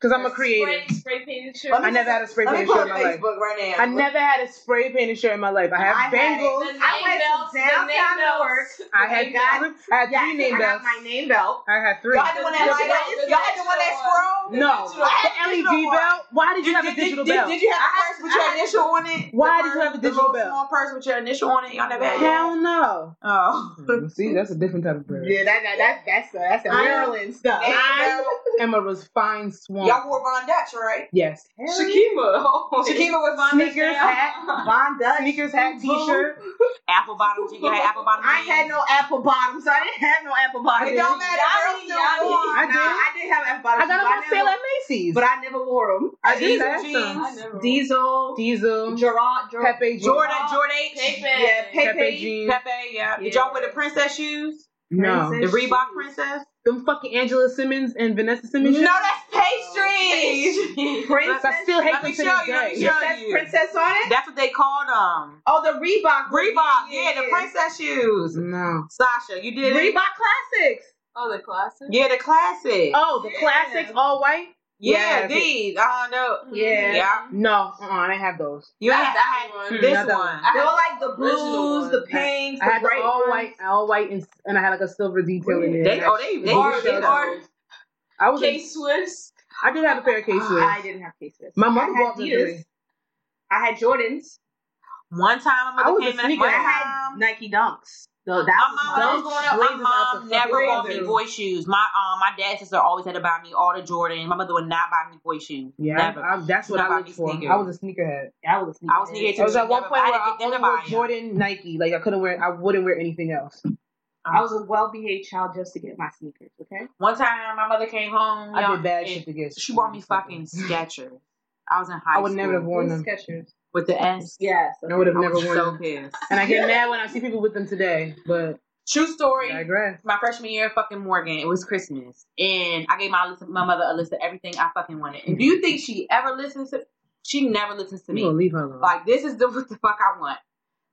[SPEAKER 2] because I'm a creative.
[SPEAKER 4] Spray, spray painted shirt.
[SPEAKER 2] I never had a spray
[SPEAKER 1] Let me
[SPEAKER 2] painted
[SPEAKER 1] put
[SPEAKER 2] shirt
[SPEAKER 1] on
[SPEAKER 2] in my life.
[SPEAKER 1] Facebook right now.
[SPEAKER 2] I never had a spray painted shirt in my life. I have
[SPEAKER 3] I had
[SPEAKER 2] bangles.
[SPEAKER 4] The name
[SPEAKER 3] I went to
[SPEAKER 4] belts, the
[SPEAKER 3] downtown
[SPEAKER 4] name
[SPEAKER 3] to work.
[SPEAKER 4] belts.
[SPEAKER 2] I had,
[SPEAKER 3] got-
[SPEAKER 2] I had
[SPEAKER 3] Yeah,
[SPEAKER 2] three name
[SPEAKER 3] I got
[SPEAKER 2] belts.
[SPEAKER 3] my name belt.
[SPEAKER 2] I had three.
[SPEAKER 1] Y'all had the one that
[SPEAKER 4] The
[SPEAKER 1] light
[SPEAKER 4] digital-
[SPEAKER 1] up. Y'all had the one that
[SPEAKER 4] the
[SPEAKER 1] scroll.
[SPEAKER 2] No,
[SPEAKER 4] digital-
[SPEAKER 1] I
[SPEAKER 2] the
[SPEAKER 1] had the
[SPEAKER 2] LED
[SPEAKER 1] digital
[SPEAKER 2] belt. Why did you
[SPEAKER 1] Did,
[SPEAKER 2] have a
[SPEAKER 1] did,
[SPEAKER 2] digital
[SPEAKER 1] did,
[SPEAKER 2] belt?
[SPEAKER 1] did, did you have the purse with your initial on it?
[SPEAKER 2] Why
[SPEAKER 1] The
[SPEAKER 2] did you
[SPEAKER 1] purse-
[SPEAKER 2] have a
[SPEAKER 1] the
[SPEAKER 2] digital
[SPEAKER 1] little
[SPEAKER 2] belt?
[SPEAKER 1] small purse with your initial on it? Y'all never had that?
[SPEAKER 2] Hell no.
[SPEAKER 1] Oh.
[SPEAKER 2] Mm, See, that's a different type of bird.
[SPEAKER 3] Yeah, that, that, that, that's that's the
[SPEAKER 2] Mm-hmm. I-
[SPEAKER 3] Maryland stuff.
[SPEAKER 1] Hey,
[SPEAKER 2] I am a refined swan.
[SPEAKER 1] Y'all wore Von Dutch, right?
[SPEAKER 2] yes.
[SPEAKER 4] Shakima.
[SPEAKER 1] Shakima with Von Dutch
[SPEAKER 2] Sneakers,
[SPEAKER 1] now.
[SPEAKER 2] hat,
[SPEAKER 3] Von Dutch.
[SPEAKER 2] sneakers, hat,
[SPEAKER 3] Boom.
[SPEAKER 2] t-shirt.
[SPEAKER 1] Apple bottom. You had apple bottom.
[SPEAKER 3] I ain't had no apple bottom, so I didn't have no apple bottom.
[SPEAKER 1] It don't matter.
[SPEAKER 4] Y'all
[SPEAKER 1] Girls
[SPEAKER 4] need-
[SPEAKER 1] still
[SPEAKER 4] y'all
[SPEAKER 1] wore.
[SPEAKER 2] I
[SPEAKER 3] nah,
[SPEAKER 2] did.
[SPEAKER 3] I didn't have apple bottom.
[SPEAKER 2] I got them on sale at Macy's.
[SPEAKER 3] but I never wore them.
[SPEAKER 2] I did
[SPEAKER 1] Diesel
[SPEAKER 2] that.
[SPEAKER 1] jeans.
[SPEAKER 4] I never.
[SPEAKER 3] Diesel,
[SPEAKER 2] Diesel,
[SPEAKER 3] Gerard, Gerard,
[SPEAKER 2] Pepe, jeans.
[SPEAKER 1] Jordan, Jordan H.
[SPEAKER 4] Pepe.
[SPEAKER 3] yeah, Pepe,
[SPEAKER 2] Pepe jeans.
[SPEAKER 1] Pepe, yeah. Did y'all wear the princess shoes?
[SPEAKER 2] No,
[SPEAKER 1] The
[SPEAKER 3] Princess
[SPEAKER 1] Reebok
[SPEAKER 3] shoes.
[SPEAKER 1] princess?
[SPEAKER 2] them fucking Angela Simmons and Vanessa Simmons.
[SPEAKER 1] No,
[SPEAKER 2] shoes?
[SPEAKER 1] that's pastries.
[SPEAKER 3] Princess.
[SPEAKER 2] I still hate
[SPEAKER 1] Let me
[SPEAKER 2] them to
[SPEAKER 1] show
[SPEAKER 2] this
[SPEAKER 1] you, let me
[SPEAKER 2] day.
[SPEAKER 1] show
[SPEAKER 3] it says
[SPEAKER 1] you.
[SPEAKER 3] princess on it.
[SPEAKER 1] That's what they called them.
[SPEAKER 3] Oh, the Reebok. one.
[SPEAKER 1] Reebok, yeah, the princess shoes.
[SPEAKER 2] No.
[SPEAKER 1] Sasha, you did it.
[SPEAKER 3] Reebok classics.
[SPEAKER 4] Oh, the classic.
[SPEAKER 1] Yeah, the classic.
[SPEAKER 2] Oh, the
[SPEAKER 4] Yeah.
[SPEAKER 2] classics, all white.
[SPEAKER 1] yeah,
[SPEAKER 2] yeah.
[SPEAKER 1] these. I don't know.
[SPEAKER 4] Mm-hmm.
[SPEAKER 3] Yeah.
[SPEAKER 1] Yeah.
[SPEAKER 2] No, uh-uh, I didn't have those.
[SPEAKER 1] You
[SPEAKER 4] Not
[SPEAKER 1] had,
[SPEAKER 4] that
[SPEAKER 1] I had
[SPEAKER 4] one.
[SPEAKER 1] this
[SPEAKER 2] Not that
[SPEAKER 1] one.
[SPEAKER 4] I
[SPEAKER 3] They were
[SPEAKER 4] had
[SPEAKER 3] like the
[SPEAKER 4] the original
[SPEAKER 3] blues,
[SPEAKER 4] one.
[SPEAKER 3] the pinks,
[SPEAKER 2] I had
[SPEAKER 3] the
[SPEAKER 2] the
[SPEAKER 3] bright
[SPEAKER 2] all
[SPEAKER 3] ones.
[SPEAKER 2] white, all white, and, and I had like a silver detail in there.
[SPEAKER 1] They,
[SPEAKER 2] And I-
[SPEAKER 1] oh, they, they,
[SPEAKER 2] Or-
[SPEAKER 1] did those.
[SPEAKER 2] or- I was,
[SPEAKER 4] K Swiss.
[SPEAKER 2] I did have a pair of cases.
[SPEAKER 3] I didn't have K Swiss.
[SPEAKER 2] My mother
[SPEAKER 3] I had
[SPEAKER 2] bought me
[SPEAKER 3] Adidas.
[SPEAKER 2] three.
[SPEAKER 3] I had Jordans.
[SPEAKER 1] One time my
[SPEAKER 2] I was
[SPEAKER 1] mother
[SPEAKER 2] a
[SPEAKER 1] came in.
[SPEAKER 2] sneaker
[SPEAKER 1] One
[SPEAKER 3] I
[SPEAKER 2] head.
[SPEAKER 1] time,
[SPEAKER 3] had Nike Dunks. So that
[SPEAKER 1] My
[SPEAKER 3] was
[SPEAKER 1] mom,
[SPEAKER 3] my-
[SPEAKER 1] when I
[SPEAKER 2] Those
[SPEAKER 1] was growing up,
[SPEAKER 2] blazers
[SPEAKER 1] my mom
[SPEAKER 2] out the fucking
[SPEAKER 1] never bought me
[SPEAKER 2] blazers.
[SPEAKER 1] boy shoes. My um, my dad's sister always had to buy me all the Jordans. My mother would not buy me boy shoes.
[SPEAKER 2] Yeah,
[SPEAKER 1] never.
[SPEAKER 2] I, I, that's what
[SPEAKER 1] Not
[SPEAKER 2] I
[SPEAKER 1] about
[SPEAKER 2] looked
[SPEAKER 1] these
[SPEAKER 2] for.
[SPEAKER 1] sneakers.
[SPEAKER 2] I was a sneakerhead.
[SPEAKER 3] I was a
[SPEAKER 1] I was needed
[SPEAKER 2] It
[SPEAKER 1] to.
[SPEAKER 2] was at one
[SPEAKER 1] never-
[SPEAKER 2] point
[SPEAKER 1] I
[SPEAKER 2] where
[SPEAKER 1] didn't
[SPEAKER 2] I
[SPEAKER 1] think
[SPEAKER 2] only
[SPEAKER 1] nothing
[SPEAKER 2] wore
[SPEAKER 1] about him.
[SPEAKER 2] Jordan, Nike. Like I couldn't wear, I wouldn't wear anything else.
[SPEAKER 3] I was a well-behaved child just to get my sneakers. Okay.
[SPEAKER 1] One time, my mother came home.
[SPEAKER 2] I
[SPEAKER 1] y'all,
[SPEAKER 2] did bad
[SPEAKER 1] and
[SPEAKER 2] shit to get.
[SPEAKER 1] She bought me fucking Skechers. I was in high
[SPEAKER 2] I would never have
[SPEAKER 1] school
[SPEAKER 2] worn them.
[SPEAKER 3] Skechers.
[SPEAKER 1] with the S.
[SPEAKER 3] Yes.
[SPEAKER 2] I would have
[SPEAKER 1] I
[SPEAKER 2] never
[SPEAKER 1] was
[SPEAKER 2] worn
[SPEAKER 1] so
[SPEAKER 2] them.
[SPEAKER 1] pissed.
[SPEAKER 2] And I get mad when I see people with them today. But
[SPEAKER 1] True
[SPEAKER 2] I
[SPEAKER 1] story.
[SPEAKER 2] digress.
[SPEAKER 1] my freshman year, fucking Morgan, it was Christmas, and I gave my list- my mother a list of everything I fucking wanted. And do you think she ever listens to? She never listens to
[SPEAKER 2] You
[SPEAKER 1] me.
[SPEAKER 2] gonna leave her alone?
[SPEAKER 1] Like this is the what the fuck I want.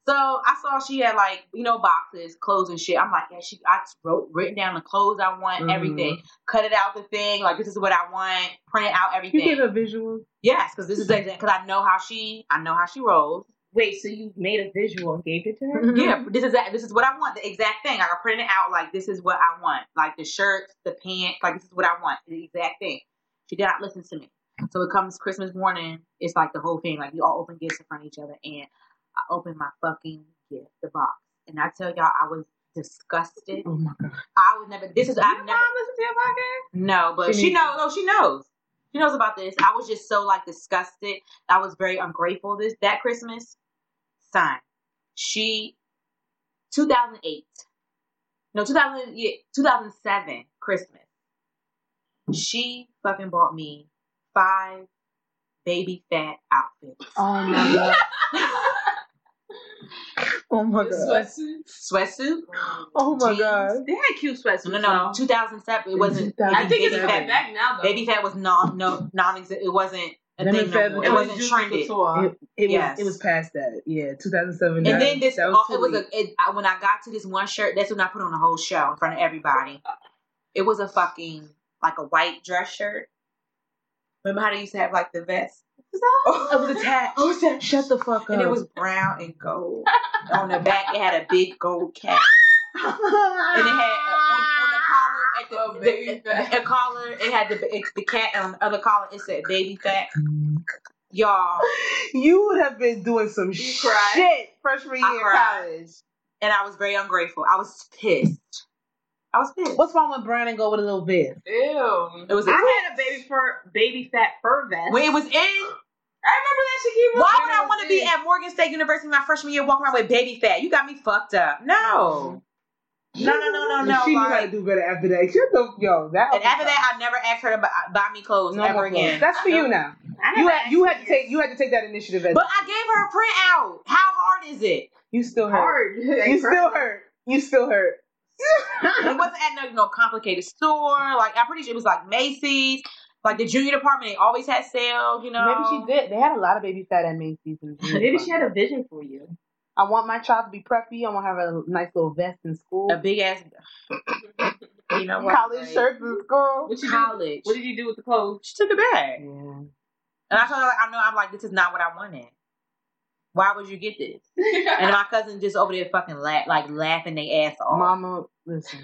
[SPEAKER 1] So I saw she had like you know boxes, clothes and shit. I'm like, yeah, she I wrote written down the clothes I want,
[SPEAKER 2] Mhm.
[SPEAKER 1] everything, cut it out the thing, like this is what I want, print out
[SPEAKER 2] you
[SPEAKER 1] everything.
[SPEAKER 2] gave her visual.
[SPEAKER 1] yes, because this is because I know how she I know how she rolls.
[SPEAKER 3] Wait. So you made a visual and gave it to her?
[SPEAKER 2] Mm-hmm.
[SPEAKER 1] Yeah, this is that. This is what I want. The exact thing. Like I printed it out. Like this is what I want. Like the shirts, the pants. Like this is what I want. The exact thing. She did not listen to me. So it comes Christmas morning. It's like the whole thing. Like we all open gifts in front of each other, and I open my fucking gift, the box, and I tell y'all I was disgusted.
[SPEAKER 2] Oh my god.
[SPEAKER 1] I would never. This is I've never.
[SPEAKER 3] listen to your podcast?
[SPEAKER 1] No, but
[SPEAKER 2] She
[SPEAKER 1] she
[SPEAKER 2] needs-
[SPEAKER 1] knows. No, she knows. She knows about this. I was just so like disgusted. I was very ungrateful. This that Christmas, son. She, 2008. No, 2000. Yeah, 2007 Christmas. She fucking bought me five baby fat outfits,
[SPEAKER 2] Oh my god. oh my
[SPEAKER 4] The
[SPEAKER 2] god.
[SPEAKER 4] sweatsuits.
[SPEAKER 1] sweatsuit.
[SPEAKER 2] Oh my
[SPEAKER 1] jeans.
[SPEAKER 2] god.
[SPEAKER 3] They had cute sweats.
[SPEAKER 1] No, no, no. 2007. It wasn't.
[SPEAKER 4] I think it's
[SPEAKER 1] baby
[SPEAKER 4] back,
[SPEAKER 1] fat.
[SPEAKER 4] back now though.
[SPEAKER 1] Baby fat was non, no, non. It wasn't a
[SPEAKER 2] Them
[SPEAKER 1] thing
[SPEAKER 2] and
[SPEAKER 1] no
[SPEAKER 2] fat
[SPEAKER 1] more. It
[SPEAKER 2] became
[SPEAKER 1] wasn't
[SPEAKER 4] Juicy
[SPEAKER 1] trendy.
[SPEAKER 4] Couture.
[SPEAKER 2] It, it
[SPEAKER 1] Yes.
[SPEAKER 2] was it was past that. Yeah, 2007.
[SPEAKER 1] And then this,
[SPEAKER 2] that
[SPEAKER 1] uh, it was a it, I- when I got to this one shirt. That's when I put on the whole show in front of everybody. It was a fucking like a white dress shirt. Remember how they used to have like the vest?
[SPEAKER 2] a, it was attached.
[SPEAKER 1] Oh, it's attached.
[SPEAKER 2] Shut the fuck up.
[SPEAKER 1] And it was brown and gold. on the back, it had a big gold cap, and it had uh, on, on the collar at the,
[SPEAKER 4] Oh, baby
[SPEAKER 1] the-
[SPEAKER 4] fat.
[SPEAKER 1] the collar. It had the it, the cat and on the other collar. It said baby fat. Y'all,
[SPEAKER 2] Mm. you would have been doing some
[SPEAKER 4] You
[SPEAKER 2] shit
[SPEAKER 4] cried.
[SPEAKER 2] freshman
[SPEAKER 1] I
[SPEAKER 2] year
[SPEAKER 1] cried.
[SPEAKER 2] college.
[SPEAKER 1] and I was very ungrateful. I was pissed. I was pissed.
[SPEAKER 2] What's wrong with brown and gold with a little bit?
[SPEAKER 4] Ew.
[SPEAKER 1] It was a
[SPEAKER 3] I had a baby fur, baby fat fur vest.
[SPEAKER 1] when it was in
[SPEAKER 3] I remember that she keep.
[SPEAKER 1] Why would I want to be at Morgan State University my freshman year walking around with baby fat? You got me fucked up. No. No, no, no, no, no.
[SPEAKER 2] she knew how
[SPEAKER 1] Lauren.
[SPEAKER 2] to do better after that. Shut the yo. That
[SPEAKER 1] And after that, I never asked her to buy, buy me clothes
[SPEAKER 2] no
[SPEAKER 1] ever
[SPEAKER 2] more clothes.
[SPEAKER 1] again.
[SPEAKER 2] That's for you now.
[SPEAKER 3] I never
[SPEAKER 2] You had you
[SPEAKER 3] asked
[SPEAKER 2] had to take you had to take that initiative. As,
[SPEAKER 1] But I gave her a printout. How hard is it?
[SPEAKER 2] you still hurt.
[SPEAKER 3] hard.
[SPEAKER 2] You still hurt. You still hurt.
[SPEAKER 1] It wasn't at no, no complicated store. Like I'm pretty sure it was like Macy's. Like the junior department, they always had sales. You know.
[SPEAKER 2] Maybe she did. They had a lot of baby fat at Macy's. and junior
[SPEAKER 3] Maybe
[SPEAKER 2] prom.
[SPEAKER 3] she had a vision for you.
[SPEAKER 2] I want my child to be preppy. I want to have a nice little vest in school.
[SPEAKER 1] a big ass. you know what?
[SPEAKER 2] college
[SPEAKER 1] like,
[SPEAKER 2] shirts in school.
[SPEAKER 3] What you do?
[SPEAKER 1] College.
[SPEAKER 3] What did you do with the clothes?
[SPEAKER 1] She took it back,
[SPEAKER 2] Yeah.
[SPEAKER 1] and I told her like, I know. I'm like, this is not what I wanted. Why would you get this? And my cousin just over there fucking laugh, like laughing they ass off.
[SPEAKER 2] Mama, listen.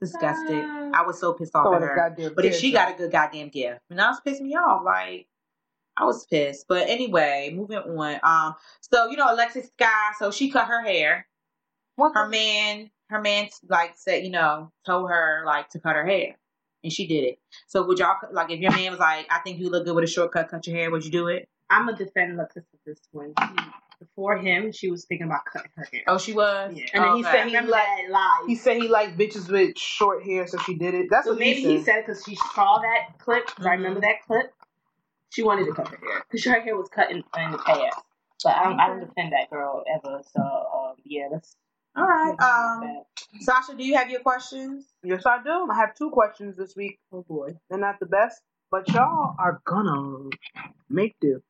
[SPEAKER 1] Disgusted. I was so pissed off
[SPEAKER 2] Throwing
[SPEAKER 1] at
[SPEAKER 2] a
[SPEAKER 1] her.
[SPEAKER 2] goddamn
[SPEAKER 1] But if she
[SPEAKER 2] tantrum.
[SPEAKER 1] got a good goddamn gift, and that was pissing me off. Like I was pissed. But anyway, moving on. Um, so you know Alexis Sky, so she cut her hair.
[SPEAKER 2] What
[SPEAKER 1] Her
[SPEAKER 2] the-
[SPEAKER 1] man, her man, like said, you know, told her like to cut her hair, and she did it. So would y'all like if your man was like, I think you look good with a shortcut, cut your hair? Would you do it?
[SPEAKER 3] I'm gonna defend Lexus for this one. Before him, she was thinking about cutting her hair.
[SPEAKER 1] Oh, she was.
[SPEAKER 3] Yeah.
[SPEAKER 2] and then he
[SPEAKER 1] Okay.
[SPEAKER 2] said he
[SPEAKER 3] Remember
[SPEAKER 2] like
[SPEAKER 3] that lie.
[SPEAKER 2] he said he liked bitches with short hair, so she did it. That's
[SPEAKER 3] So
[SPEAKER 2] what Mm-hmm.
[SPEAKER 3] maybe he said because she saw that clip. 'cause I remember that clip. She wanted to cut her hair because her hair was cut in, in the past. But I don't, I
[SPEAKER 2] Mm-hmm.
[SPEAKER 3] don't defend that girl ever. So um, yeah, let's.
[SPEAKER 1] All right.
[SPEAKER 3] move on with
[SPEAKER 1] Um,
[SPEAKER 3] that.
[SPEAKER 1] Sasha, do you have your questions?
[SPEAKER 2] Yes, I do. I have two questions this week. Oh boy, they're not the best, but y'all are gonna make do.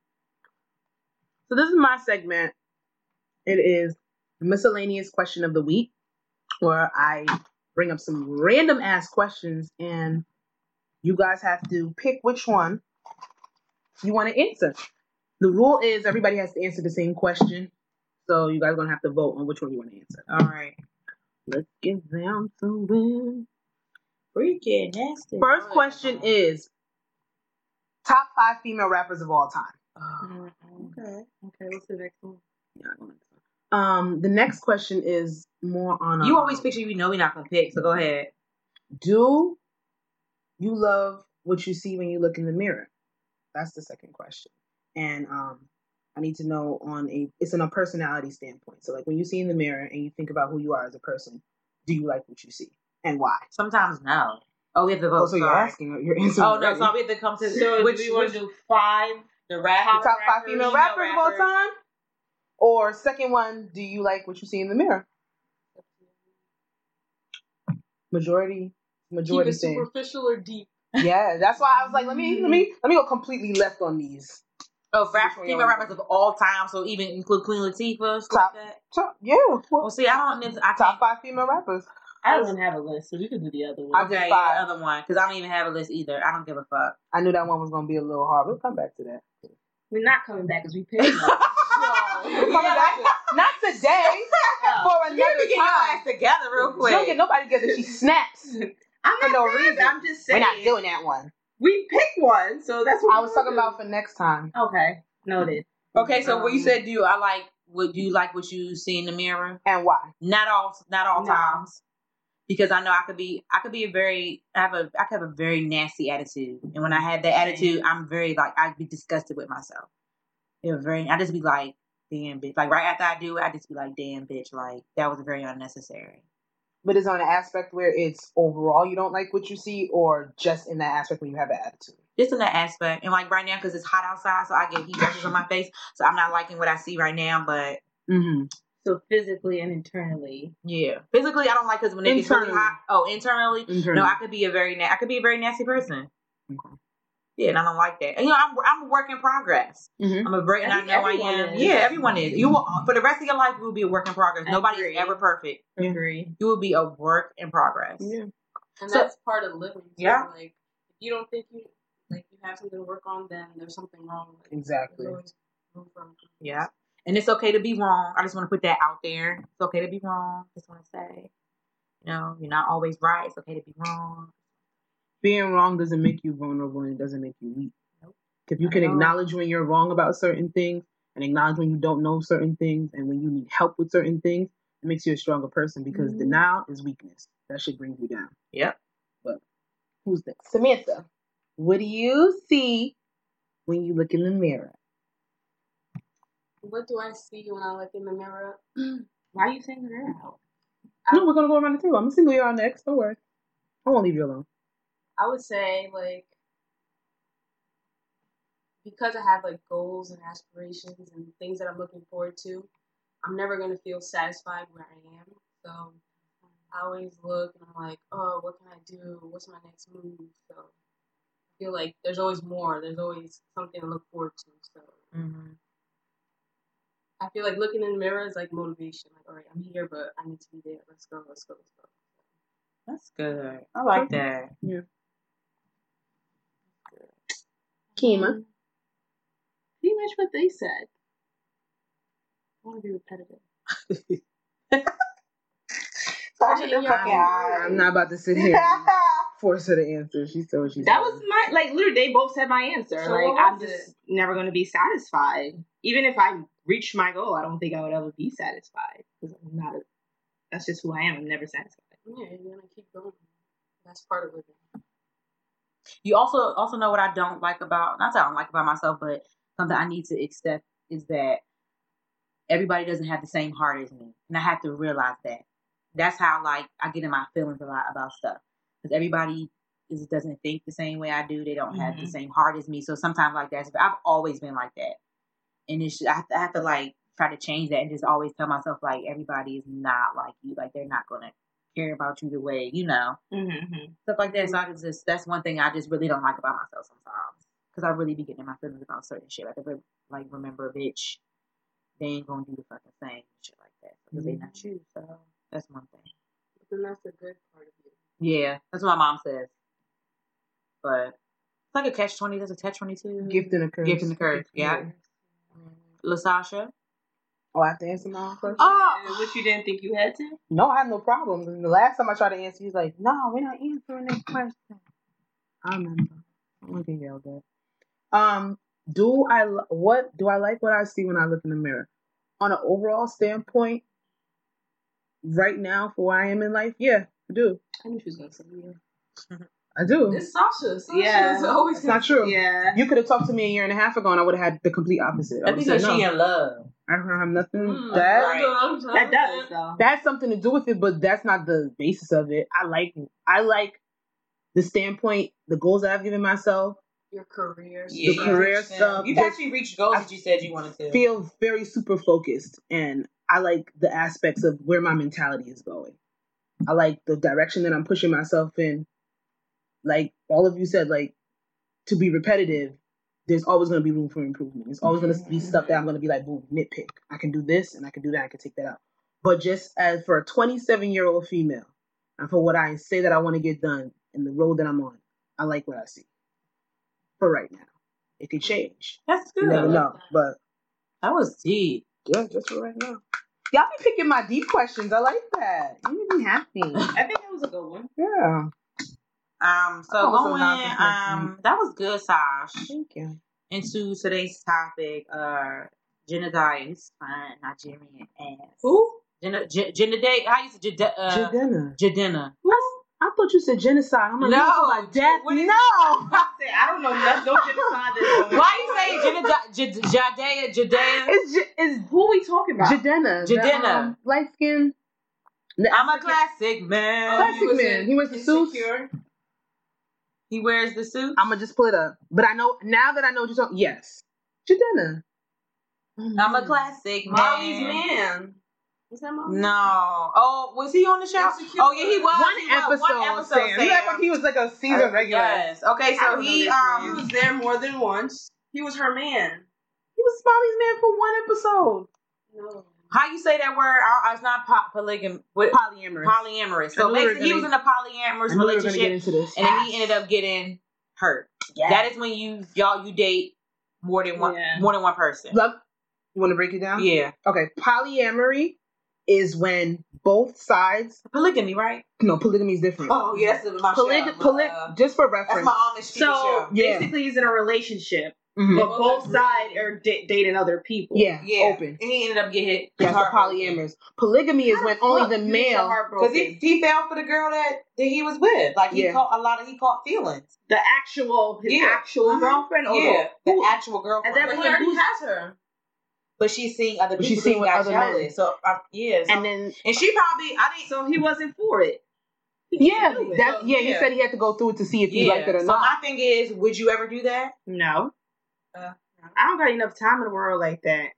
[SPEAKER 2] So this is my segment. It is miscellaneous question of the week, where I bring up some random ass questions, and you guys have to pick which one you want to answer. The rule is everybody has to answer the same question, so you guys are gonna have to vote on which one you want to answer.
[SPEAKER 1] All right.
[SPEAKER 2] Let's get down to it.
[SPEAKER 1] Freaking nasty.
[SPEAKER 2] First question is top five female rappers of all time.
[SPEAKER 1] Okay.
[SPEAKER 3] Oh, Okay, what's the next one?
[SPEAKER 2] Um, the next question is more on.
[SPEAKER 1] You
[SPEAKER 2] um,
[SPEAKER 1] always picture you know we're not gonna pick, so go ahead.
[SPEAKER 2] Do you love what you see when you look in the mirror? That's the second question, and um, I need to know on a it's on a personality standpoint. So like when you see in the mirror and you think about who you are as a person, do you like what you see and why?
[SPEAKER 1] Sometimes no. Oh, we have to vote.
[SPEAKER 2] Oh, so you're
[SPEAKER 1] sorry.
[SPEAKER 2] asking, you're answering.
[SPEAKER 1] Oh no,
[SPEAKER 2] already.
[SPEAKER 1] so we have to come to
[SPEAKER 3] So
[SPEAKER 1] which
[SPEAKER 3] do we want
[SPEAKER 1] which-
[SPEAKER 3] to do five?
[SPEAKER 1] the rap
[SPEAKER 2] The top five female rappers of all time, or second one, do you like what you see in the mirror? Majority,
[SPEAKER 4] Keep
[SPEAKER 2] majority
[SPEAKER 4] it
[SPEAKER 2] saying
[SPEAKER 4] superficial or deep.
[SPEAKER 2] yeah. That's why I was like, let me, let me, let me go completely left on these.
[SPEAKER 1] Oh, rap,
[SPEAKER 2] one y'all
[SPEAKER 1] female
[SPEAKER 2] want?
[SPEAKER 1] rappers of all time, so even include Queen Latifah, stuff
[SPEAKER 2] Top.
[SPEAKER 1] like that.
[SPEAKER 2] Top, yeah,
[SPEAKER 1] Well, see, I don't. need to- I can't.
[SPEAKER 2] top five female rappers.
[SPEAKER 3] I don't even have a list, so we can do the other
[SPEAKER 2] I
[SPEAKER 3] one.
[SPEAKER 2] did
[SPEAKER 1] Okay,
[SPEAKER 2] five.
[SPEAKER 1] the other one, because I don't even have a list either. I don't give a fuck.
[SPEAKER 2] I knew that one was gonna be a little hard. We'll come back to that.
[SPEAKER 3] We're not coming back because we picked. one.
[SPEAKER 2] We're coming back to, not today, for another time.
[SPEAKER 1] together real
[SPEAKER 2] She don't get
[SPEAKER 1] quick.
[SPEAKER 2] nobody together. She snaps.
[SPEAKER 3] I'm
[SPEAKER 2] For
[SPEAKER 3] not
[SPEAKER 2] no
[SPEAKER 3] saying
[SPEAKER 2] reason.
[SPEAKER 3] I'm just
[SPEAKER 2] We're
[SPEAKER 3] saying
[SPEAKER 2] not doing that one.
[SPEAKER 3] we picked one, so that's what
[SPEAKER 2] I
[SPEAKER 3] we're
[SPEAKER 2] was talking
[SPEAKER 3] gonna
[SPEAKER 2] about for next time.
[SPEAKER 3] do. Okay, noted.
[SPEAKER 1] Okay, so what you
[SPEAKER 2] Um,
[SPEAKER 1] said, do you- I like? Would you like what you see in the mirror?
[SPEAKER 2] and why?
[SPEAKER 1] Not all, not all
[SPEAKER 3] No.
[SPEAKER 1] times, because I know I could be, I could be a very, I have a, I could have a very nasty attitude, and when I have that attitude, I'm very like I'd be disgusted with myself. Yeah, very. I just be like, damn bitch. Like right after I do it, I just be like, damn bitch. Like that was very unnecessary.
[SPEAKER 2] But it's on an aspect where it's overall you don't like what you see, or just in that aspect when you have an attitude.
[SPEAKER 1] Just in that aspect, and like right now because it's hot outside, so I get heat rashes on my face, so I'm not liking what I see right now. But
[SPEAKER 2] Mm-hmm.
[SPEAKER 3] So physically and internally,
[SPEAKER 1] yeah, physically I don't like because when it gets really
[SPEAKER 2] Internally.
[SPEAKER 1] hot. Oh, internally,
[SPEAKER 2] Internally.
[SPEAKER 1] no, I could be a very, na- I could be a very nasty person.
[SPEAKER 2] Hmm. Okay.
[SPEAKER 1] Yeah, and I don't like that. And you know, I'm I'm a work in progress.
[SPEAKER 2] Mhm.
[SPEAKER 1] I'm a break, and
[SPEAKER 3] I
[SPEAKER 1] I,
[SPEAKER 3] think
[SPEAKER 1] know I
[SPEAKER 3] everyone
[SPEAKER 1] am.
[SPEAKER 3] is.
[SPEAKER 1] Yeah, everyone is. You will for the rest of your life, you will be a work in progress.
[SPEAKER 3] I
[SPEAKER 1] Nobody
[SPEAKER 3] agree.
[SPEAKER 1] is ever perfect.
[SPEAKER 2] Yeah.
[SPEAKER 3] agree.
[SPEAKER 1] You will be a work in progress.
[SPEAKER 2] Yeah.
[SPEAKER 4] And
[SPEAKER 1] So-
[SPEAKER 4] that's part of living. too.
[SPEAKER 1] Yeah.
[SPEAKER 4] Like, if you don't think you like you have something to work on, then there's something wrong. Like,
[SPEAKER 2] Exactly.
[SPEAKER 4] there's always room for improvement.
[SPEAKER 1] Yeah. And it's okay to be wrong. I just want to put that out there. It's okay to be wrong. Just want to say, you know, you're not always right. It's okay to be wrong.
[SPEAKER 2] Being wrong doesn't make you vulnerable and it doesn't make you weak.
[SPEAKER 1] Nope.
[SPEAKER 2] If you
[SPEAKER 1] Not
[SPEAKER 2] can
[SPEAKER 1] at all.
[SPEAKER 2] acknowledge when you're wrong about certain things and acknowledge when you don't know certain things and when you need help with certain things, it makes you a stronger person
[SPEAKER 1] Mm-hmm.
[SPEAKER 2] because denial is weakness. That should bring you down.
[SPEAKER 1] Yep.
[SPEAKER 2] Who's next? Samantha. What do you see when you look in the mirror?
[SPEAKER 4] What do I see when I look in the mirror?
[SPEAKER 3] Why are you saying that?
[SPEAKER 2] No, we're gonna go around the table. I'm gonna see who you are next. Don't worry. I won't leave you alone.
[SPEAKER 4] I would say like because I have like goals and aspirations and things that I'm looking forward to, I'm never gonna feel satisfied where I am. So I always look and I'm like, oh, what can I do? What's my next move? So I feel like there's always more. There's always something to look forward to. So
[SPEAKER 1] Mm-hmm.
[SPEAKER 4] I feel like looking in the mirror is like motivation. Like, all right, I'm here, but I need to be there. Let's go. Let's go. Let's go.
[SPEAKER 1] That's good. I like that.
[SPEAKER 2] Kima.
[SPEAKER 3] Pretty much what they said. I want to be repetitive.
[SPEAKER 7] Close your fucking
[SPEAKER 2] I'm
[SPEAKER 7] eyes.
[SPEAKER 2] not about to sit here and force her to answer. She said what she
[SPEAKER 3] That
[SPEAKER 2] said.
[SPEAKER 3] was my like literally they both said my answer.
[SPEAKER 4] So
[SPEAKER 3] like
[SPEAKER 4] what
[SPEAKER 3] I'm
[SPEAKER 4] was
[SPEAKER 3] just
[SPEAKER 4] it?
[SPEAKER 3] never gonna be satisfied. Even if I reach my goal, I don't think I would ever be satisfied because I'm not. A, that's just who I am. I'm never satisfied.
[SPEAKER 4] Yeah, you're gonna keep going. That's part of living.
[SPEAKER 1] You also also know what I don't like about not that I don't like about myself, but something I need to accept is that everybody doesn't have the same heart as me, and I have to realize that. That's how like I get in my feelings a lot about stuff because everybody is doesn't think the same way I do. They don't have the
[SPEAKER 3] Mhm.
[SPEAKER 1] same heart as me, so sometimes like that's I've always been like that, and it's I have, to, I have to like try to change that and just always tell myself like everybody is not like you, like they're not gonna care about you the way you know
[SPEAKER 3] Mm-hmm.
[SPEAKER 1] stuff like that. So I could just that's one thing I just really don't like about myself sometimes because I really be getting in my feelings about certain shit. Like if I like remember, bitch, they ain't gonna do the fucking thing and shit like that because they not you. So that's one thing.
[SPEAKER 4] But then that's the good part of it.
[SPEAKER 1] Yeah, that's what my mom says. But it's like a catch twenty. There's a catch twenty two.
[SPEAKER 2] gift and a curse.
[SPEAKER 1] Gift and the curse. Yeah. Lasasha.
[SPEAKER 2] Oh, I have to answer my own question.
[SPEAKER 1] Oh,
[SPEAKER 3] Which you didn't think you had to.
[SPEAKER 2] No, I have no problem. The last time I tried to answer, he was like, "No, we're not answering this question." I remember. I'm gonna get yelled at. Um, do I li- what do I like what I see when I look in the mirror? On an overall standpoint, right now for where I am in life, yeah, I do.
[SPEAKER 3] I knew she was gonna say yeah.
[SPEAKER 2] I do.
[SPEAKER 4] It's Sasha. Sasha
[SPEAKER 3] Yeah.
[SPEAKER 4] is always
[SPEAKER 2] It's not true.
[SPEAKER 3] Yeah.
[SPEAKER 2] You could have talked to me a year and a half ago, and I would have had the complete opposite.
[SPEAKER 1] that's
[SPEAKER 2] I would
[SPEAKER 1] because
[SPEAKER 2] have said no.
[SPEAKER 1] she in love.
[SPEAKER 2] I don't have nothing.
[SPEAKER 4] Mm,
[SPEAKER 2] that
[SPEAKER 4] that's what I'm trying
[SPEAKER 3] That
[SPEAKER 4] to
[SPEAKER 3] does
[SPEAKER 4] say.
[SPEAKER 3] though.
[SPEAKER 2] that's something to do with it, but that's not the basis of it. I like I like the standpoint, the goals that I've given myself.
[SPEAKER 4] Your career.
[SPEAKER 2] Yeah,
[SPEAKER 4] stuff.
[SPEAKER 2] you career reached them. stuff,
[SPEAKER 1] You've
[SPEAKER 2] the-
[SPEAKER 1] actually reached goals that you said you wanted to.
[SPEAKER 2] Feel very super focused, and I like the aspects of where my mentality is going. I like the direction that I'm pushing myself in. Like all of you said, like to be repetitive, there's always going to be room for improvement. There's always going to be stuff that I'm going to be like, boom, nitpick. I can do this and I can do that. I can take that out. But just as for a 27 year old female, and for what I say that I want to get done and the road that I'm on, I like what I see. For right now, it could change.
[SPEAKER 1] That's
[SPEAKER 2] You never
[SPEAKER 1] good.
[SPEAKER 2] know. But
[SPEAKER 1] That was deep.
[SPEAKER 2] yeah, just for right now. Y'all be picking my deep questions. I like that. You make me happy.
[SPEAKER 3] I think that was a good one.
[SPEAKER 2] Yeah.
[SPEAKER 1] Um, so
[SPEAKER 2] Oh, so
[SPEAKER 1] going,
[SPEAKER 2] now it's next
[SPEAKER 1] um, that was good, Sash.
[SPEAKER 2] Thank you.
[SPEAKER 1] Into today's topic, uh, Genadias, fine Nigerian ass.
[SPEAKER 4] Who?
[SPEAKER 1] Jenna, J- Jenna Day, how you say Jada- uh,
[SPEAKER 2] Jadena.
[SPEAKER 1] Jadena?
[SPEAKER 2] I thought you said genocide. I'm like,
[SPEAKER 1] No,
[SPEAKER 2] no, death.
[SPEAKER 1] what is-
[SPEAKER 2] no.
[SPEAKER 3] I said I don't know nothing. No genocide. that's going on.
[SPEAKER 1] Why you say Jenna Jadea Jadea?
[SPEAKER 2] It's J- it's
[SPEAKER 3] Who we talking about?
[SPEAKER 2] Jadena. um,
[SPEAKER 1] Jadena.
[SPEAKER 2] light skin.
[SPEAKER 1] I'm a classic man.
[SPEAKER 2] Classic man. He wears the suits.
[SPEAKER 4] Insecure.
[SPEAKER 1] He wears the suit.
[SPEAKER 2] I'm gonna just pull it up. But I know now that I know what you're talking. Yes, Jadena.
[SPEAKER 1] I'm a classic man.
[SPEAKER 4] Molly's man. Is that
[SPEAKER 2] Mm.
[SPEAKER 4] Molly?
[SPEAKER 1] No. Oh, was he on the show?
[SPEAKER 4] Insecure.
[SPEAKER 1] Oh yeah, he was.
[SPEAKER 2] One
[SPEAKER 1] he was.
[SPEAKER 2] episode,
[SPEAKER 1] One episode.
[SPEAKER 2] Sam. He act like he was like a season
[SPEAKER 1] Uh,
[SPEAKER 2] regular.
[SPEAKER 1] Yes. Okay,
[SPEAKER 4] I
[SPEAKER 1] so
[SPEAKER 4] don't know
[SPEAKER 1] he
[SPEAKER 4] this man. He
[SPEAKER 1] um
[SPEAKER 4] was there more than once. He was her man.
[SPEAKER 2] He was Smiley's man for one episode.
[SPEAKER 4] No.
[SPEAKER 1] how you say that word? I, it's not po- polygam, but
[SPEAKER 2] Polyamorous.
[SPEAKER 1] polyamorous.
[SPEAKER 2] I
[SPEAKER 1] So
[SPEAKER 2] knew we were
[SPEAKER 1] basically, he was in
[SPEAKER 2] gonna-
[SPEAKER 1] a polyamorous
[SPEAKER 2] I knew we were gonna get
[SPEAKER 1] relationship,
[SPEAKER 2] into this.
[SPEAKER 1] and then he ended up getting hurt. That is when you y'all you date more than one
[SPEAKER 3] Yeah.
[SPEAKER 1] more than one person.
[SPEAKER 2] Love. You want to break it down?
[SPEAKER 1] Yeah,
[SPEAKER 2] Okay. Polyamory is when both sides.
[SPEAKER 1] polygamy, right?
[SPEAKER 2] No, polygamy is different.
[SPEAKER 1] Oh yes, my
[SPEAKER 2] Polyg-
[SPEAKER 1] show.
[SPEAKER 2] poly-
[SPEAKER 1] Uh,
[SPEAKER 2] just for
[SPEAKER 1] that's
[SPEAKER 2] reference.
[SPEAKER 1] my Amish TV
[SPEAKER 3] So
[SPEAKER 1] show.
[SPEAKER 2] Yeah.
[SPEAKER 3] basically, he's in a relationship
[SPEAKER 2] Mhm.
[SPEAKER 3] But both sides are da- dating other people.
[SPEAKER 2] Yeah,
[SPEAKER 1] Yeah.
[SPEAKER 2] open.
[SPEAKER 1] And he ended up getting hit.
[SPEAKER 2] Yes, a polyamorous. Polygamy is when only the male.
[SPEAKER 1] Because
[SPEAKER 3] Because
[SPEAKER 1] he, he fell for the girl that, that he was with. Like he
[SPEAKER 2] Yeah.
[SPEAKER 1] caught a lot of he caught feelings.
[SPEAKER 3] the actual his
[SPEAKER 1] Yeah.
[SPEAKER 3] actual girlfriend or
[SPEAKER 1] yeah, the
[SPEAKER 3] who-
[SPEAKER 1] actual girlfriend.
[SPEAKER 3] At that
[SPEAKER 4] But
[SPEAKER 3] point,
[SPEAKER 4] he already
[SPEAKER 3] who's-
[SPEAKER 4] has her.
[SPEAKER 1] but she's seeing other
[SPEAKER 2] But
[SPEAKER 1] people.
[SPEAKER 2] she's
[SPEAKER 1] who
[SPEAKER 2] seeing with
[SPEAKER 1] got
[SPEAKER 2] other
[SPEAKER 1] jealous.
[SPEAKER 2] men.
[SPEAKER 1] So um, yeah, so-
[SPEAKER 2] And then
[SPEAKER 1] and she probably I didn't.
[SPEAKER 3] so he wasn't for it.
[SPEAKER 2] yeah,
[SPEAKER 3] do it.
[SPEAKER 2] that
[SPEAKER 1] So,
[SPEAKER 2] yeah, he
[SPEAKER 1] yeah.
[SPEAKER 2] said he had to go through it to see if he
[SPEAKER 1] yeah.
[SPEAKER 2] liked it or
[SPEAKER 1] so my
[SPEAKER 2] not.
[SPEAKER 1] thing is, would you ever do that?
[SPEAKER 3] No,
[SPEAKER 1] Uh,
[SPEAKER 3] I don't got enough time in the world like that.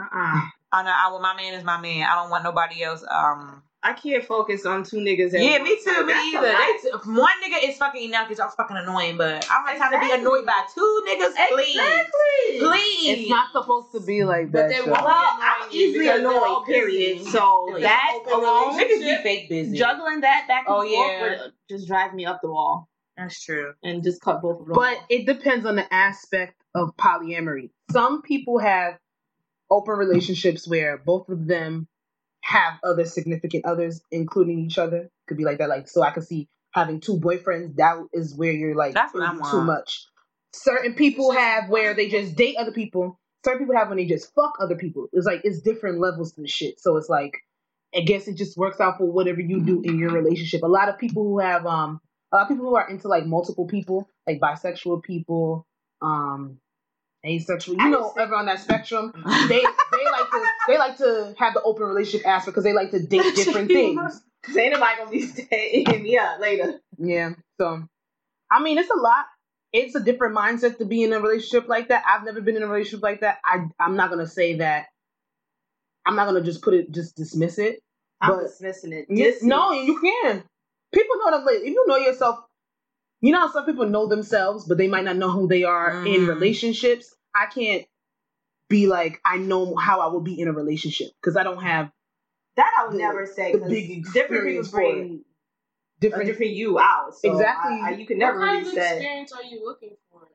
[SPEAKER 3] Uh uh
[SPEAKER 1] I know. I well, my man is my man. I don't want nobody else. Um.
[SPEAKER 3] I can't focus on two niggas. At
[SPEAKER 1] Yeah, me
[SPEAKER 3] once.
[SPEAKER 1] too.
[SPEAKER 3] Like,
[SPEAKER 1] Me
[SPEAKER 3] that's a
[SPEAKER 1] either.
[SPEAKER 3] lot.
[SPEAKER 1] They t- one nigga is fucking enough because y'all fucking annoying. But I'm not trying to be
[SPEAKER 3] Exactly.
[SPEAKER 1] annoyed by two niggas. Please,
[SPEAKER 3] Exactly.
[SPEAKER 1] please.
[SPEAKER 2] It's not supposed to be like that.
[SPEAKER 4] But they
[SPEAKER 2] y'all.
[SPEAKER 4] won't.
[SPEAKER 3] Well, I'm
[SPEAKER 4] Annoying you
[SPEAKER 3] easily
[SPEAKER 4] because they're all
[SPEAKER 3] annoyed.
[SPEAKER 4] busy.
[SPEAKER 3] Period. So
[SPEAKER 1] Period.
[SPEAKER 3] that
[SPEAKER 4] Open
[SPEAKER 3] alone,
[SPEAKER 4] relationship.
[SPEAKER 1] niggas be fake busy.
[SPEAKER 3] juggling that back and
[SPEAKER 1] Oh,
[SPEAKER 3] forth
[SPEAKER 1] yeah.
[SPEAKER 3] would just drive me up the wall
[SPEAKER 1] That's true.
[SPEAKER 3] and just cut both of them.
[SPEAKER 2] but
[SPEAKER 3] off.
[SPEAKER 2] it depends on the aspect of polyamory. Some people have open relationships where both of them have other significant others, including each other. Could be like that. Like so, I could see having two boyfriends. That is where you're like
[SPEAKER 1] That's what I
[SPEAKER 2] too
[SPEAKER 1] want.
[SPEAKER 2] much. Certain people have where they just date other people. Certain people have when they just fuck other people. It's like it's different levels to the shit. So it's like I guess it just works out for whatever you do in your relationship. A lot of people who have um a lot of people who are into like multiple people, like bisexual people, um, asexual, you know, ever on that spectrum, they they like to they like to have the open relationship aspect because they like to date different things.
[SPEAKER 3] Cause ain't nobody gonna be staying me up later.
[SPEAKER 2] Yeah. So, I mean, it's a lot. It's a different mindset to be in a relationship like that. I've never been in a relationship like that. I I'm not gonna say that. I'm not gonna just put it, just dismiss it.
[SPEAKER 3] I'm
[SPEAKER 2] But-
[SPEAKER 3] dismissing it.
[SPEAKER 2] You-
[SPEAKER 3] Dismiss.
[SPEAKER 2] no, you can. People know that like, if you know yourself, you know how some people know themselves, but they might not know who they are in
[SPEAKER 1] Mhm.
[SPEAKER 2] relationships. I can't be like I know how I would be in a relationship because I don't have
[SPEAKER 3] that I would
[SPEAKER 2] the-
[SPEAKER 3] never say.
[SPEAKER 2] the
[SPEAKER 3] 'cause
[SPEAKER 2] big
[SPEAKER 3] different people
[SPEAKER 2] experience for it.
[SPEAKER 3] bring a
[SPEAKER 2] different.
[SPEAKER 3] different you out. So
[SPEAKER 2] Exactly.
[SPEAKER 3] I, I, you can never
[SPEAKER 4] what kind
[SPEAKER 3] really
[SPEAKER 4] of
[SPEAKER 3] say.
[SPEAKER 4] experience are you looking for?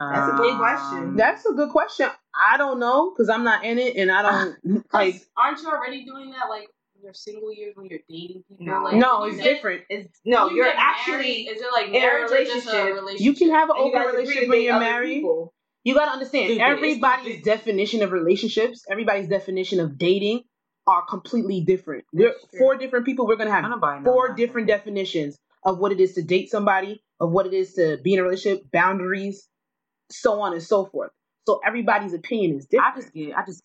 [SPEAKER 3] That's a good
[SPEAKER 1] Um,
[SPEAKER 3] question.
[SPEAKER 2] That's a good question. I don't know because I'm not in it and I don't like.
[SPEAKER 4] aren't you already doing that like in your single years when you're dating people?
[SPEAKER 3] No.
[SPEAKER 4] like,
[SPEAKER 2] No,
[SPEAKER 4] when you
[SPEAKER 2] it's
[SPEAKER 4] get-
[SPEAKER 2] different.
[SPEAKER 3] It's no.
[SPEAKER 4] when you
[SPEAKER 3] You're
[SPEAKER 4] get
[SPEAKER 3] actually
[SPEAKER 4] married, is it like
[SPEAKER 3] in a
[SPEAKER 4] marriage or just a
[SPEAKER 3] relationship,
[SPEAKER 4] relationship?
[SPEAKER 2] You can have an
[SPEAKER 3] and you
[SPEAKER 2] open
[SPEAKER 3] guys agree
[SPEAKER 2] relationship
[SPEAKER 3] to
[SPEAKER 2] when
[SPEAKER 3] date
[SPEAKER 2] you're
[SPEAKER 3] other
[SPEAKER 2] married.
[SPEAKER 3] people.
[SPEAKER 2] You gotta understand
[SPEAKER 1] Stupid. It's
[SPEAKER 2] everybody's
[SPEAKER 1] stupid.
[SPEAKER 2] definition of relationships, everybody's definition of dating are completely different. We're
[SPEAKER 3] That's true.
[SPEAKER 2] four different people. We're gonna
[SPEAKER 1] I
[SPEAKER 2] have
[SPEAKER 1] don't buy no
[SPEAKER 2] four
[SPEAKER 1] nothing.
[SPEAKER 2] different definitions of what it is to date somebody, of what it is to be in a relationship, boundaries, so on and so forth. So everybody's opinion is different.
[SPEAKER 1] I just get. I just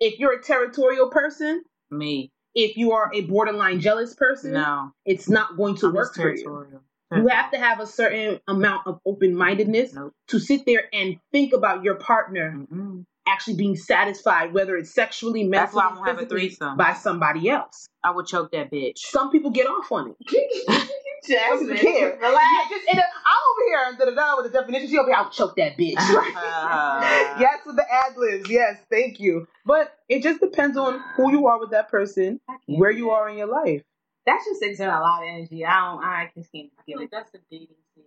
[SPEAKER 2] if you're a territorial person,
[SPEAKER 1] me.
[SPEAKER 2] if you are a borderline jealous person,
[SPEAKER 1] No.
[SPEAKER 2] it's not going to
[SPEAKER 1] I'm
[SPEAKER 2] work
[SPEAKER 1] just
[SPEAKER 2] for you.
[SPEAKER 1] territorial.
[SPEAKER 2] You have to have a certain amount of open mindedness
[SPEAKER 1] Hmm. Nope. Hmm.
[SPEAKER 2] to sit there and think about your partner
[SPEAKER 1] Mm-mm.
[SPEAKER 2] actually being satisfied, whether it's sexually, mentally,
[SPEAKER 1] That's why I won't have a
[SPEAKER 2] physically,
[SPEAKER 1] threesome.
[SPEAKER 2] by somebody else.
[SPEAKER 1] I would choke that bitch.
[SPEAKER 2] Some people get off on it.
[SPEAKER 3] Jasmine,
[SPEAKER 2] care.
[SPEAKER 3] relax.
[SPEAKER 2] Just, and, uh, I'm over here da da da with the definition. She over here, I'll choke that bitch.
[SPEAKER 1] yeah.
[SPEAKER 2] yes, with the ad libs. Yes, thank you. But it just depends on who you are with that person, where you are in your life.
[SPEAKER 3] That's just exerting a lot of energy. I don't. I just can't
[SPEAKER 4] I
[SPEAKER 3] give
[SPEAKER 4] feel
[SPEAKER 3] it.
[SPEAKER 4] like that's the dating thing.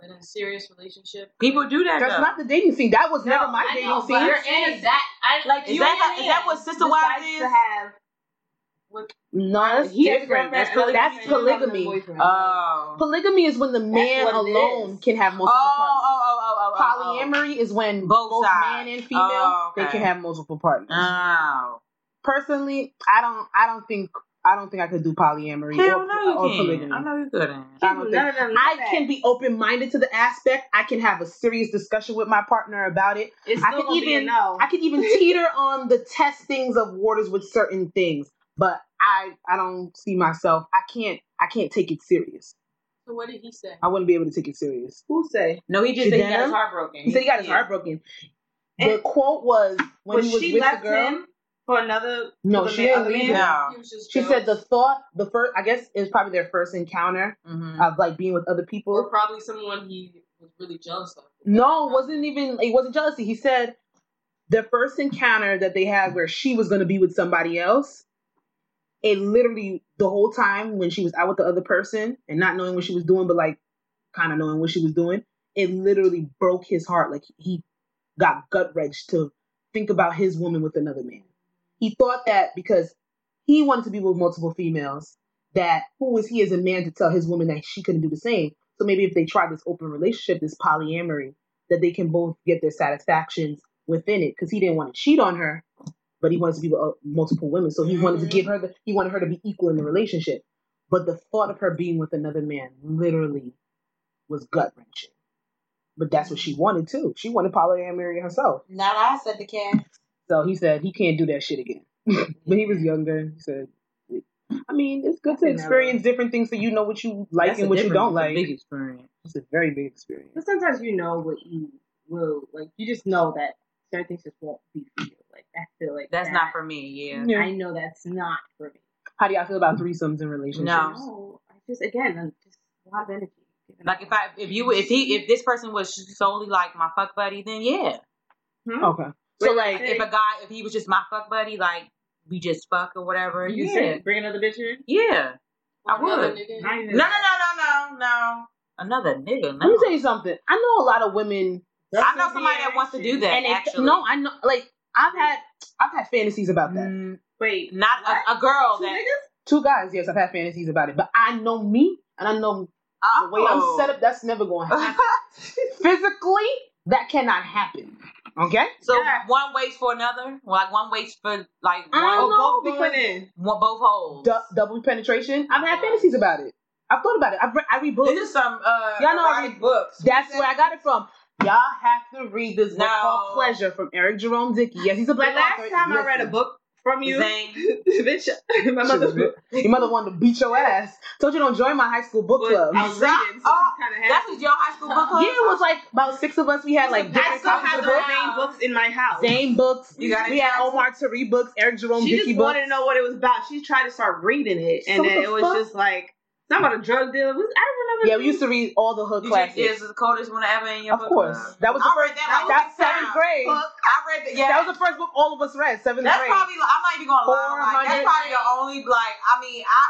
[SPEAKER 4] But in a serious relationship,
[SPEAKER 1] People do that.
[SPEAKER 2] That's
[SPEAKER 1] though.
[SPEAKER 2] not the dating scene. That was
[SPEAKER 3] No,
[SPEAKER 2] never my
[SPEAKER 4] I
[SPEAKER 2] dating
[SPEAKER 4] know, but
[SPEAKER 2] scene.
[SPEAKER 4] you're in that. I like
[SPEAKER 1] Is
[SPEAKER 4] you
[SPEAKER 1] that,
[SPEAKER 4] and
[SPEAKER 1] is that what sister wives
[SPEAKER 3] Decides to
[SPEAKER 1] is?
[SPEAKER 3] have
[SPEAKER 2] No, that's
[SPEAKER 3] he has a
[SPEAKER 2] different.
[SPEAKER 3] girlfriend,
[SPEAKER 2] That's,
[SPEAKER 3] another
[SPEAKER 2] that's
[SPEAKER 3] girlfriend, another
[SPEAKER 2] polygamy. Uh,
[SPEAKER 3] boyfriend.
[SPEAKER 1] Oh. Oh,
[SPEAKER 2] Polygamy is when the man
[SPEAKER 3] what it
[SPEAKER 2] alone
[SPEAKER 3] is.
[SPEAKER 2] can have
[SPEAKER 1] oh,
[SPEAKER 2] multiple
[SPEAKER 1] oh, oh, oh, oh,
[SPEAKER 2] partners.
[SPEAKER 1] oh.
[SPEAKER 2] polyamory is when both,
[SPEAKER 1] Both
[SPEAKER 2] man
[SPEAKER 1] sides.
[SPEAKER 2] and female
[SPEAKER 1] Oh, okay.
[SPEAKER 2] they can have multiple partners.
[SPEAKER 1] Oh.
[SPEAKER 2] Personally, I don't I don't think I don't think I could do polyamory
[SPEAKER 1] Hell
[SPEAKER 2] or, uh,
[SPEAKER 1] no, you
[SPEAKER 2] or
[SPEAKER 1] can't.
[SPEAKER 2] polygamy.
[SPEAKER 1] I know you couldn't.
[SPEAKER 2] I don't think-
[SPEAKER 3] None of them know
[SPEAKER 2] I
[SPEAKER 3] that.
[SPEAKER 2] can be open minded to the aspect. I can have a serious discussion with my partner about it.
[SPEAKER 3] It's
[SPEAKER 2] I
[SPEAKER 3] still
[SPEAKER 2] could
[SPEAKER 3] gonna be a
[SPEAKER 2] even-
[SPEAKER 3] no.
[SPEAKER 2] I could even teeter on the testings of waters with certain things, but I I don't see myself. I can't I can't take it serious.
[SPEAKER 4] So what did he say?
[SPEAKER 2] I wouldn't be able to take it serious.
[SPEAKER 3] Who say?
[SPEAKER 1] No, he just said he got
[SPEAKER 2] Shazam?
[SPEAKER 1] his heart broken.
[SPEAKER 2] He said he got his heart broken. The
[SPEAKER 3] And-
[SPEAKER 2] quote was when
[SPEAKER 3] When
[SPEAKER 2] he was
[SPEAKER 3] she
[SPEAKER 2] with
[SPEAKER 3] left
[SPEAKER 2] the girl.
[SPEAKER 3] him for another.
[SPEAKER 2] No,
[SPEAKER 3] for
[SPEAKER 2] she
[SPEAKER 3] the man-
[SPEAKER 2] didn't
[SPEAKER 3] other
[SPEAKER 2] leave
[SPEAKER 3] man?
[SPEAKER 2] him.
[SPEAKER 1] No.
[SPEAKER 4] He was just
[SPEAKER 2] She said the
[SPEAKER 4] jealous.
[SPEAKER 2] thought, the first, I guess it was probably their first encounter
[SPEAKER 1] Mm-hmm.
[SPEAKER 2] of like being with other
[SPEAKER 4] or
[SPEAKER 2] people.
[SPEAKER 4] probably someone he was really jealous of.
[SPEAKER 2] No, it wasn't even, it wasn't jealousy. He said the first encounter that they had where she was going to be with somebody else, it literally, the whole time when she was out with the other person and not knowing what she was doing, but like kind of knowing what she was doing, it literally broke his heart. Like he got gut wrenched to think about his woman with another man. He thought that because he wanted to be with multiple females, that who was he as a man to tell his woman that she couldn't do the same? So maybe if they try this open relationship, this polyamory, that they can both get their satisfactions within it. Because he didn't want to cheat on her, but he wanted to be with uh, multiple women. So he wanted to give her the, he wanted her to be equal in the relationship. But the thought of her being with another man literally was gut wrenching. But that's what she wanted too. She wanted polyamory herself.
[SPEAKER 7] Not I said the cat.
[SPEAKER 2] So he said he can't do that shit again. but he was younger. He said, I mean, it's good to
[SPEAKER 3] That's
[SPEAKER 2] experience different things so you know what you like
[SPEAKER 1] That's a
[SPEAKER 2] and what you
[SPEAKER 1] difference.
[SPEAKER 2] don't
[SPEAKER 1] It's a
[SPEAKER 2] like.
[SPEAKER 1] Big experience.
[SPEAKER 2] It's a very big experience.
[SPEAKER 3] But sometimes you know what you will like. You just know that certain things just won't be for you. Like I feel like
[SPEAKER 1] That's
[SPEAKER 3] that-
[SPEAKER 1] not for me. Yeah.
[SPEAKER 2] Yeah.
[SPEAKER 3] I know that's not for me.
[SPEAKER 2] How do y'all feel about threesomes in relationships?
[SPEAKER 1] No.
[SPEAKER 3] No, I just again, I'm just a lot of energy.
[SPEAKER 1] Like if I if you if he if this person was solely like my fuck buddy, then yeah.
[SPEAKER 2] Okay.
[SPEAKER 1] So
[SPEAKER 3] Wait,
[SPEAKER 1] like
[SPEAKER 3] hey.
[SPEAKER 1] if a guy if he was just my fuck buddy, like we just fuck or whatever,
[SPEAKER 3] you
[SPEAKER 1] yeah,
[SPEAKER 3] said bring another bitch in.
[SPEAKER 1] yeah. I
[SPEAKER 4] Another
[SPEAKER 1] would.
[SPEAKER 4] nigga.
[SPEAKER 3] Not even
[SPEAKER 1] No, no, no, no, no, no. Another nigga.
[SPEAKER 2] Let me
[SPEAKER 1] No.
[SPEAKER 2] tell you something. I know a lot of women
[SPEAKER 1] I know somebody that wants to do that.
[SPEAKER 2] and if,
[SPEAKER 1] actually,
[SPEAKER 2] no, I know like I've had I've had fantasies about that.
[SPEAKER 1] Mm,
[SPEAKER 3] Wait,
[SPEAKER 1] not a, a girl
[SPEAKER 3] two
[SPEAKER 1] that.
[SPEAKER 3] niggas?
[SPEAKER 2] Two guys, yes, I've had fantasies about it. But I know me and I know the way I'm
[SPEAKER 1] Oh.
[SPEAKER 2] set up, that's never gonna happen. Physically, that cannot happen. Okay?
[SPEAKER 1] so
[SPEAKER 3] Yeah.
[SPEAKER 1] one waits for another. Like one waits for like
[SPEAKER 2] I
[SPEAKER 1] one,
[SPEAKER 2] know,
[SPEAKER 3] Oh, both
[SPEAKER 2] because-
[SPEAKER 3] going in.
[SPEAKER 1] one both holes.
[SPEAKER 2] Du- double penetration. I've had fantasies about it. I've thought about it. I've re- I read books.
[SPEAKER 1] This is some uh,
[SPEAKER 2] Y'all know I
[SPEAKER 1] erotic books.
[SPEAKER 2] That's where I got it from. Y'all have to read this book
[SPEAKER 1] No.
[SPEAKER 2] called Pleasure from Eric Jerome Dickey. Yes, he's a
[SPEAKER 3] The
[SPEAKER 2] black
[SPEAKER 3] last
[SPEAKER 2] author.
[SPEAKER 3] time I read a
[SPEAKER 2] Listen,
[SPEAKER 3] book from you,
[SPEAKER 1] Zane.
[SPEAKER 3] bitch, my mother
[SPEAKER 2] your mother wanted to beat your ass. Told you don't join my high school book
[SPEAKER 3] was,
[SPEAKER 2] club.
[SPEAKER 3] I was reading, so
[SPEAKER 1] Oh,
[SPEAKER 3] she's kind of happy.
[SPEAKER 1] That's what your high school book
[SPEAKER 2] yeah,
[SPEAKER 1] club.
[SPEAKER 2] it was like about six of us. We had like
[SPEAKER 3] I
[SPEAKER 2] different
[SPEAKER 3] still
[SPEAKER 2] copies
[SPEAKER 3] have
[SPEAKER 2] of
[SPEAKER 3] those
[SPEAKER 2] books.
[SPEAKER 3] same books in my house.
[SPEAKER 2] Same books.
[SPEAKER 1] You got it,
[SPEAKER 2] we had
[SPEAKER 1] Charles?
[SPEAKER 2] Omar Tariq books, Eric Jerome
[SPEAKER 3] she
[SPEAKER 2] Dickey
[SPEAKER 3] just
[SPEAKER 2] books.
[SPEAKER 3] wanted to know what it was about. She tried to start reading it, and
[SPEAKER 2] So
[SPEAKER 3] then
[SPEAKER 2] the
[SPEAKER 3] it was
[SPEAKER 2] fuck?
[SPEAKER 3] just like some of the drug dealer. Was, I don't remember.
[SPEAKER 2] yeah, we used to read all the hood
[SPEAKER 1] You just is
[SPEAKER 2] classics.
[SPEAKER 1] the coldest one ever in your
[SPEAKER 2] Of
[SPEAKER 1] book
[SPEAKER 2] course.
[SPEAKER 1] club.
[SPEAKER 2] That was the
[SPEAKER 1] I
[SPEAKER 2] first
[SPEAKER 1] read that. like
[SPEAKER 2] that's
[SPEAKER 1] six times.
[SPEAKER 2] seventh grade.
[SPEAKER 1] Look, I read that. Yeah,
[SPEAKER 2] That was the first book all of us read, seventh
[SPEAKER 1] that's
[SPEAKER 2] grade.
[SPEAKER 1] probably. I'm not even gonna lie. Like, that's
[SPEAKER 2] 400.
[SPEAKER 1] probably the only like. I mean, I.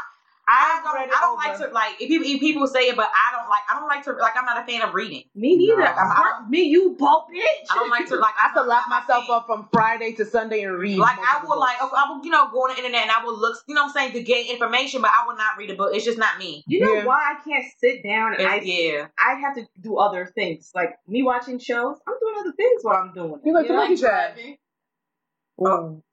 [SPEAKER 1] I don't. I don't like to like. If people, if people say it, but I don't like. I don't like to like. I'm not a fan of reading.
[SPEAKER 3] Me neither.
[SPEAKER 2] No.
[SPEAKER 3] I'm- I'm- me, you both, bitch.
[SPEAKER 1] I don't like to like.
[SPEAKER 2] I have to
[SPEAKER 1] lap
[SPEAKER 2] lock myself up from Friday to Sunday and read.
[SPEAKER 1] Like I
[SPEAKER 2] multiple
[SPEAKER 1] will like.
[SPEAKER 2] books.
[SPEAKER 1] I will you know go on the internet and I will look. You know what I'm saying to get information, but I will not read a book. It's just not me.
[SPEAKER 3] You know
[SPEAKER 2] Yeah.
[SPEAKER 3] why I can't sit down and I
[SPEAKER 1] It's- yeah.
[SPEAKER 3] I have to do other things like me watching shows. I'm doing other things while I'm doing it.
[SPEAKER 2] You're like,
[SPEAKER 4] You
[SPEAKER 2] look
[SPEAKER 4] like
[SPEAKER 2] at that.
[SPEAKER 4] driving?
[SPEAKER 2] Oh,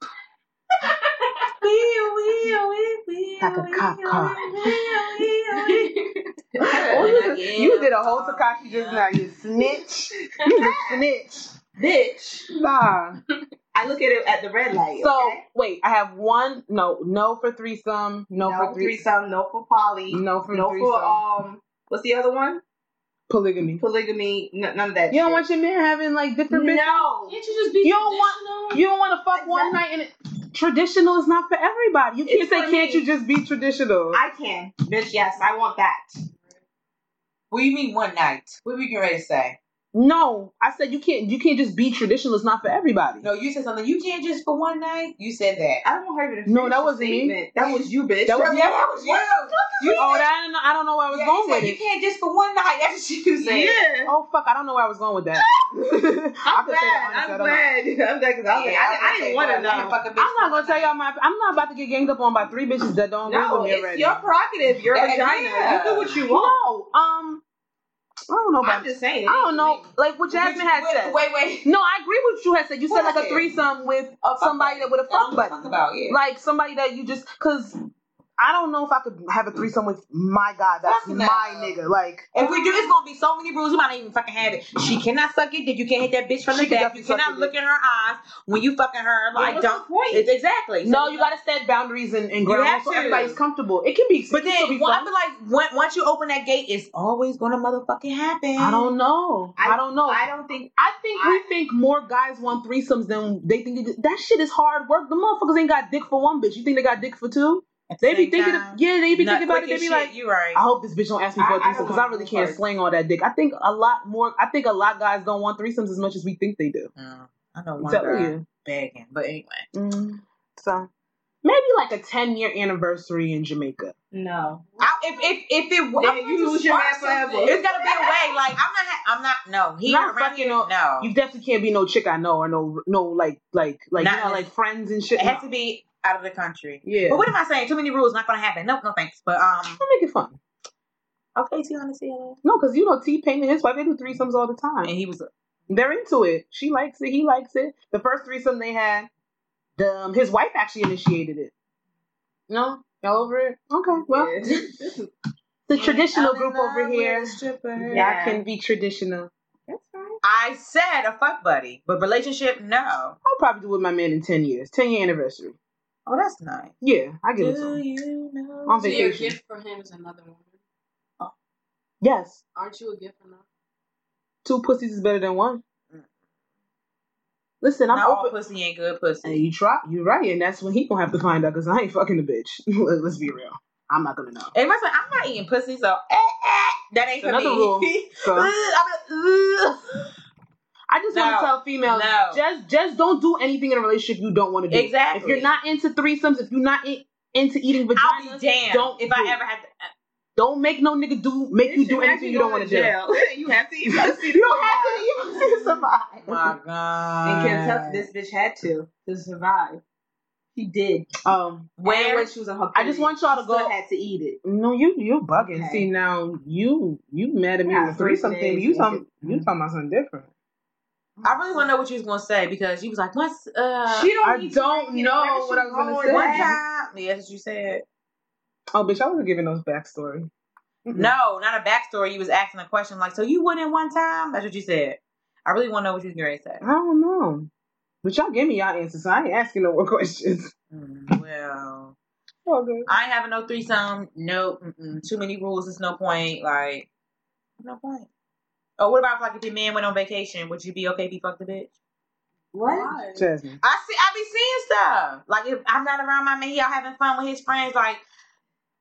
[SPEAKER 2] Like a cop car. Oh, you,
[SPEAKER 1] Yeah,
[SPEAKER 2] did- you did a whole
[SPEAKER 1] um,
[SPEAKER 2] Takashi
[SPEAKER 1] yeah.
[SPEAKER 2] just now. You snitch. You a snitch.
[SPEAKER 3] Bitch,
[SPEAKER 2] Nah.
[SPEAKER 3] I look at it at the red light.
[SPEAKER 2] So
[SPEAKER 3] okay?
[SPEAKER 2] wait, I have one. No, no for threesome. No,
[SPEAKER 3] no
[SPEAKER 2] for
[SPEAKER 3] for
[SPEAKER 2] three.
[SPEAKER 3] threesome, no for poly,
[SPEAKER 2] No for
[SPEAKER 3] no
[SPEAKER 2] threesome.
[SPEAKER 3] for um, what's the other one?
[SPEAKER 2] polygamy.
[SPEAKER 3] Polygamy, n- none of that.
[SPEAKER 2] You don't
[SPEAKER 3] shit.
[SPEAKER 2] want your man having like different. bitches?
[SPEAKER 3] no.
[SPEAKER 4] Can't you just be
[SPEAKER 2] You don't want-
[SPEAKER 4] traditional?
[SPEAKER 2] You don't want to fuck one night and it, traditional is not for everybody. You can't
[SPEAKER 3] It's
[SPEAKER 2] say
[SPEAKER 3] for
[SPEAKER 2] can't
[SPEAKER 3] me.
[SPEAKER 2] you just be traditional.
[SPEAKER 3] I can, bitch. Yes, I want that.
[SPEAKER 7] What do you mean one night? What we you getting ready to say?
[SPEAKER 2] no, I said you can't. You can't just be traditional. It's not for everybody.
[SPEAKER 7] No, you said something. You can't just for one night. You said that.
[SPEAKER 3] I don't want her even. to
[SPEAKER 2] No,
[SPEAKER 3] finish
[SPEAKER 2] that
[SPEAKER 3] the
[SPEAKER 2] wasn't me.
[SPEAKER 3] statement. That was you, bitch.
[SPEAKER 2] That was-
[SPEAKER 7] Yeah, that was you. You
[SPEAKER 2] oh,
[SPEAKER 7] said-
[SPEAKER 2] that, I, don't know, I don't know where I was
[SPEAKER 7] yeah, you
[SPEAKER 2] going
[SPEAKER 7] said
[SPEAKER 2] with
[SPEAKER 7] you
[SPEAKER 2] it.
[SPEAKER 7] can't just for one night. That's what you said.
[SPEAKER 3] yeah.
[SPEAKER 2] Oh fuck, I don't know where I was going with that.
[SPEAKER 3] I'm
[SPEAKER 2] I could say that
[SPEAKER 3] glad.
[SPEAKER 2] honestly, I
[SPEAKER 3] I'm
[SPEAKER 2] don't know.
[SPEAKER 3] glad. I'm glad because I was like, I, I, didn't want to know.
[SPEAKER 2] I'm not gonna tell y'all my. I'm not about to get ganged up on by three bitches that don't agree
[SPEAKER 3] No,
[SPEAKER 2] with me
[SPEAKER 3] it's
[SPEAKER 2] already.
[SPEAKER 3] your prerogative, your
[SPEAKER 7] Yeah,
[SPEAKER 3] vagina.
[SPEAKER 7] yeah.
[SPEAKER 3] You do what you want.
[SPEAKER 2] no, um, I don't know
[SPEAKER 3] I'm
[SPEAKER 2] about.
[SPEAKER 3] just saying.
[SPEAKER 2] I don't know. Like what Jasmine had said.
[SPEAKER 7] Wait, wait.
[SPEAKER 2] No, I agree with what you had said. You said like a
[SPEAKER 7] Fuck it.
[SPEAKER 2] threesome with uh, somebody that with a fuck buddy,
[SPEAKER 7] Talk about yeah.
[SPEAKER 2] like somebody that you just because. I don't know if I could have a threesome with my guy. That's
[SPEAKER 7] Fuck no.
[SPEAKER 2] my nigga. Like
[SPEAKER 1] If we do, it's gonna be so many rules. You might not even fucking have it. She cannot suck it. That you can't hit that bitch from
[SPEAKER 2] She
[SPEAKER 1] the
[SPEAKER 2] can
[SPEAKER 1] back. You
[SPEAKER 2] definitely suck
[SPEAKER 1] cannot
[SPEAKER 2] your
[SPEAKER 1] look in her eyes when you fucking her. Like,
[SPEAKER 3] what's
[SPEAKER 1] don't.
[SPEAKER 3] the point?
[SPEAKER 1] It's exactly.
[SPEAKER 2] No,
[SPEAKER 1] So-
[SPEAKER 2] you gotta set boundaries and, and
[SPEAKER 1] You
[SPEAKER 2] ground
[SPEAKER 1] have
[SPEAKER 2] so
[SPEAKER 1] to.
[SPEAKER 2] everybody's comfortable. It can be,
[SPEAKER 1] But
[SPEAKER 2] it can still
[SPEAKER 1] then,
[SPEAKER 2] be
[SPEAKER 1] well, I
[SPEAKER 2] fun.
[SPEAKER 1] feel like when, once you open that gate, it's always gonna motherfucking happen.
[SPEAKER 2] I don't know. I,
[SPEAKER 3] I-
[SPEAKER 2] don't know.
[SPEAKER 3] I
[SPEAKER 2] I,
[SPEAKER 3] don't think.
[SPEAKER 2] think
[SPEAKER 3] I-
[SPEAKER 2] we think more guys want threesomes than they think. They, that shit is hard work. The motherfuckers ain't got dick for one bitch. You think they got dick for two?
[SPEAKER 1] At the
[SPEAKER 2] They be
[SPEAKER 1] same
[SPEAKER 2] thinking.
[SPEAKER 1] time,
[SPEAKER 2] Of, yeah, they be
[SPEAKER 1] not
[SPEAKER 2] thinking about it.
[SPEAKER 1] quick
[SPEAKER 2] They
[SPEAKER 1] as
[SPEAKER 2] be
[SPEAKER 1] shit,
[SPEAKER 2] like,
[SPEAKER 1] "You right."
[SPEAKER 2] I hope this bitch don't ask me
[SPEAKER 3] I-
[SPEAKER 2] for
[SPEAKER 3] I
[SPEAKER 2] a threesome
[SPEAKER 3] don't
[SPEAKER 2] because I
[SPEAKER 3] want
[SPEAKER 2] really
[SPEAKER 3] to
[SPEAKER 2] can't
[SPEAKER 3] first.
[SPEAKER 2] slang all that dick. I think a lot more. I think a lot of guys don't want threesomes as much as we think they do.
[SPEAKER 1] Mm, I know
[SPEAKER 2] I'm
[SPEAKER 1] one
[SPEAKER 2] telling
[SPEAKER 1] girl
[SPEAKER 2] you.
[SPEAKER 1] begging, but anyway.
[SPEAKER 2] Mm. So maybe like a ten year anniversary in Jamaica.
[SPEAKER 3] No.
[SPEAKER 1] I, if if if it w-
[SPEAKER 3] Then
[SPEAKER 1] I'm
[SPEAKER 3] you
[SPEAKER 1] just
[SPEAKER 3] lose your
[SPEAKER 1] smart
[SPEAKER 3] man forever.
[SPEAKER 1] something. It's gotta be a way. Like I'm not. ha- I'm not. No, he
[SPEAKER 2] Not
[SPEAKER 1] not around
[SPEAKER 2] fucking
[SPEAKER 1] here.
[SPEAKER 2] up.
[SPEAKER 1] No,
[SPEAKER 2] You definitely can't be no chick I know or no no like like like
[SPEAKER 1] Not
[SPEAKER 2] you know,
[SPEAKER 1] in-
[SPEAKER 2] like friends and shit.
[SPEAKER 1] it
[SPEAKER 2] No.
[SPEAKER 1] has to be out of the country.
[SPEAKER 2] Yeah,
[SPEAKER 1] But what am I saying? Too many rules. Not gonna happen. Nope. No thanks. But um,
[SPEAKER 2] Don't make it fun.
[SPEAKER 1] Okay, Tiana Taylor.
[SPEAKER 2] No, because you know T Pain and his wife they do threesomes all the time.
[SPEAKER 1] And he was
[SPEAKER 2] They're into it. She likes it. He likes it. The first threesome they had, the, um, his wife actually initiated it. No, y'all over it? Okay, well, the traditional group over here.
[SPEAKER 1] stripper.
[SPEAKER 2] Yeah,
[SPEAKER 3] Yeah.
[SPEAKER 2] I can be traditional.
[SPEAKER 3] That's right.
[SPEAKER 1] I said a fuck buddy, but relationship, no.
[SPEAKER 2] I'll probably do with my man in ten years, ten year anniversary.
[SPEAKER 1] Oh, that's nice.
[SPEAKER 2] Yeah, I give it to
[SPEAKER 1] Do
[SPEAKER 2] him
[SPEAKER 1] you know?
[SPEAKER 2] on
[SPEAKER 4] So your
[SPEAKER 2] vacation.
[SPEAKER 4] gift for him is another woman.
[SPEAKER 2] Yes,
[SPEAKER 4] Aren't you a gift for enough?
[SPEAKER 2] two pussies is better than one. Listen, I'm
[SPEAKER 1] Not all
[SPEAKER 2] open.
[SPEAKER 1] pussy ain't good pussy.
[SPEAKER 2] And you try, you right, and that's when he gonna have to find out because I ain't fucking a bitch. Let- Let's be real, I'm not gonna know.
[SPEAKER 1] And my son, I'm not eating pussy, so eh, eh, that ain't
[SPEAKER 2] It's
[SPEAKER 1] for me.
[SPEAKER 2] another rule.
[SPEAKER 1] Ugh,
[SPEAKER 2] So
[SPEAKER 1] I'm like, ugh.
[SPEAKER 2] I just
[SPEAKER 1] No.
[SPEAKER 2] want to tell females,
[SPEAKER 1] No.
[SPEAKER 2] just just don't do anything in a relationship you don't want to do.
[SPEAKER 1] Exactly.
[SPEAKER 2] If you're not into threesomes, if you're not in, into eating
[SPEAKER 1] I'll
[SPEAKER 2] vagina,
[SPEAKER 1] be damned
[SPEAKER 2] don't
[SPEAKER 1] if
[SPEAKER 2] do.
[SPEAKER 1] I ever had to.
[SPEAKER 2] don't make no nigga do make you do anything you don't want to do.
[SPEAKER 3] do. you have to eat pussy.
[SPEAKER 2] You don't have to eat pussy to survive.
[SPEAKER 1] oh my God.
[SPEAKER 3] And Kentucky, this bitch had to to survive. She did.
[SPEAKER 2] Um,
[SPEAKER 3] And
[SPEAKER 1] Where?
[SPEAKER 3] when she was on her
[SPEAKER 2] I just
[SPEAKER 3] period,
[SPEAKER 2] want y'all to
[SPEAKER 3] she still
[SPEAKER 2] go-
[SPEAKER 3] had to eat it.
[SPEAKER 2] no, you you bugging.
[SPEAKER 3] Okay.
[SPEAKER 2] See now, you you mad at me
[SPEAKER 3] Yeah,
[SPEAKER 2] with threesome thing.
[SPEAKER 3] threesomes,
[SPEAKER 2] You
[SPEAKER 3] yeah.
[SPEAKER 2] talking you talking about something different.
[SPEAKER 1] I really want to know what you was gonna say because you was like, "What's uh?"
[SPEAKER 3] She don't.
[SPEAKER 2] I
[SPEAKER 3] need to
[SPEAKER 2] don't
[SPEAKER 3] drink it,
[SPEAKER 2] know
[SPEAKER 3] wherever
[SPEAKER 2] what
[SPEAKER 3] she
[SPEAKER 2] I was gonna
[SPEAKER 3] going,
[SPEAKER 2] say.
[SPEAKER 1] one
[SPEAKER 3] that's-
[SPEAKER 1] time, yeah, that's what you said.
[SPEAKER 2] Oh, bitch, I wasn't giving those backstory. Mm-mm.
[SPEAKER 1] No, not a backstory. You was asking a question like, "So you went in one time?" That's what you said. I really want to know what you was gonna say.
[SPEAKER 2] I don't know. But y'all give me y'all answers. So I ain't asking no more questions.
[SPEAKER 1] Mm, well,
[SPEAKER 2] Oh, good.
[SPEAKER 1] I ain't having no threesome. No, mm-mm, too many rules. It's no point. Like, no point. Oh, what about like if your man went on vacation? Would you be okay if he fucked a bitch?
[SPEAKER 3] What?
[SPEAKER 4] Why?
[SPEAKER 2] Jasmine.
[SPEAKER 1] I see. I be seeing stuff. Like if I'm not around my man, he out having fun with his friends. Like,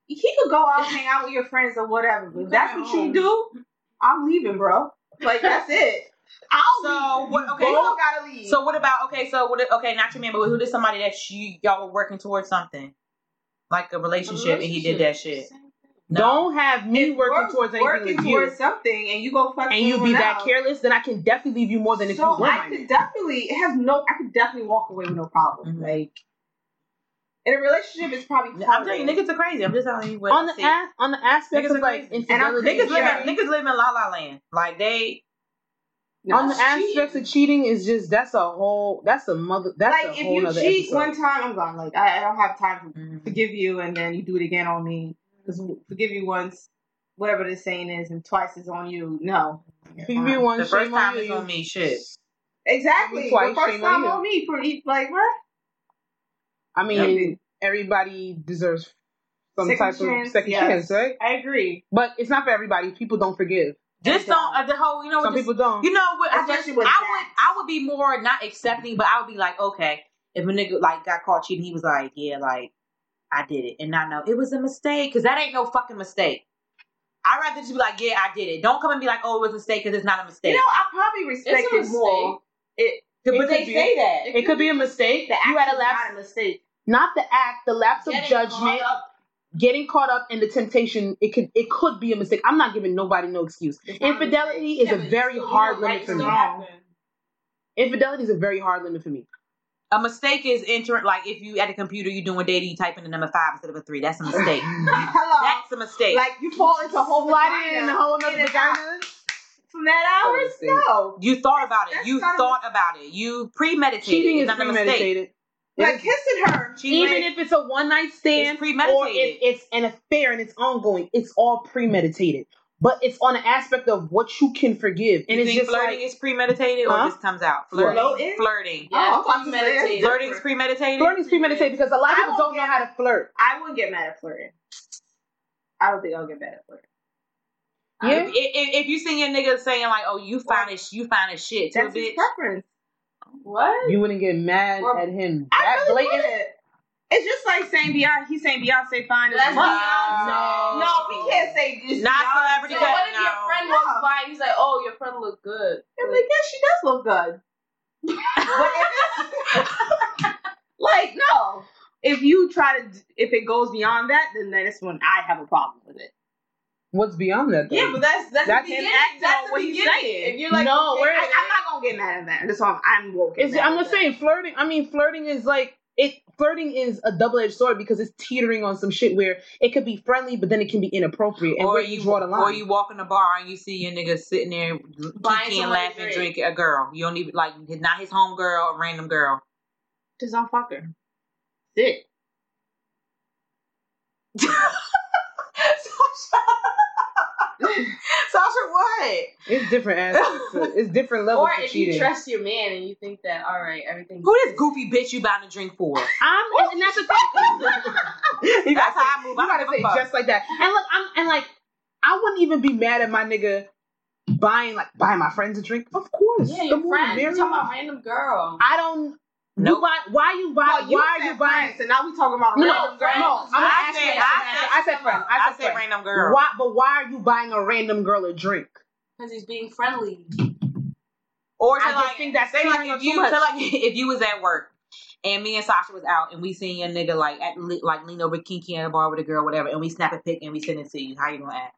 [SPEAKER 3] He could go out, hang out with your friends or whatever. But if that's what you do. I'm leaving, bro. Like that's it. I'll
[SPEAKER 1] so
[SPEAKER 3] leave.
[SPEAKER 1] what?
[SPEAKER 3] You
[SPEAKER 1] Okay.
[SPEAKER 3] both
[SPEAKER 1] So,
[SPEAKER 3] gotta leave.
[SPEAKER 1] so what about? Okay. So what? Okay, not your man, but who did somebody that you y'all were working towards something, like a relationship, and he did that shit.
[SPEAKER 4] Same thing.
[SPEAKER 1] No.
[SPEAKER 2] Don't have me
[SPEAKER 3] If
[SPEAKER 2] working
[SPEAKER 3] we're
[SPEAKER 2] towards anything
[SPEAKER 3] working
[SPEAKER 2] with
[SPEAKER 3] towards
[SPEAKER 2] you,
[SPEAKER 3] something, and you go fuck
[SPEAKER 2] and you be
[SPEAKER 3] someone
[SPEAKER 2] that
[SPEAKER 3] else,
[SPEAKER 2] careless, then I can definitely leave you more than if you
[SPEAKER 3] so
[SPEAKER 2] were
[SPEAKER 3] I
[SPEAKER 2] my
[SPEAKER 3] could
[SPEAKER 2] man.
[SPEAKER 3] definitely it has no. I could definitely walk away with no problem.
[SPEAKER 2] Mm-hmm.
[SPEAKER 1] Mhm.
[SPEAKER 3] Like in a relationship, it's probably.
[SPEAKER 1] I'm telling you, niggas are crazy. I'm just telling you what.
[SPEAKER 2] on the
[SPEAKER 1] see.
[SPEAKER 2] a- on the aspect
[SPEAKER 1] Niggas
[SPEAKER 2] of
[SPEAKER 1] are
[SPEAKER 2] like
[SPEAKER 1] crazy.
[SPEAKER 3] And I'm-
[SPEAKER 2] infidelity,
[SPEAKER 1] niggas
[SPEAKER 3] Yeah.
[SPEAKER 1] live in niggas live in la la land. Like they
[SPEAKER 3] No,
[SPEAKER 2] on the
[SPEAKER 3] that's cheating.
[SPEAKER 2] aspects of cheating is just that's a whole that's a mother that's
[SPEAKER 3] like
[SPEAKER 2] a
[SPEAKER 3] if
[SPEAKER 2] whole
[SPEAKER 3] you
[SPEAKER 2] nother
[SPEAKER 3] cheat
[SPEAKER 2] episode.
[SPEAKER 3] one time, I'm gone. Like I, I don't have time to
[SPEAKER 2] Mm-hmm.
[SPEAKER 3] forgive you, and then you do it again on me. Because forgive you once, whatever the saying is, and twice is on you. No,
[SPEAKER 2] If you be one
[SPEAKER 1] the first
[SPEAKER 2] shame on
[SPEAKER 1] time
[SPEAKER 2] you,
[SPEAKER 1] is on me. Shit.
[SPEAKER 3] exactly.
[SPEAKER 2] Twice,
[SPEAKER 3] the first
[SPEAKER 2] shame on
[SPEAKER 3] time
[SPEAKER 2] you.
[SPEAKER 3] on me for eat like what?
[SPEAKER 2] I mean, everybody deserves some
[SPEAKER 3] Second
[SPEAKER 2] type
[SPEAKER 3] chance,
[SPEAKER 2] of second
[SPEAKER 3] yes.
[SPEAKER 2] chance, right?
[SPEAKER 3] I agree.
[SPEAKER 2] But it's not for everybody. People don't forgive.
[SPEAKER 1] Just don't uh, the whole. You know
[SPEAKER 2] Some
[SPEAKER 1] what? just-
[SPEAKER 2] people don't.
[SPEAKER 1] You know what? I just I
[SPEAKER 3] Especially
[SPEAKER 1] would
[SPEAKER 3] with
[SPEAKER 1] I would be more not accepting, but I would be like, okay, if a nigga like got caught cheating, he was like, yeah, like I did it, and I know it was a mistake because that ain't no fucking mistake. I'd rather just be like, yeah, I did it. Don't come and be like, oh, it was a mistake because it's not a mistake.
[SPEAKER 3] You know, I probably respect
[SPEAKER 4] It's
[SPEAKER 3] it
[SPEAKER 4] a
[SPEAKER 3] more. It,
[SPEAKER 2] It
[SPEAKER 3] but they
[SPEAKER 2] could be-
[SPEAKER 3] say that
[SPEAKER 2] it could be a mistake.
[SPEAKER 3] the
[SPEAKER 2] you had a
[SPEAKER 3] act is
[SPEAKER 2] lapse,
[SPEAKER 3] not a mistake.
[SPEAKER 2] not the act, the lapse of
[SPEAKER 4] Getting
[SPEAKER 2] judgment,
[SPEAKER 4] caught up.
[SPEAKER 2] getting caught up in the temptation. It could it could be a mistake. I'm not giving nobody no excuse.
[SPEAKER 3] It's not a
[SPEAKER 2] Infidelity is
[SPEAKER 3] mistake.
[SPEAKER 4] Yeah,
[SPEAKER 2] a
[SPEAKER 4] but
[SPEAKER 2] very
[SPEAKER 4] still, you
[SPEAKER 2] hard
[SPEAKER 4] know, right
[SPEAKER 2] limit for
[SPEAKER 4] still
[SPEAKER 2] me.
[SPEAKER 4] happened.
[SPEAKER 2] Infidelity is a very hard limit for me.
[SPEAKER 1] a mistake is entering like if you at a computer you doing data you type in the number five instead of a three. That's a mistake.
[SPEAKER 3] Hello.
[SPEAKER 1] That's a mistake.
[SPEAKER 3] like you fall into a whole
[SPEAKER 2] Sliding
[SPEAKER 3] vagina
[SPEAKER 2] in the whole
[SPEAKER 3] in
[SPEAKER 2] other
[SPEAKER 3] and out.
[SPEAKER 2] vagina.
[SPEAKER 3] from that
[SPEAKER 2] That's a
[SPEAKER 3] hours.
[SPEAKER 2] mistake.
[SPEAKER 3] No,
[SPEAKER 1] you thought about it.
[SPEAKER 3] that's
[SPEAKER 1] You
[SPEAKER 3] not a
[SPEAKER 1] thought about it. You premeditated.
[SPEAKER 2] Cheating
[SPEAKER 1] it's
[SPEAKER 2] is
[SPEAKER 1] not a mistake.
[SPEAKER 2] premeditated.
[SPEAKER 3] like kissing her.
[SPEAKER 1] Cheating
[SPEAKER 2] Even if it's a one night
[SPEAKER 1] It's
[SPEAKER 2] stand or
[SPEAKER 1] premeditated.
[SPEAKER 2] if it's an affair and it's ongoing, it's all premeditated. But it's on an aspect of what you can forgive, and
[SPEAKER 1] you
[SPEAKER 2] it's
[SPEAKER 1] think
[SPEAKER 2] just
[SPEAKER 1] flirting
[SPEAKER 2] like
[SPEAKER 1] is premeditated
[SPEAKER 2] Huh?
[SPEAKER 1] or just comes out?
[SPEAKER 2] What?
[SPEAKER 1] Flirting.
[SPEAKER 3] Floating?
[SPEAKER 1] Flirting.
[SPEAKER 3] Oh, I'm about to say, that's
[SPEAKER 4] premeditated.
[SPEAKER 3] different.
[SPEAKER 1] Flirting's premeditated.
[SPEAKER 2] flirting's premeditated because a lot of
[SPEAKER 3] I
[SPEAKER 2] people
[SPEAKER 3] won't
[SPEAKER 2] don't know
[SPEAKER 3] get
[SPEAKER 2] how to flirt.
[SPEAKER 3] I wouldn't get mad at flirting. I don't think I'll get mad at flirting.
[SPEAKER 1] If, if, if you see your nigga saying like, "Oh, you find it, you find a shit to a
[SPEAKER 3] That's his
[SPEAKER 1] bitch,"
[SPEAKER 3] preference.
[SPEAKER 4] What?
[SPEAKER 2] You wouldn't get mad
[SPEAKER 4] Or-
[SPEAKER 2] at him.
[SPEAKER 3] I
[SPEAKER 2] That
[SPEAKER 3] really
[SPEAKER 2] blatant.
[SPEAKER 3] would. It's just like saying Beyonce. He's saying Beyonce fine as
[SPEAKER 4] That's
[SPEAKER 3] fuck.
[SPEAKER 1] Beyonce.
[SPEAKER 3] No, we can't say this.
[SPEAKER 1] Not
[SPEAKER 3] Beyonce.
[SPEAKER 1] celebrity
[SPEAKER 4] So
[SPEAKER 1] cut.
[SPEAKER 4] what if your
[SPEAKER 1] No.
[SPEAKER 4] friend
[SPEAKER 3] No.
[SPEAKER 4] walks by and he's like, "Oh, your friend look good."
[SPEAKER 3] I'm like, yeah, she does look good. but if it's- like, no. If you try to, if it goes beyond that, then that is when I have a problem with it.
[SPEAKER 2] What's beyond that? Though?
[SPEAKER 3] Yeah, but that's that's,
[SPEAKER 2] That's
[SPEAKER 3] the
[SPEAKER 2] him
[SPEAKER 3] beginning.
[SPEAKER 2] acting
[SPEAKER 3] That's
[SPEAKER 2] on
[SPEAKER 3] the
[SPEAKER 2] what he's
[SPEAKER 3] beginning.
[SPEAKER 2] saying.
[SPEAKER 3] If you're like,
[SPEAKER 2] No,
[SPEAKER 3] okay,
[SPEAKER 2] we're-
[SPEAKER 3] I, am not gonna get mad at that. That's all. I'm woke.
[SPEAKER 2] It's,
[SPEAKER 3] mad
[SPEAKER 2] I'm
[SPEAKER 3] at
[SPEAKER 2] just
[SPEAKER 3] that.
[SPEAKER 2] saying flirting. I mean, flirting is like it flirting is a double edged sword because it's teetering on some shit where it could be friendly, but then it can be inappropriate. And
[SPEAKER 1] or
[SPEAKER 2] where
[SPEAKER 1] you,
[SPEAKER 2] you, draw the line.
[SPEAKER 1] or you walk in a bar and you see your nigga sitting there kicking,
[SPEAKER 4] somebody
[SPEAKER 1] laughing,
[SPEAKER 4] a drink.
[SPEAKER 1] drinking a girl. You don't even like not his home girl, a random girl.
[SPEAKER 3] Just don't fuck her. Sick.
[SPEAKER 1] Sasha, what?
[SPEAKER 2] it's different aspects. to- it's different levels
[SPEAKER 4] Or
[SPEAKER 2] of
[SPEAKER 4] if
[SPEAKER 2] cheating.
[SPEAKER 4] you trust your man and you think that, all right, everything's
[SPEAKER 1] Who this goofy bitch you buying a drink for?
[SPEAKER 2] I'm, and that's the thing. you
[SPEAKER 1] That's
[SPEAKER 2] gotta say,
[SPEAKER 1] how I move.
[SPEAKER 2] you
[SPEAKER 1] I
[SPEAKER 2] gotta
[SPEAKER 1] don't
[SPEAKER 2] say
[SPEAKER 1] give a fuck.
[SPEAKER 2] just like that. And look, I'm and like, I wouldn't even be mad at my nigga buying like buying my friends a drink. Of course,
[SPEAKER 4] Yeah,
[SPEAKER 2] the
[SPEAKER 4] your
[SPEAKER 2] more the
[SPEAKER 4] friend. You
[SPEAKER 2] merrier.
[SPEAKER 4] talking about random girl.
[SPEAKER 2] I don't.
[SPEAKER 1] Nope.
[SPEAKER 2] Why? Why you buy?
[SPEAKER 3] Oh, you
[SPEAKER 2] why are
[SPEAKER 3] said
[SPEAKER 2] you buying?
[SPEAKER 3] friends, and now we talking about
[SPEAKER 2] No,
[SPEAKER 3] random
[SPEAKER 2] no,
[SPEAKER 3] girls.
[SPEAKER 2] no. I'm
[SPEAKER 1] I
[SPEAKER 2] asking.
[SPEAKER 1] said-
[SPEAKER 2] I said friend. I
[SPEAKER 1] I
[SPEAKER 2] said
[SPEAKER 1] said
[SPEAKER 2] friend.
[SPEAKER 1] random girl.
[SPEAKER 2] Why? But why are you buying a random girl a drink?
[SPEAKER 4] Because he's being friendly.
[SPEAKER 1] Or
[SPEAKER 2] I
[SPEAKER 1] say
[SPEAKER 2] just
[SPEAKER 1] like,
[SPEAKER 2] think that's
[SPEAKER 1] say like
[SPEAKER 2] teetering on
[SPEAKER 1] if
[SPEAKER 2] too
[SPEAKER 1] you
[SPEAKER 2] much.
[SPEAKER 1] say like if you was at work and me and Sasha was out and we seen your nigga like at le- like lean over kinky at a bar with a girl, whatever, and we snap a pic and we send it to you. How you gonna act?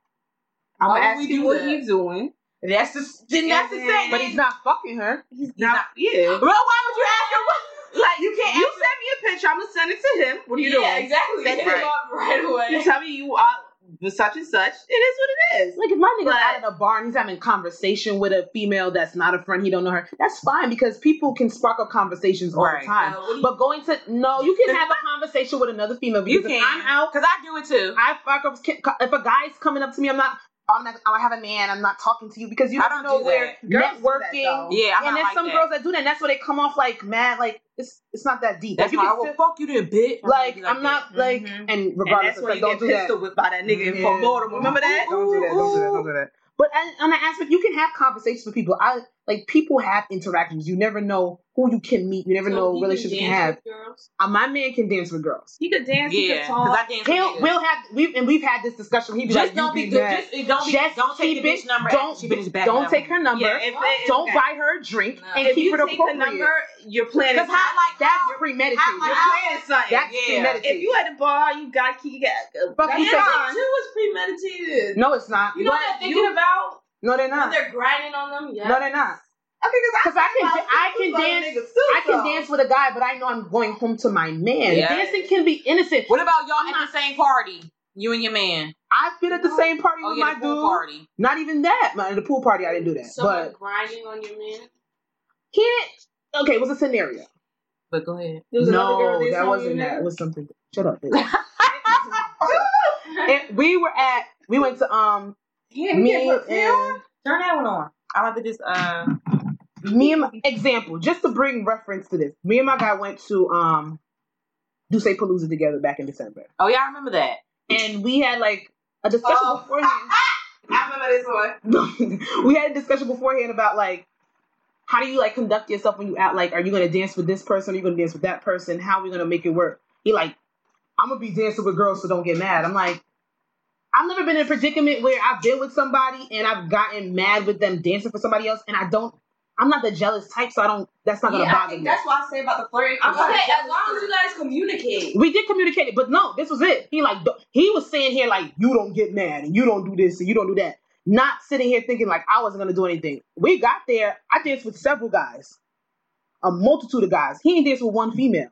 [SPEAKER 3] I'm
[SPEAKER 4] Why
[SPEAKER 3] gonna
[SPEAKER 4] would
[SPEAKER 3] ask
[SPEAKER 4] we
[SPEAKER 3] you
[SPEAKER 4] do
[SPEAKER 3] what
[SPEAKER 4] that?
[SPEAKER 3] he's doing.
[SPEAKER 1] That's the then that's the thing.
[SPEAKER 3] And then-
[SPEAKER 2] But he's not fucking her.
[SPEAKER 3] He's
[SPEAKER 1] not-
[SPEAKER 3] Yeah.
[SPEAKER 1] Bro, why would you ask her? What? Like you can't.
[SPEAKER 3] You
[SPEAKER 1] ask her-
[SPEAKER 3] send me a picture. I'm gonna send it to him. What are you
[SPEAKER 4] yeah,
[SPEAKER 3] doing?
[SPEAKER 4] exactly.
[SPEAKER 3] That's
[SPEAKER 4] Hit him
[SPEAKER 3] right.
[SPEAKER 4] up right away. Uh,
[SPEAKER 3] You tell me you are the such and such. It is what it is.
[SPEAKER 2] Like if my nigga's
[SPEAKER 3] But-
[SPEAKER 2] out at a bar and he's having conversation with a female that's not a friend, he don't know her. That's fine because people can spark up conversations all
[SPEAKER 1] Right.
[SPEAKER 2] the time.
[SPEAKER 4] Uh, what do you-
[SPEAKER 2] But going to no, you can have a conversation with another female
[SPEAKER 1] You
[SPEAKER 2] because
[SPEAKER 1] can.
[SPEAKER 2] if I'm out,
[SPEAKER 1] Cause I do it too.
[SPEAKER 2] I fuck up. If a guy's coming up to me, I'm not. I'm not. oh, I have a man. I'm not talking to you because you
[SPEAKER 1] I
[SPEAKER 2] don't,
[SPEAKER 1] don't
[SPEAKER 2] know
[SPEAKER 1] do
[SPEAKER 2] where
[SPEAKER 1] that.
[SPEAKER 3] Girls do that,
[SPEAKER 2] networking.
[SPEAKER 3] though.
[SPEAKER 1] Yeah, I'm
[SPEAKER 2] and
[SPEAKER 1] not
[SPEAKER 2] there's
[SPEAKER 1] like
[SPEAKER 2] some
[SPEAKER 1] that.
[SPEAKER 2] girls that do that. And that's where they come off like mad. Like it's it's not that deep.
[SPEAKER 1] That's
[SPEAKER 2] like,
[SPEAKER 1] why
[SPEAKER 2] you
[SPEAKER 1] I
[SPEAKER 2] can
[SPEAKER 1] will
[SPEAKER 2] still-
[SPEAKER 1] fuck you to a bitch. I'm
[SPEAKER 2] like,
[SPEAKER 1] gonna be
[SPEAKER 2] I'm not
[SPEAKER 1] that. Mm-hmm.
[SPEAKER 2] like
[SPEAKER 3] Mhm.
[SPEAKER 2] and
[SPEAKER 3] And
[SPEAKER 2] regardless,
[SPEAKER 3] that's
[SPEAKER 2] it's
[SPEAKER 3] where
[SPEAKER 2] like
[SPEAKER 3] you get
[SPEAKER 2] don't do that.
[SPEAKER 3] pistol whipped by that nigga in
[SPEAKER 2] Yeah.
[SPEAKER 3] Fort Baltimore. Remember that?
[SPEAKER 2] Don't do that. Don't do that. Don't do that. But and, on an aspect, you can have conversations with people. I like people have interactions. You never know who you can meet. You never
[SPEAKER 4] So
[SPEAKER 2] know
[SPEAKER 4] he
[SPEAKER 2] relationships you can
[SPEAKER 4] dance
[SPEAKER 2] have.
[SPEAKER 4] with Girls.
[SPEAKER 2] Uh, my man can dance with girls.
[SPEAKER 3] He could dance. He could
[SPEAKER 1] Yeah, cause
[SPEAKER 3] talk.
[SPEAKER 1] I dance. with
[SPEAKER 2] He'll,
[SPEAKER 1] niggas.
[SPEAKER 2] we'll have we've and we've had this discussion. He'd be
[SPEAKER 1] just
[SPEAKER 2] like,
[SPEAKER 1] don't
[SPEAKER 2] you
[SPEAKER 1] be
[SPEAKER 2] be
[SPEAKER 1] good.
[SPEAKER 2] mad.
[SPEAKER 1] Just don't be,
[SPEAKER 2] Just
[SPEAKER 1] don't take
[SPEAKER 2] keep
[SPEAKER 1] the
[SPEAKER 2] it-
[SPEAKER 1] bitch number.
[SPEAKER 2] Don't
[SPEAKER 1] she bitch back
[SPEAKER 2] don't
[SPEAKER 1] up.
[SPEAKER 2] take her number.
[SPEAKER 3] Yeah, if it is
[SPEAKER 2] don't
[SPEAKER 3] that.
[SPEAKER 2] buy her a drink
[SPEAKER 4] No.
[SPEAKER 2] and
[SPEAKER 3] If
[SPEAKER 2] keep
[SPEAKER 3] you
[SPEAKER 2] it
[SPEAKER 3] take the
[SPEAKER 2] appropriate.
[SPEAKER 3] number, you're planning.
[SPEAKER 1] Cause how like
[SPEAKER 2] That's
[SPEAKER 1] how,
[SPEAKER 2] premeditated.
[SPEAKER 1] how, like,
[SPEAKER 3] You're
[SPEAKER 1] how-
[SPEAKER 3] planning something.
[SPEAKER 2] That's
[SPEAKER 1] Yeah.
[SPEAKER 2] premeditated.
[SPEAKER 3] if you at the bar, you got to get. Uh,
[SPEAKER 2] Fuck
[SPEAKER 4] That
[SPEAKER 2] you
[SPEAKER 4] shit
[SPEAKER 2] said-
[SPEAKER 4] too was premeditated.
[SPEAKER 2] no, it's not.
[SPEAKER 4] You know what they're thinking about?
[SPEAKER 2] no, they're
[SPEAKER 4] When
[SPEAKER 2] not.
[SPEAKER 4] they're grinding on them? Yeah.
[SPEAKER 2] No, they're not.
[SPEAKER 3] Okay,
[SPEAKER 2] Cause I can I can dance I can dance with a guy, but I know I'm going home to my man.
[SPEAKER 1] Yeah.
[SPEAKER 2] Dancing can be innocent.
[SPEAKER 1] What about y'all at the same party? You and your man.
[SPEAKER 2] I've been at the same party
[SPEAKER 1] Oh
[SPEAKER 2] with
[SPEAKER 1] yeah,
[SPEAKER 2] my
[SPEAKER 1] the
[SPEAKER 2] dude.
[SPEAKER 1] pool party.
[SPEAKER 2] Not even that. My, the pool party, I didn't do that.
[SPEAKER 4] Someone
[SPEAKER 2] But
[SPEAKER 4] grinding on your man.
[SPEAKER 2] he didn't. Okay, it was a scenario.
[SPEAKER 1] But go ahead.
[SPEAKER 3] There was another girl
[SPEAKER 2] no,
[SPEAKER 3] dancing
[SPEAKER 2] that
[SPEAKER 3] on
[SPEAKER 2] wasn't
[SPEAKER 3] you
[SPEAKER 2] that.
[SPEAKER 3] now?
[SPEAKER 2] It was something. Shut up. Bitch. And we were at. We went to um.
[SPEAKER 3] Yeah, we
[SPEAKER 2] Me
[SPEAKER 3] can't put fear on.
[SPEAKER 2] and
[SPEAKER 1] Turn that one on. I like to just uh.
[SPEAKER 2] me and my, example just to bring reference to this. Me and my guy went to um. Duce Palooza together back in December,
[SPEAKER 1] Oh yeah, I remember that.
[SPEAKER 2] and we had like a discussion
[SPEAKER 3] Oh.
[SPEAKER 2] beforehand.
[SPEAKER 3] I remember this one.
[SPEAKER 2] we had a discussion beforehand about like how do you like conduct yourself when you out like are you gonna dance with this person are you gonna dance with that person how are we gonna make it work he like i'm gonna be dancing with girls so don't get mad i'm like i've never been in a predicament where i've been with somebody and i've gotten mad with them dancing for somebody else and i don't i'm not the jealous type so i don't that's not gonna
[SPEAKER 3] Yeah, I
[SPEAKER 2] bother
[SPEAKER 3] think
[SPEAKER 2] me
[SPEAKER 3] that's why I say about the flirting.
[SPEAKER 4] I'm
[SPEAKER 3] I'm
[SPEAKER 4] saying,
[SPEAKER 3] like,
[SPEAKER 4] as long as you guys communicate.
[SPEAKER 2] we did communicate it, but no, this was it. He like th- he was saying here like you don't get mad and you don't do this and you don't do that. Not sitting here thinking like I wasn't gonna do anything. We got there. I danced with several guys, a multitude of guys. He ain't danced with one female.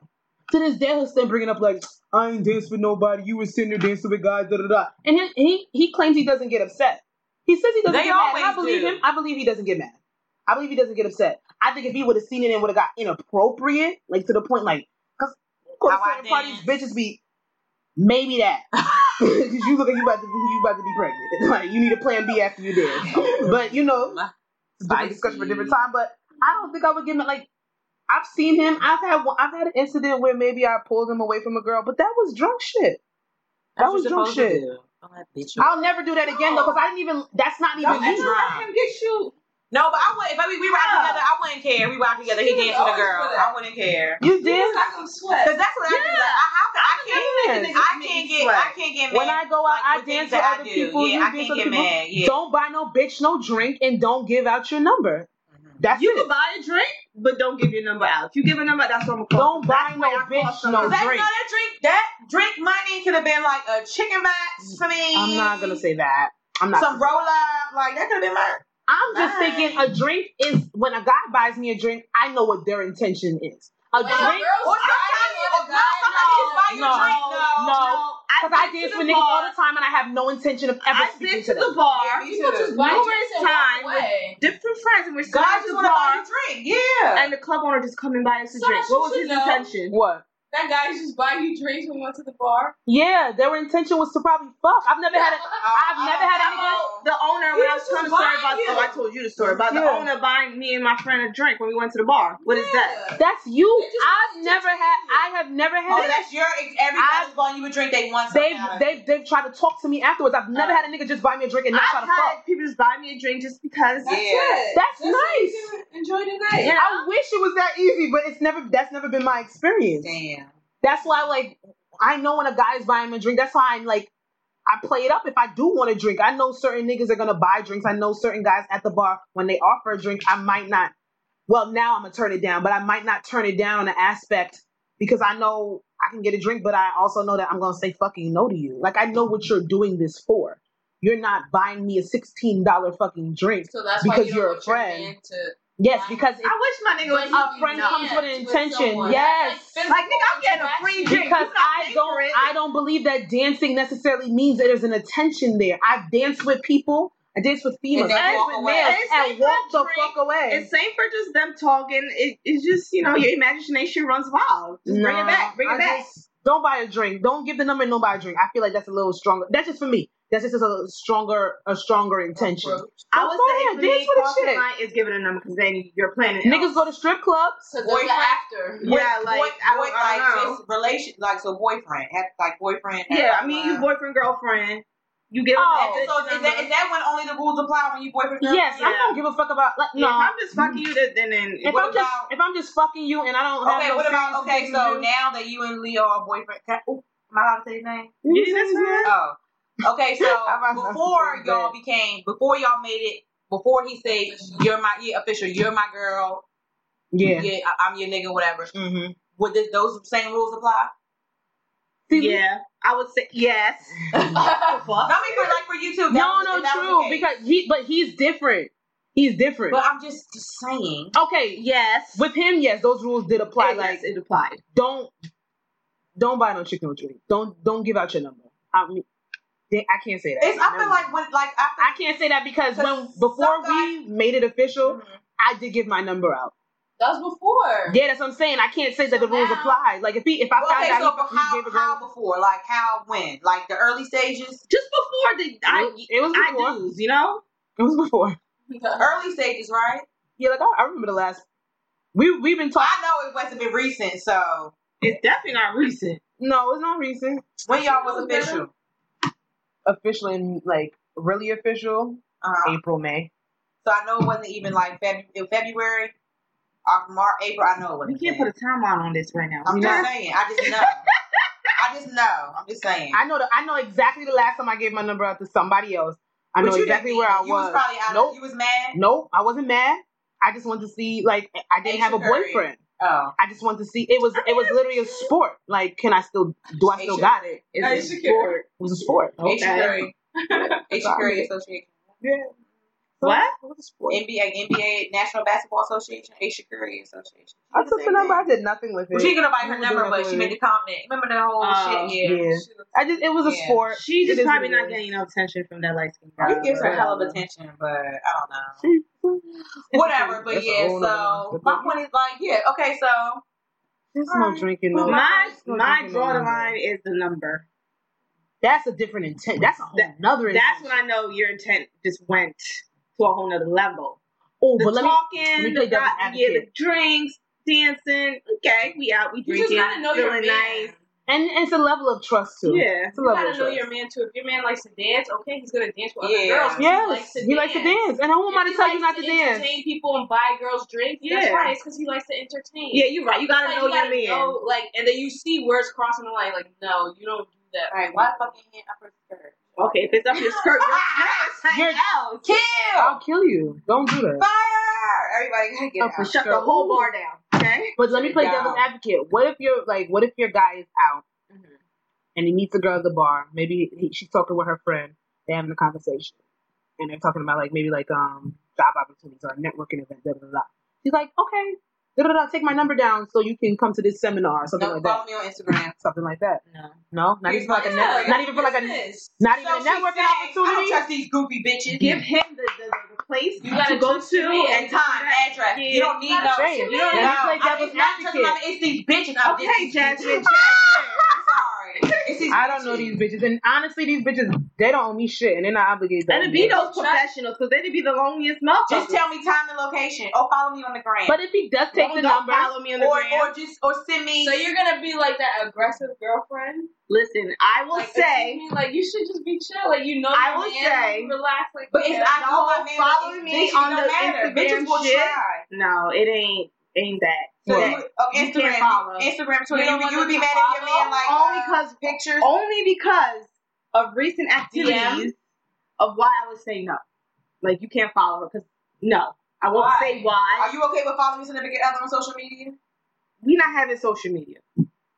[SPEAKER 2] To this day, he'll still bringing up like I ain't danced with nobody. You was sitting there dancing with guys, da da da. And he he, he claims he doesn't get upset. He says he doesn't
[SPEAKER 1] They
[SPEAKER 2] get mad. and I
[SPEAKER 1] always
[SPEAKER 2] believe
[SPEAKER 1] do.
[SPEAKER 2] him. I believe he doesn't get mad. I believe he doesn't get upset. I think if he would have seen it and would have got inappropriate, like to the point like, cause you go to
[SPEAKER 1] How I
[SPEAKER 2] certain parties, bitches be maybe that because you look like you about to be you about to be pregnant. Like you need a plan B after you did. But you know, it's a different discussion for a different time. But I don't think I would give him like. I've seen him. I've had one- I've had an incident where maybe I pulled him away from a girl, but that was drunk shit. That
[SPEAKER 1] That's
[SPEAKER 2] was
[SPEAKER 1] what
[SPEAKER 2] drunk
[SPEAKER 1] you're supposed to
[SPEAKER 2] shit.
[SPEAKER 1] do. Don't let bitch.
[SPEAKER 2] I'll never do that again though, because I didn't even. That's not even
[SPEAKER 1] Don't
[SPEAKER 2] me.
[SPEAKER 1] ever let him get you. No, but I would. If I, we, we were out together, I wouldn't care. We were out together. He
[SPEAKER 4] She was
[SPEAKER 1] danced with a
[SPEAKER 4] always
[SPEAKER 1] girl.
[SPEAKER 4] for that.
[SPEAKER 1] I wouldn't care.
[SPEAKER 2] You did.
[SPEAKER 4] Not gonna sweat.
[SPEAKER 1] Cause that's what I do. Like, I, how can, I can't.
[SPEAKER 2] Yes.
[SPEAKER 1] I can't get. I can't get mad.
[SPEAKER 2] When I go
[SPEAKER 1] like,
[SPEAKER 2] out, I
[SPEAKER 1] with things
[SPEAKER 2] dance with
[SPEAKER 1] that I
[SPEAKER 2] other
[SPEAKER 1] do. Yeah,
[SPEAKER 2] people. you
[SPEAKER 1] I
[SPEAKER 2] dance
[SPEAKER 1] can't
[SPEAKER 2] with
[SPEAKER 1] get
[SPEAKER 2] other people.
[SPEAKER 1] mad. Yeah.
[SPEAKER 2] Don't buy no bitch no drink and don't give out your number. That's
[SPEAKER 3] you
[SPEAKER 2] it.
[SPEAKER 3] can buy a drink, but don't give your number out. If you give a number, that's what I'm gonna call.
[SPEAKER 2] Don't buy no bitch no
[SPEAKER 1] Cause that,
[SPEAKER 2] drink.
[SPEAKER 1] No, that drink, that drink money could have been like a chicken box for me.
[SPEAKER 2] Mm. I'm not gonna say that. I'm not.
[SPEAKER 1] some roll up. Like that could have been mine.
[SPEAKER 2] I'm just
[SPEAKER 1] Bye.
[SPEAKER 2] thinking a drink is when a guy buys me a drink. I know what their intention is. A
[SPEAKER 4] Well,
[SPEAKER 2] drink.
[SPEAKER 4] girls
[SPEAKER 1] Or
[SPEAKER 4] buy
[SPEAKER 1] sometimes
[SPEAKER 4] it
[SPEAKER 1] a no, no, no,
[SPEAKER 2] Because I did for niggas all the time, and I have no intention of ever
[SPEAKER 3] I've
[SPEAKER 2] speaking
[SPEAKER 3] been
[SPEAKER 2] to
[SPEAKER 3] to
[SPEAKER 2] them.
[SPEAKER 3] the bar
[SPEAKER 4] You just
[SPEAKER 3] numerous
[SPEAKER 4] buy drinks and walk
[SPEAKER 3] times with
[SPEAKER 4] away.
[SPEAKER 3] different friends, and we're sitting
[SPEAKER 1] God
[SPEAKER 3] at
[SPEAKER 1] just
[SPEAKER 3] the
[SPEAKER 1] want to buy
[SPEAKER 3] bar,
[SPEAKER 1] you a drink. Yeah.
[SPEAKER 3] and the club owner just coming by us to
[SPEAKER 4] So
[SPEAKER 3] drink.
[SPEAKER 4] she
[SPEAKER 3] What was
[SPEAKER 4] should
[SPEAKER 3] his
[SPEAKER 4] know.
[SPEAKER 3] intention?
[SPEAKER 2] What?
[SPEAKER 4] That guy just buy you drinks when we went to the bar.
[SPEAKER 2] Yeah, their intention was to probably fuck. I've never had a, I've never had a nigga.
[SPEAKER 3] About the owner when I was telling the story about oh I told you the story about the
[SPEAKER 2] Yeah.
[SPEAKER 3] owner buying me and my friend a drink when we went to the bar. What is that?
[SPEAKER 2] That's you.
[SPEAKER 4] They just
[SPEAKER 2] I've
[SPEAKER 4] wanted to
[SPEAKER 2] never
[SPEAKER 4] just
[SPEAKER 2] had.
[SPEAKER 4] see
[SPEAKER 2] I have never
[SPEAKER 1] Oh,
[SPEAKER 2] had.
[SPEAKER 1] that's your everybody's buying you a drink. They want something
[SPEAKER 2] They've,
[SPEAKER 1] out of it.
[SPEAKER 2] they've, they've tried to talk to me afterwards. I've never had a nigga just buy me a drink and not try
[SPEAKER 3] Oh. I've
[SPEAKER 2] to
[SPEAKER 3] had
[SPEAKER 2] fuck.
[SPEAKER 3] people just buy me a drink just because.
[SPEAKER 4] That's
[SPEAKER 1] Yeah.
[SPEAKER 4] it.
[SPEAKER 2] That's
[SPEAKER 4] so you
[SPEAKER 2] nice.
[SPEAKER 4] can Enjoy the night.
[SPEAKER 3] Yeah.
[SPEAKER 2] I wish it was that easy, but it's never. That's never been my experience.
[SPEAKER 1] Damn.
[SPEAKER 2] That's why, like, I know when a guy is buying me a drink. That's why I'm like, I play it up if I do want a drink. I know certain niggas are gonna buy drinks. I know certain guys at the bar when they offer a drink, I might not. Well, now I'm gonna turn it down, but I might not turn it down on an aspect because I know I can get a drink, but I also know that I'm gonna say fucking no to you. Like I know what you're doing this for. You're not buying me a sixteen dollar fucking drink.
[SPEAKER 4] So that's why
[SPEAKER 2] Because
[SPEAKER 4] you
[SPEAKER 2] you're a
[SPEAKER 4] don't want your
[SPEAKER 2] friend.
[SPEAKER 4] man to.
[SPEAKER 2] Yes, because it's
[SPEAKER 3] I wish my nigga
[SPEAKER 4] But
[SPEAKER 3] was
[SPEAKER 4] he
[SPEAKER 2] a friend
[SPEAKER 4] can
[SPEAKER 2] comes with an
[SPEAKER 4] with
[SPEAKER 2] intention.
[SPEAKER 4] someone.
[SPEAKER 2] Yes.
[SPEAKER 4] That's like
[SPEAKER 3] like nigga. I'm getting a free drink
[SPEAKER 2] because
[SPEAKER 3] You not
[SPEAKER 2] I
[SPEAKER 3] paying for
[SPEAKER 2] don't
[SPEAKER 3] it.
[SPEAKER 2] I don't believe that dancing necessarily means that there's an attention there. I've danced with people, I danced with females,
[SPEAKER 1] then
[SPEAKER 2] I danced
[SPEAKER 1] walk
[SPEAKER 2] with
[SPEAKER 1] away.
[SPEAKER 2] males,
[SPEAKER 3] It's
[SPEAKER 2] and
[SPEAKER 3] like
[SPEAKER 2] walk
[SPEAKER 3] that
[SPEAKER 2] the
[SPEAKER 3] drink
[SPEAKER 2] fuck away.
[SPEAKER 3] It's same for just them talking. It, it's just you know your imagination runs wild. Just bring it
[SPEAKER 2] Nah,
[SPEAKER 3] back. Bring it
[SPEAKER 2] I
[SPEAKER 3] back.
[SPEAKER 2] just- don't buy a drink. Don't give the number. and Don't buy a drink. I feel like that's a little stronger. That's just for me. That's just a stronger a stronger intention.
[SPEAKER 3] I
[SPEAKER 2] Go
[SPEAKER 3] would
[SPEAKER 2] for it.
[SPEAKER 3] say for
[SPEAKER 2] Dance
[SPEAKER 3] me,
[SPEAKER 2] with the
[SPEAKER 3] crossing the
[SPEAKER 2] shit.
[SPEAKER 3] line is giving a number because then you're planning. it
[SPEAKER 2] Niggas
[SPEAKER 3] out.
[SPEAKER 2] go to strip clubs.
[SPEAKER 4] So there's
[SPEAKER 1] Boyfriend.
[SPEAKER 4] an after.
[SPEAKER 3] yeah,
[SPEAKER 1] Boy-
[SPEAKER 3] like
[SPEAKER 1] boy,
[SPEAKER 3] I
[SPEAKER 1] boy-
[SPEAKER 3] don't, I don't
[SPEAKER 1] like
[SPEAKER 3] know.
[SPEAKER 1] just relation, like so boyfriend, have, like boyfriend. have,
[SPEAKER 3] yeah,
[SPEAKER 1] like,
[SPEAKER 3] I mean you
[SPEAKER 1] uh,
[SPEAKER 3] boyfriend girlfriend. You give them
[SPEAKER 2] Oh.
[SPEAKER 3] that
[SPEAKER 1] So
[SPEAKER 3] bitch
[SPEAKER 1] is that, is
[SPEAKER 3] number.
[SPEAKER 1] that when only the rules apply when you boyfriend? girlfriend?
[SPEAKER 2] Yes, I
[SPEAKER 3] Yeah.
[SPEAKER 2] don't give a fuck about like
[SPEAKER 3] If
[SPEAKER 2] no.
[SPEAKER 3] I'm just fucking you, then then, then
[SPEAKER 2] If
[SPEAKER 1] what
[SPEAKER 2] I'm just
[SPEAKER 1] about-
[SPEAKER 2] if I'm just fucking you and I don't have
[SPEAKER 1] Okay,
[SPEAKER 2] no
[SPEAKER 1] what about okay?
[SPEAKER 2] serious things to
[SPEAKER 1] So
[SPEAKER 2] do-
[SPEAKER 1] now that you and Leo are boyfriend, can, ooh, am I allowed to say his name?
[SPEAKER 3] you just
[SPEAKER 1] Oh, okay. So
[SPEAKER 2] I must have
[SPEAKER 1] before
[SPEAKER 2] said
[SPEAKER 1] y'all became, before y'all made it, before he said you're my yeah, official, you're my girl,
[SPEAKER 2] yeah.
[SPEAKER 1] yeah, I, am your nigga, whatever.
[SPEAKER 2] Mm-hmm.
[SPEAKER 1] Would this, those same rules apply?
[SPEAKER 3] yeah, I would say yes.
[SPEAKER 1] Not I mean for like for you too. that
[SPEAKER 2] No,
[SPEAKER 1] was-
[SPEAKER 2] no,
[SPEAKER 1] that was the
[SPEAKER 2] true.
[SPEAKER 1] case.
[SPEAKER 2] Because he, but he's different. He's different.
[SPEAKER 1] But I'm just, just saying.
[SPEAKER 2] okay,
[SPEAKER 3] Yes,
[SPEAKER 2] with him, yes, those rules did apply.
[SPEAKER 3] Yes,
[SPEAKER 2] like,
[SPEAKER 3] it applied.
[SPEAKER 2] don't, don't buy no chicken or drink. Don't, don't give out your number. I mean, they- I can't say that.
[SPEAKER 1] It's I
[SPEAKER 2] Never
[SPEAKER 1] feel
[SPEAKER 2] mind.
[SPEAKER 1] like when like after
[SPEAKER 2] I can't say that because when before we made it official, I did give my number out.
[SPEAKER 4] That was before.
[SPEAKER 2] Yeah, that's what I'm saying. I can't say that the
[SPEAKER 4] So
[SPEAKER 2] rules
[SPEAKER 4] now-
[SPEAKER 2] apply. Like if he, if I
[SPEAKER 1] Well,
[SPEAKER 2] found
[SPEAKER 1] okay,
[SPEAKER 2] out
[SPEAKER 1] so
[SPEAKER 2] he,
[SPEAKER 1] but
[SPEAKER 2] he
[SPEAKER 1] how,
[SPEAKER 2] gave a
[SPEAKER 1] how
[SPEAKER 2] girl,
[SPEAKER 1] before? Like how when? Like the early stages?
[SPEAKER 3] Just before the I,
[SPEAKER 2] it was
[SPEAKER 3] I
[SPEAKER 2] before.
[SPEAKER 3] do's, you know.
[SPEAKER 2] it was before.
[SPEAKER 1] Early stages, right?
[SPEAKER 2] Yeah, like I, I remember the last. We we've been talking.
[SPEAKER 1] I know it wasn't been recent, so
[SPEAKER 3] It's definitely not recent.
[SPEAKER 2] No, it's not recent.
[SPEAKER 1] when y'all was official?
[SPEAKER 2] officially in, like really official
[SPEAKER 1] Uh,
[SPEAKER 2] April May.
[SPEAKER 1] so I know it wasn't even like Feb- in February, or March, April. I know it
[SPEAKER 3] We
[SPEAKER 1] wasn't.
[SPEAKER 3] can't
[SPEAKER 1] then.
[SPEAKER 3] put a timeline on this right now.
[SPEAKER 1] I'm
[SPEAKER 3] you know?
[SPEAKER 1] just saying. I just know. I just know. I'm just saying.
[SPEAKER 2] I know the, I know exactly the last time I gave my number out to somebody else. I know
[SPEAKER 1] But you
[SPEAKER 2] exactly
[SPEAKER 1] didn't
[SPEAKER 2] where I
[SPEAKER 1] mean it.
[SPEAKER 2] was.
[SPEAKER 1] You was probably out.
[SPEAKER 2] nope,
[SPEAKER 1] Of, you was mad.
[SPEAKER 2] nope, I wasn't mad. I just wanted to see like I didn't
[SPEAKER 1] Ain't
[SPEAKER 2] have a
[SPEAKER 1] you hurry.
[SPEAKER 2] boyfriend.
[SPEAKER 1] Oh,
[SPEAKER 2] I just wanted to see it was it was literally a sport. Like, can I still do I
[SPEAKER 1] Ain't
[SPEAKER 2] still
[SPEAKER 1] you-
[SPEAKER 2] got it?
[SPEAKER 3] It's
[SPEAKER 4] Are you
[SPEAKER 3] a
[SPEAKER 4] secure?
[SPEAKER 3] sport.
[SPEAKER 2] It was a sport.
[SPEAKER 1] H. Curry, H.
[SPEAKER 2] Sorry.
[SPEAKER 1] Curry Association,
[SPEAKER 3] What?
[SPEAKER 2] It was a sport.
[SPEAKER 1] NBA, NBA National Basketball Association, H. Curry Association.
[SPEAKER 2] I took the number. I did nothing with
[SPEAKER 1] Well, she ain't
[SPEAKER 2] it.
[SPEAKER 1] gonna buy her
[SPEAKER 2] We'll
[SPEAKER 1] number,
[SPEAKER 2] do
[SPEAKER 1] but she
[SPEAKER 2] it.
[SPEAKER 1] made the comment. Remember that whole
[SPEAKER 3] Oh,
[SPEAKER 1] shit? Yeah.
[SPEAKER 2] Yeah, I just it was a
[SPEAKER 1] Yeah.
[SPEAKER 2] sport.
[SPEAKER 3] She's
[SPEAKER 2] It
[SPEAKER 3] just
[SPEAKER 2] is
[SPEAKER 3] probably
[SPEAKER 2] what it
[SPEAKER 3] not
[SPEAKER 2] is.
[SPEAKER 3] getting no attention from that light skin
[SPEAKER 1] He
[SPEAKER 3] guy.
[SPEAKER 1] gives her a
[SPEAKER 3] but-
[SPEAKER 1] hell of attention, but I don't know.
[SPEAKER 2] It's
[SPEAKER 1] Whatever,
[SPEAKER 2] okay.
[SPEAKER 1] but
[SPEAKER 2] That's a
[SPEAKER 1] yeah.
[SPEAKER 2] whole nother one.
[SPEAKER 1] So
[SPEAKER 2] But
[SPEAKER 1] my point is like, yeah, okay, so
[SPEAKER 2] There's no
[SPEAKER 1] Alright.
[SPEAKER 2] drinking.
[SPEAKER 1] Well,
[SPEAKER 2] No,
[SPEAKER 3] My
[SPEAKER 2] there's no
[SPEAKER 3] my
[SPEAKER 2] drinking, no
[SPEAKER 3] draw the
[SPEAKER 2] number.
[SPEAKER 3] line is the number.
[SPEAKER 2] That's a different intent. That's a whole
[SPEAKER 3] That-
[SPEAKER 2] nother intent.
[SPEAKER 3] That's when I know your intent just went to a whole nother level.
[SPEAKER 2] Oh,
[SPEAKER 3] The
[SPEAKER 2] but let me.
[SPEAKER 3] talking,
[SPEAKER 2] me
[SPEAKER 3] the
[SPEAKER 2] play devil's
[SPEAKER 3] got- yeah, the
[SPEAKER 2] advocate.
[SPEAKER 3] drinks, dancing. Okay, we out, we
[SPEAKER 4] You just
[SPEAKER 3] drinking,
[SPEAKER 4] gotta know your
[SPEAKER 3] feeling
[SPEAKER 4] man.
[SPEAKER 3] nice.
[SPEAKER 2] And and it's a level of trust too.
[SPEAKER 3] Yeah.
[SPEAKER 2] it's a
[SPEAKER 4] You
[SPEAKER 2] level
[SPEAKER 4] gotta
[SPEAKER 2] of
[SPEAKER 4] know
[SPEAKER 2] trust.
[SPEAKER 4] your man too. If your man likes to dance, okay, he's gonna dance with
[SPEAKER 1] Yeah.
[SPEAKER 4] other girls.
[SPEAKER 2] yes,
[SPEAKER 4] he likes to
[SPEAKER 2] he likes to dance, and who am I
[SPEAKER 4] If
[SPEAKER 2] to
[SPEAKER 4] he
[SPEAKER 2] tell you not
[SPEAKER 4] likes
[SPEAKER 2] to dance?
[SPEAKER 4] Entertain people and buy girls drinks.
[SPEAKER 3] Yeah.
[SPEAKER 4] That's right. It's because he likes to entertain.
[SPEAKER 3] Yeah, you're right. You gotta
[SPEAKER 4] Like,
[SPEAKER 3] know
[SPEAKER 4] you
[SPEAKER 3] your man.
[SPEAKER 4] know, like, and then you see words crossing the line. Like, no, you don't do that.
[SPEAKER 1] alright, why fucking hand up her skirt?
[SPEAKER 3] Okay, if it's up your skirt, you're dressed.
[SPEAKER 2] You're-
[SPEAKER 3] else.
[SPEAKER 1] Kill!
[SPEAKER 2] I'll kill you. Don't do that.
[SPEAKER 1] Fire! Everybody gotta get
[SPEAKER 2] Up
[SPEAKER 1] out.
[SPEAKER 2] a
[SPEAKER 3] Shut the
[SPEAKER 2] skirt.
[SPEAKER 3] whole bar down. Okay.
[SPEAKER 2] But let me play
[SPEAKER 1] Down.
[SPEAKER 2] devil's advocate. What if you're like? What if your guy is out
[SPEAKER 3] Mm-hmm.
[SPEAKER 4] Mhm.
[SPEAKER 2] and he meets a girl at the bar? Maybe he, she's talking with her friend. They're having a conversation, and they're talking about like maybe like um job opportunities or a networking event. Blah blah blah. She's like, okay, da, da, da, take my number down so you can come to this seminar, something
[SPEAKER 1] Don't
[SPEAKER 2] like
[SPEAKER 1] follow
[SPEAKER 2] that.
[SPEAKER 1] me on Instagram.
[SPEAKER 2] Something like that.
[SPEAKER 8] No.
[SPEAKER 2] No, not even for like a network, not even for like a not even a networking
[SPEAKER 1] I don't
[SPEAKER 2] opportunity.
[SPEAKER 1] trust these goofy bitches.
[SPEAKER 3] Give him the, the, the place
[SPEAKER 1] You gotta
[SPEAKER 3] to go
[SPEAKER 1] choose
[SPEAKER 3] to
[SPEAKER 1] your man
[SPEAKER 3] and
[SPEAKER 1] and time, address. You don't need no.
[SPEAKER 2] That's
[SPEAKER 1] You
[SPEAKER 2] right.
[SPEAKER 1] don't
[SPEAKER 2] Let
[SPEAKER 1] know.
[SPEAKER 2] me play
[SPEAKER 1] I mean,
[SPEAKER 2] devil's
[SPEAKER 1] it's not just
[SPEAKER 2] advocate.
[SPEAKER 1] about it's these bitches. out there.
[SPEAKER 3] Okay,
[SPEAKER 1] It's these
[SPEAKER 3] Jasmine,
[SPEAKER 1] bitches. I'm Sorry, it's these
[SPEAKER 2] I don't know
[SPEAKER 1] bitches.
[SPEAKER 2] these bitches, and honestly, these bitches they don't owe me shit, and they're not obligated. to
[SPEAKER 3] And
[SPEAKER 2] owe
[SPEAKER 3] it'd
[SPEAKER 2] me
[SPEAKER 3] be
[SPEAKER 2] nothing.
[SPEAKER 3] those professionals, because they'd be the loneliest
[SPEAKER 1] Just
[SPEAKER 3] motherfuckers.
[SPEAKER 1] tell me time and location, or follow me on the gram,
[SPEAKER 2] But if he does take
[SPEAKER 3] Don't-
[SPEAKER 2] the
[SPEAKER 3] don't
[SPEAKER 2] number,
[SPEAKER 3] follow me on the
[SPEAKER 1] or
[SPEAKER 3] gram.
[SPEAKER 1] or just or send me.
[SPEAKER 4] So you're gonna be like that aggressive girlfriend.
[SPEAKER 3] Listen, I will
[SPEAKER 4] Like, excuse
[SPEAKER 3] say,
[SPEAKER 4] me, like you should just be chill. Like you know,
[SPEAKER 3] I
[SPEAKER 4] your
[SPEAKER 3] will
[SPEAKER 4] man,
[SPEAKER 3] say-
[SPEAKER 4] like, relax. Like,
[SPEAKER 1] but it's
[SPEAKER 4] yeah.
[SPEAKER 1] I know my man. but
[SPEAKER 3] Follow
[SPEAKER 1] it's
[SPEAKER 3] me
[SPEAKER 1] bitches,
[SPEAKER 3] on
[SPEAKER 1] it don't
[SPEAKER 3] the
[SPEAKER 1] matter.
[SPEAKER 3] Instagram
[SPEAKER 1] Bitches will
[SPEAKER 3] shit.
[SPEAKER 1] try.
[SPEAKER 3] no, it ain't ain't that.
[SPEAKER 1] So
[SPEAKER 3] That-
[SPEAKER 1] you, oh,
[SPEAKER 3] You can't
[SPEAKER 1] Instagram,
[SPEAKER 3] follow.
[SPEAKER 1] Instagram, Twitter.
[SPEAKER 4] You
[SPEAKER 1] You,
[SPEAKER 4] don't
[SPEAKER 1] would- you
[SPEAKER 4] want
[SPEAKER 1] would be
[SPEAKER 4] them
[SPEAKER 1] mad
[SPEAKER 4] to
[SPEAKER 1] if your
[SPEAKER 4] follow?
[SPEAKER 1] man like
[SPEAKER 3] only
[SPEAKER 1] uh,
[SPEAKER 3] because
[SPEAKER 1] pictures.
[SPEAKER 3] only because of recent activities of why I would say no. Like you can't follow her because no, I won't
[SPEAKER 1] Why?
[SPEAKER 3] say why.
[SPEAKER 1] Are you okay with following your significant other on social media?
[SPEAKER 3] we not having social media.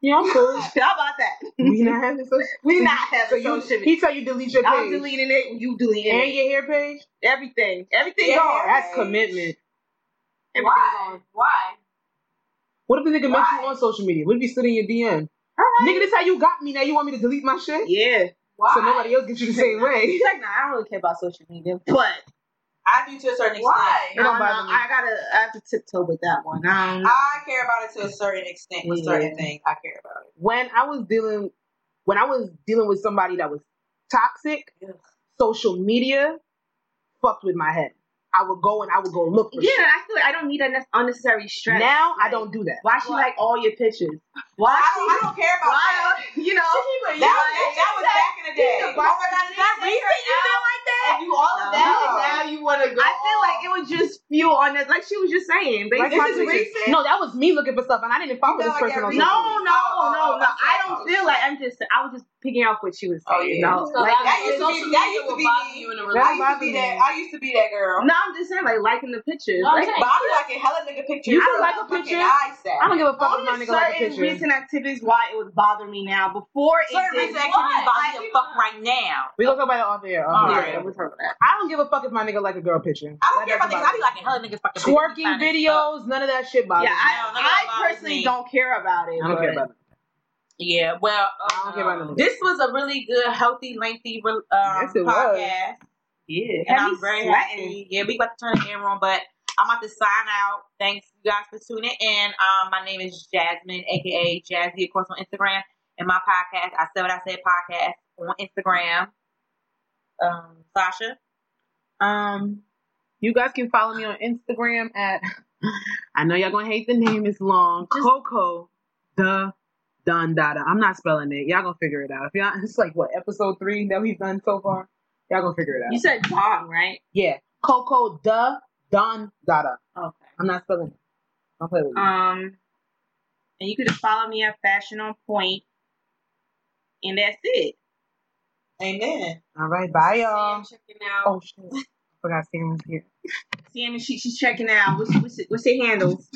[SPEAKER 2] yeah, I'm cool.
[SPEAKER 3] How about that?
[SPEAKER 2] we not having social.
[SPEAKER 3] We not
[SPEAKER 2] So
[SPEAKER 3] having
[SPEAKER 2] you,
[SPEAKER 3] social media.
[SPEAKER 2] he tell you delete your page.
[SPEAKER 3] I'm deleting it. You deleting
[SPEAKER 2] and
[SPEAKER 3] it.
[SPEAKER 2] your hair page.
[SPEAKER 3] Everything. Everything
[SPEAKER 1] Yeah.
[SPEAKER 3] gone.
[SPEAKER 2] That's commitment.
[SPEAKER 3] Everything
[SPEAKER 4] why?
[SPEAKER 3] gone.
[SPEAKER 4] Why?
[SPEAKER 2] What if the nigga met you
[SPEAKER 1] Why?
[SPEAKER 2] on social media? What if he stood in your DM?
[SPEAKER 3] All right.
[SPEAKER 2] Nigga, this how you got me. Now you want me to delete my shit?
[SPEAKER 3] Yeah.
[SPEAKER 4] Why?
[SPEAKER 2] So nobody else gets you the same way.
[SPEAKER 3] He's like, nah, I don't really care about social media, but
[SPEAKER 1] I do to a certain extent.
[SPEAKER 4] Why?
[SPEAKER 2] It don't
[SPEAKER 3] I, don't
[SPEAKER 2] bother
[SPEAKER 3] know,
[SPEAKER 2] me.
[SPEAKER 3] I gotta, I have to tiptoe with that one. I don't know.
[SPEAKER 1] I care about it to a certain extent with certain
[SPEAKER 3] Yeah.
[SPEAKER 1] things. I care about it.
[SPEAKER 2] When I was dealing, when I was dealing with somebody that was toxic, social media fucked with my head. I would go and I would go look for
[SPEAKER 3] yeah,
[SPEAKER 2] shit.
[SPEAKER 3] I feel like I don't need an unnecessary stress.
[SPEAKER 2] Now I
[SPEAKER 3] Like,
[SPEAKER 2] don't do that.
[SPEAKER 3] Why she
[SPEAKER 1] Why?
[SPEAKER 3] like all your pictures?
[SPEAKER 1] I
[SPEAKER 3] Why she?
[SPEAKER 1] don't, I don't care about
[SPEAKER 3] why?
[SPEAKER 1] that.
[SPEAKER 3] You know.
[SPEAKER 1] That was, that was back in the day.
[SPEAKER 3] She's a
[SPEAKER 1] Oh my God, did I
[SPEAKER 3] You
[SPEAKER 1] reach
[SPEAKER 3] think
[SPEAKER 1] her
[SPEAKER 3] you feel
[SPEAKER 1] out
[SPEAKER 3] like that?
[SPEAKER 1] and do all
[SPEAKER 3] No.
[SPEAKER 1] of that?
[SPEAKER 3] Now
[SPEAKER 1] you want to go?
[SPEAKER 3] I feel like it was just fuel on this. Like she was just saying. They,
[SPEAKER 2] Like
[SPEAKER 3] this
[SPEAKER 2] my
[SPEAKER 3] is
[SPEAKER 2] pictures.
[SPEAKER 3] recent.
[SPEAKER 2] No, that was me looking for stuff, and I didn't follow
[SPEAKER 1] You
[SPEAKER 2] this
[SPEAKER 1] felt like
[SPEAKER 2] person on
[SPEAKER 1] that
[SPEAKER 3] No,
[SPEAKER 2] social
[SPEAKER 1] recently.
[SPEAKER 2] media.
[SPEAKER 3] no, no,
[SPEAKER 1] Oh, oh,
[SPEAKER 3] no.
[SPEAKER 1] oh,
[SPEAKER 3] I
[SPEAKER 1] oh,
[SPEAKER 3] don't feel
[SPEAKER 1] shit.
[SPEAKER 3] like I'm just. I was just picking out what she was
[SPEAKER 1] Oh, yeah.
[SPEAKER 3] saying. No,
[SPEAKER 4] So
[SPEAKER 3] like
[SPEAKER 1] that
[SPEAKER 4] that, that
[SPEAKER 1] used to
[SPEAKER 4] social
[SPEAKER 1] be- that
[SPEAKER 4] media
[SPEAKER 1] used to
[SPEAKER 4] will
[SPEAKER 1] be
[SPEAKER 4] bother
[SPEAKER 1] me.
[SPEAKER 4] you in a
[SPEAKER 2] That
[SPEAKER 1] I used
[SPEAKER 4] relationship.
[SPEAKER 1] to
[SPEAKER 2] bothered
[SPEAKER 1] be
[SPEAKER 2] me.
[SPEAKER 1] that. I used to be that girl.
[SPEAKER 3] no, I'm just saying like liking the pictures.
[SPEAKER 4] No, I'm
[SPEAKER 3] Like,
[SPEAKER 4] saying-
[SPEAKER 1] But I be liking hella nigga pictures.
[SPEAKER 2] You
[SPEAKER 1] for
[SPEAKER 2] can like a
[SPEAKER 1] fucking
[SPEAKER 2] picture.
[SPEAKER 1] eyeshadow.
[SPEAKER 2] I don't give a fuck if my
[SPEAKER 3] only
[SPEAKER 2] nigga like a
[SPEAKER 3] certain
[SPEAKER 2] picture.
[SPEAKER 3] recent activities why it would bother me now. Before it
[SPEAKER 1] Certain
[SPEAKER 3] did.
[SPEAKER 1] reason activities
[SPEAKER 4] What?
[SPEAKER 1] bother me the fuck right now.
[SPEAKER 2] We gonna talk about it off air. Off
[SPEAKER 1] All
[SPEAKER 2] air.
[SPEAKER 1] right.
[SPEAKER 3] Yeah, it was her for that.
[SPEAKER 2] I don't give a fuck if my nigga like a girl picture.
[SPEAKER 1] I don't
[SPEAKER 2] That
[SPEAKER 1] care about
[SPEAKER 2] doesn't
[SPEAKER 1] niggas. I
[SPEAKER 2] bother
[SPEAKER 1] be liking hella niggas fucking
[SPEAKER 2] me. twerking
[SPEAKER 1] pictures.
[SPEAKER 2] videos, none of that shit bothers
[SPEAKER 3] Yeah,
[SPEAKER 2] me.
[SPEAKER 3] I,
[SPEAKER 1] No, no,
[SPEAKER 3] I
[SPEAKER 1] that bothers
[SPEAKER 3] personally
[SPEAKER 1] me.
[SPEAKER 3] don't care about it.
[SPEAKER 2] I don't care about it.
[SPEAKER 1] Yeah, well, um,
[SPEAKER 2] I don't care about none of that.
[SPEAKER 1] this was a really good, healthy, lengthy re- um,
[SPEAKER 2] Yes, it was.
[SPEAKER 1] podcast.
[SPEAKER 3] Yeah,
[SPEAKER 1] And
[SPEAKER 3] Had me
[SPEAKER 1] I'm very
[SPEAKER 3] sweating.
[SPEAKER 1] happy. Yeah, we about to turn the camera on, but I'm about to sign out. Thanks, you guys, for tuning in. Um, my name is Jasmine, aka Jazzy, of course, on Instagram. And my podcast, I said what I said podcast on Instagram. Um, Sasha. Um,
[SPEAKER 2] You guys can follow me on Instagram at I know y'all gonna hate the name, it's long. Coco the Dondada. I'm not spelling it. Y'all gonna figure it out. If y'all it's like what, episode three that we've done so far? Y'all gonna figure it
[SPEAKER 3] You
[SPEAKER 2] out.
[SPEAKER 3] said Dom, right?
[SPEAKER 2] Yeah. Coco the Dondada.
[SPEAKER 3] Okay.
[SPEAKER 2] I'm not spelling it. Don't play with me.
[SPEAKER 3] Um, and you could just follow me at Fashion on Point, and that's it.
[SPEAKER 1] amen.
[SPEAKER 2] All right, bye
[SPEAKER 4] Sam
[SPEAKER 2] y'all.
[SPEAKER 4] checking out.
[SPEAKER 2] Oh shit. I forgot Sam was here.
[SPEAKER 3] Sammy, she she's checking out. What's what's it, what's your handles?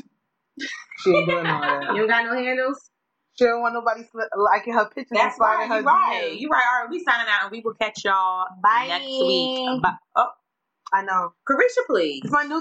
[SPEAKER 2] She ain't doing all that.
[SPEAKER 3] You don't got no handles.
[SPEAKER 2] She don't want nobody sli- liking her pictures and
[SPEAKER 1] That's right.
[SPEAKER 2] sliding
[SPEAKER 1] You're
[SPEAKER 2] her
[SPEAKER 1] right.
[SPEAKER 2] DMs.
[SPEAKER 1] You're right. All right, we signing out, and we will catch y'all
[SPEAKER 2] Bye.
[SPEAKER 1] next week. Bye. Oh,
[SPEAKER 2] I know.
[SPEAKER 1] Carisha, please.
[SPEAKER 2] It's my new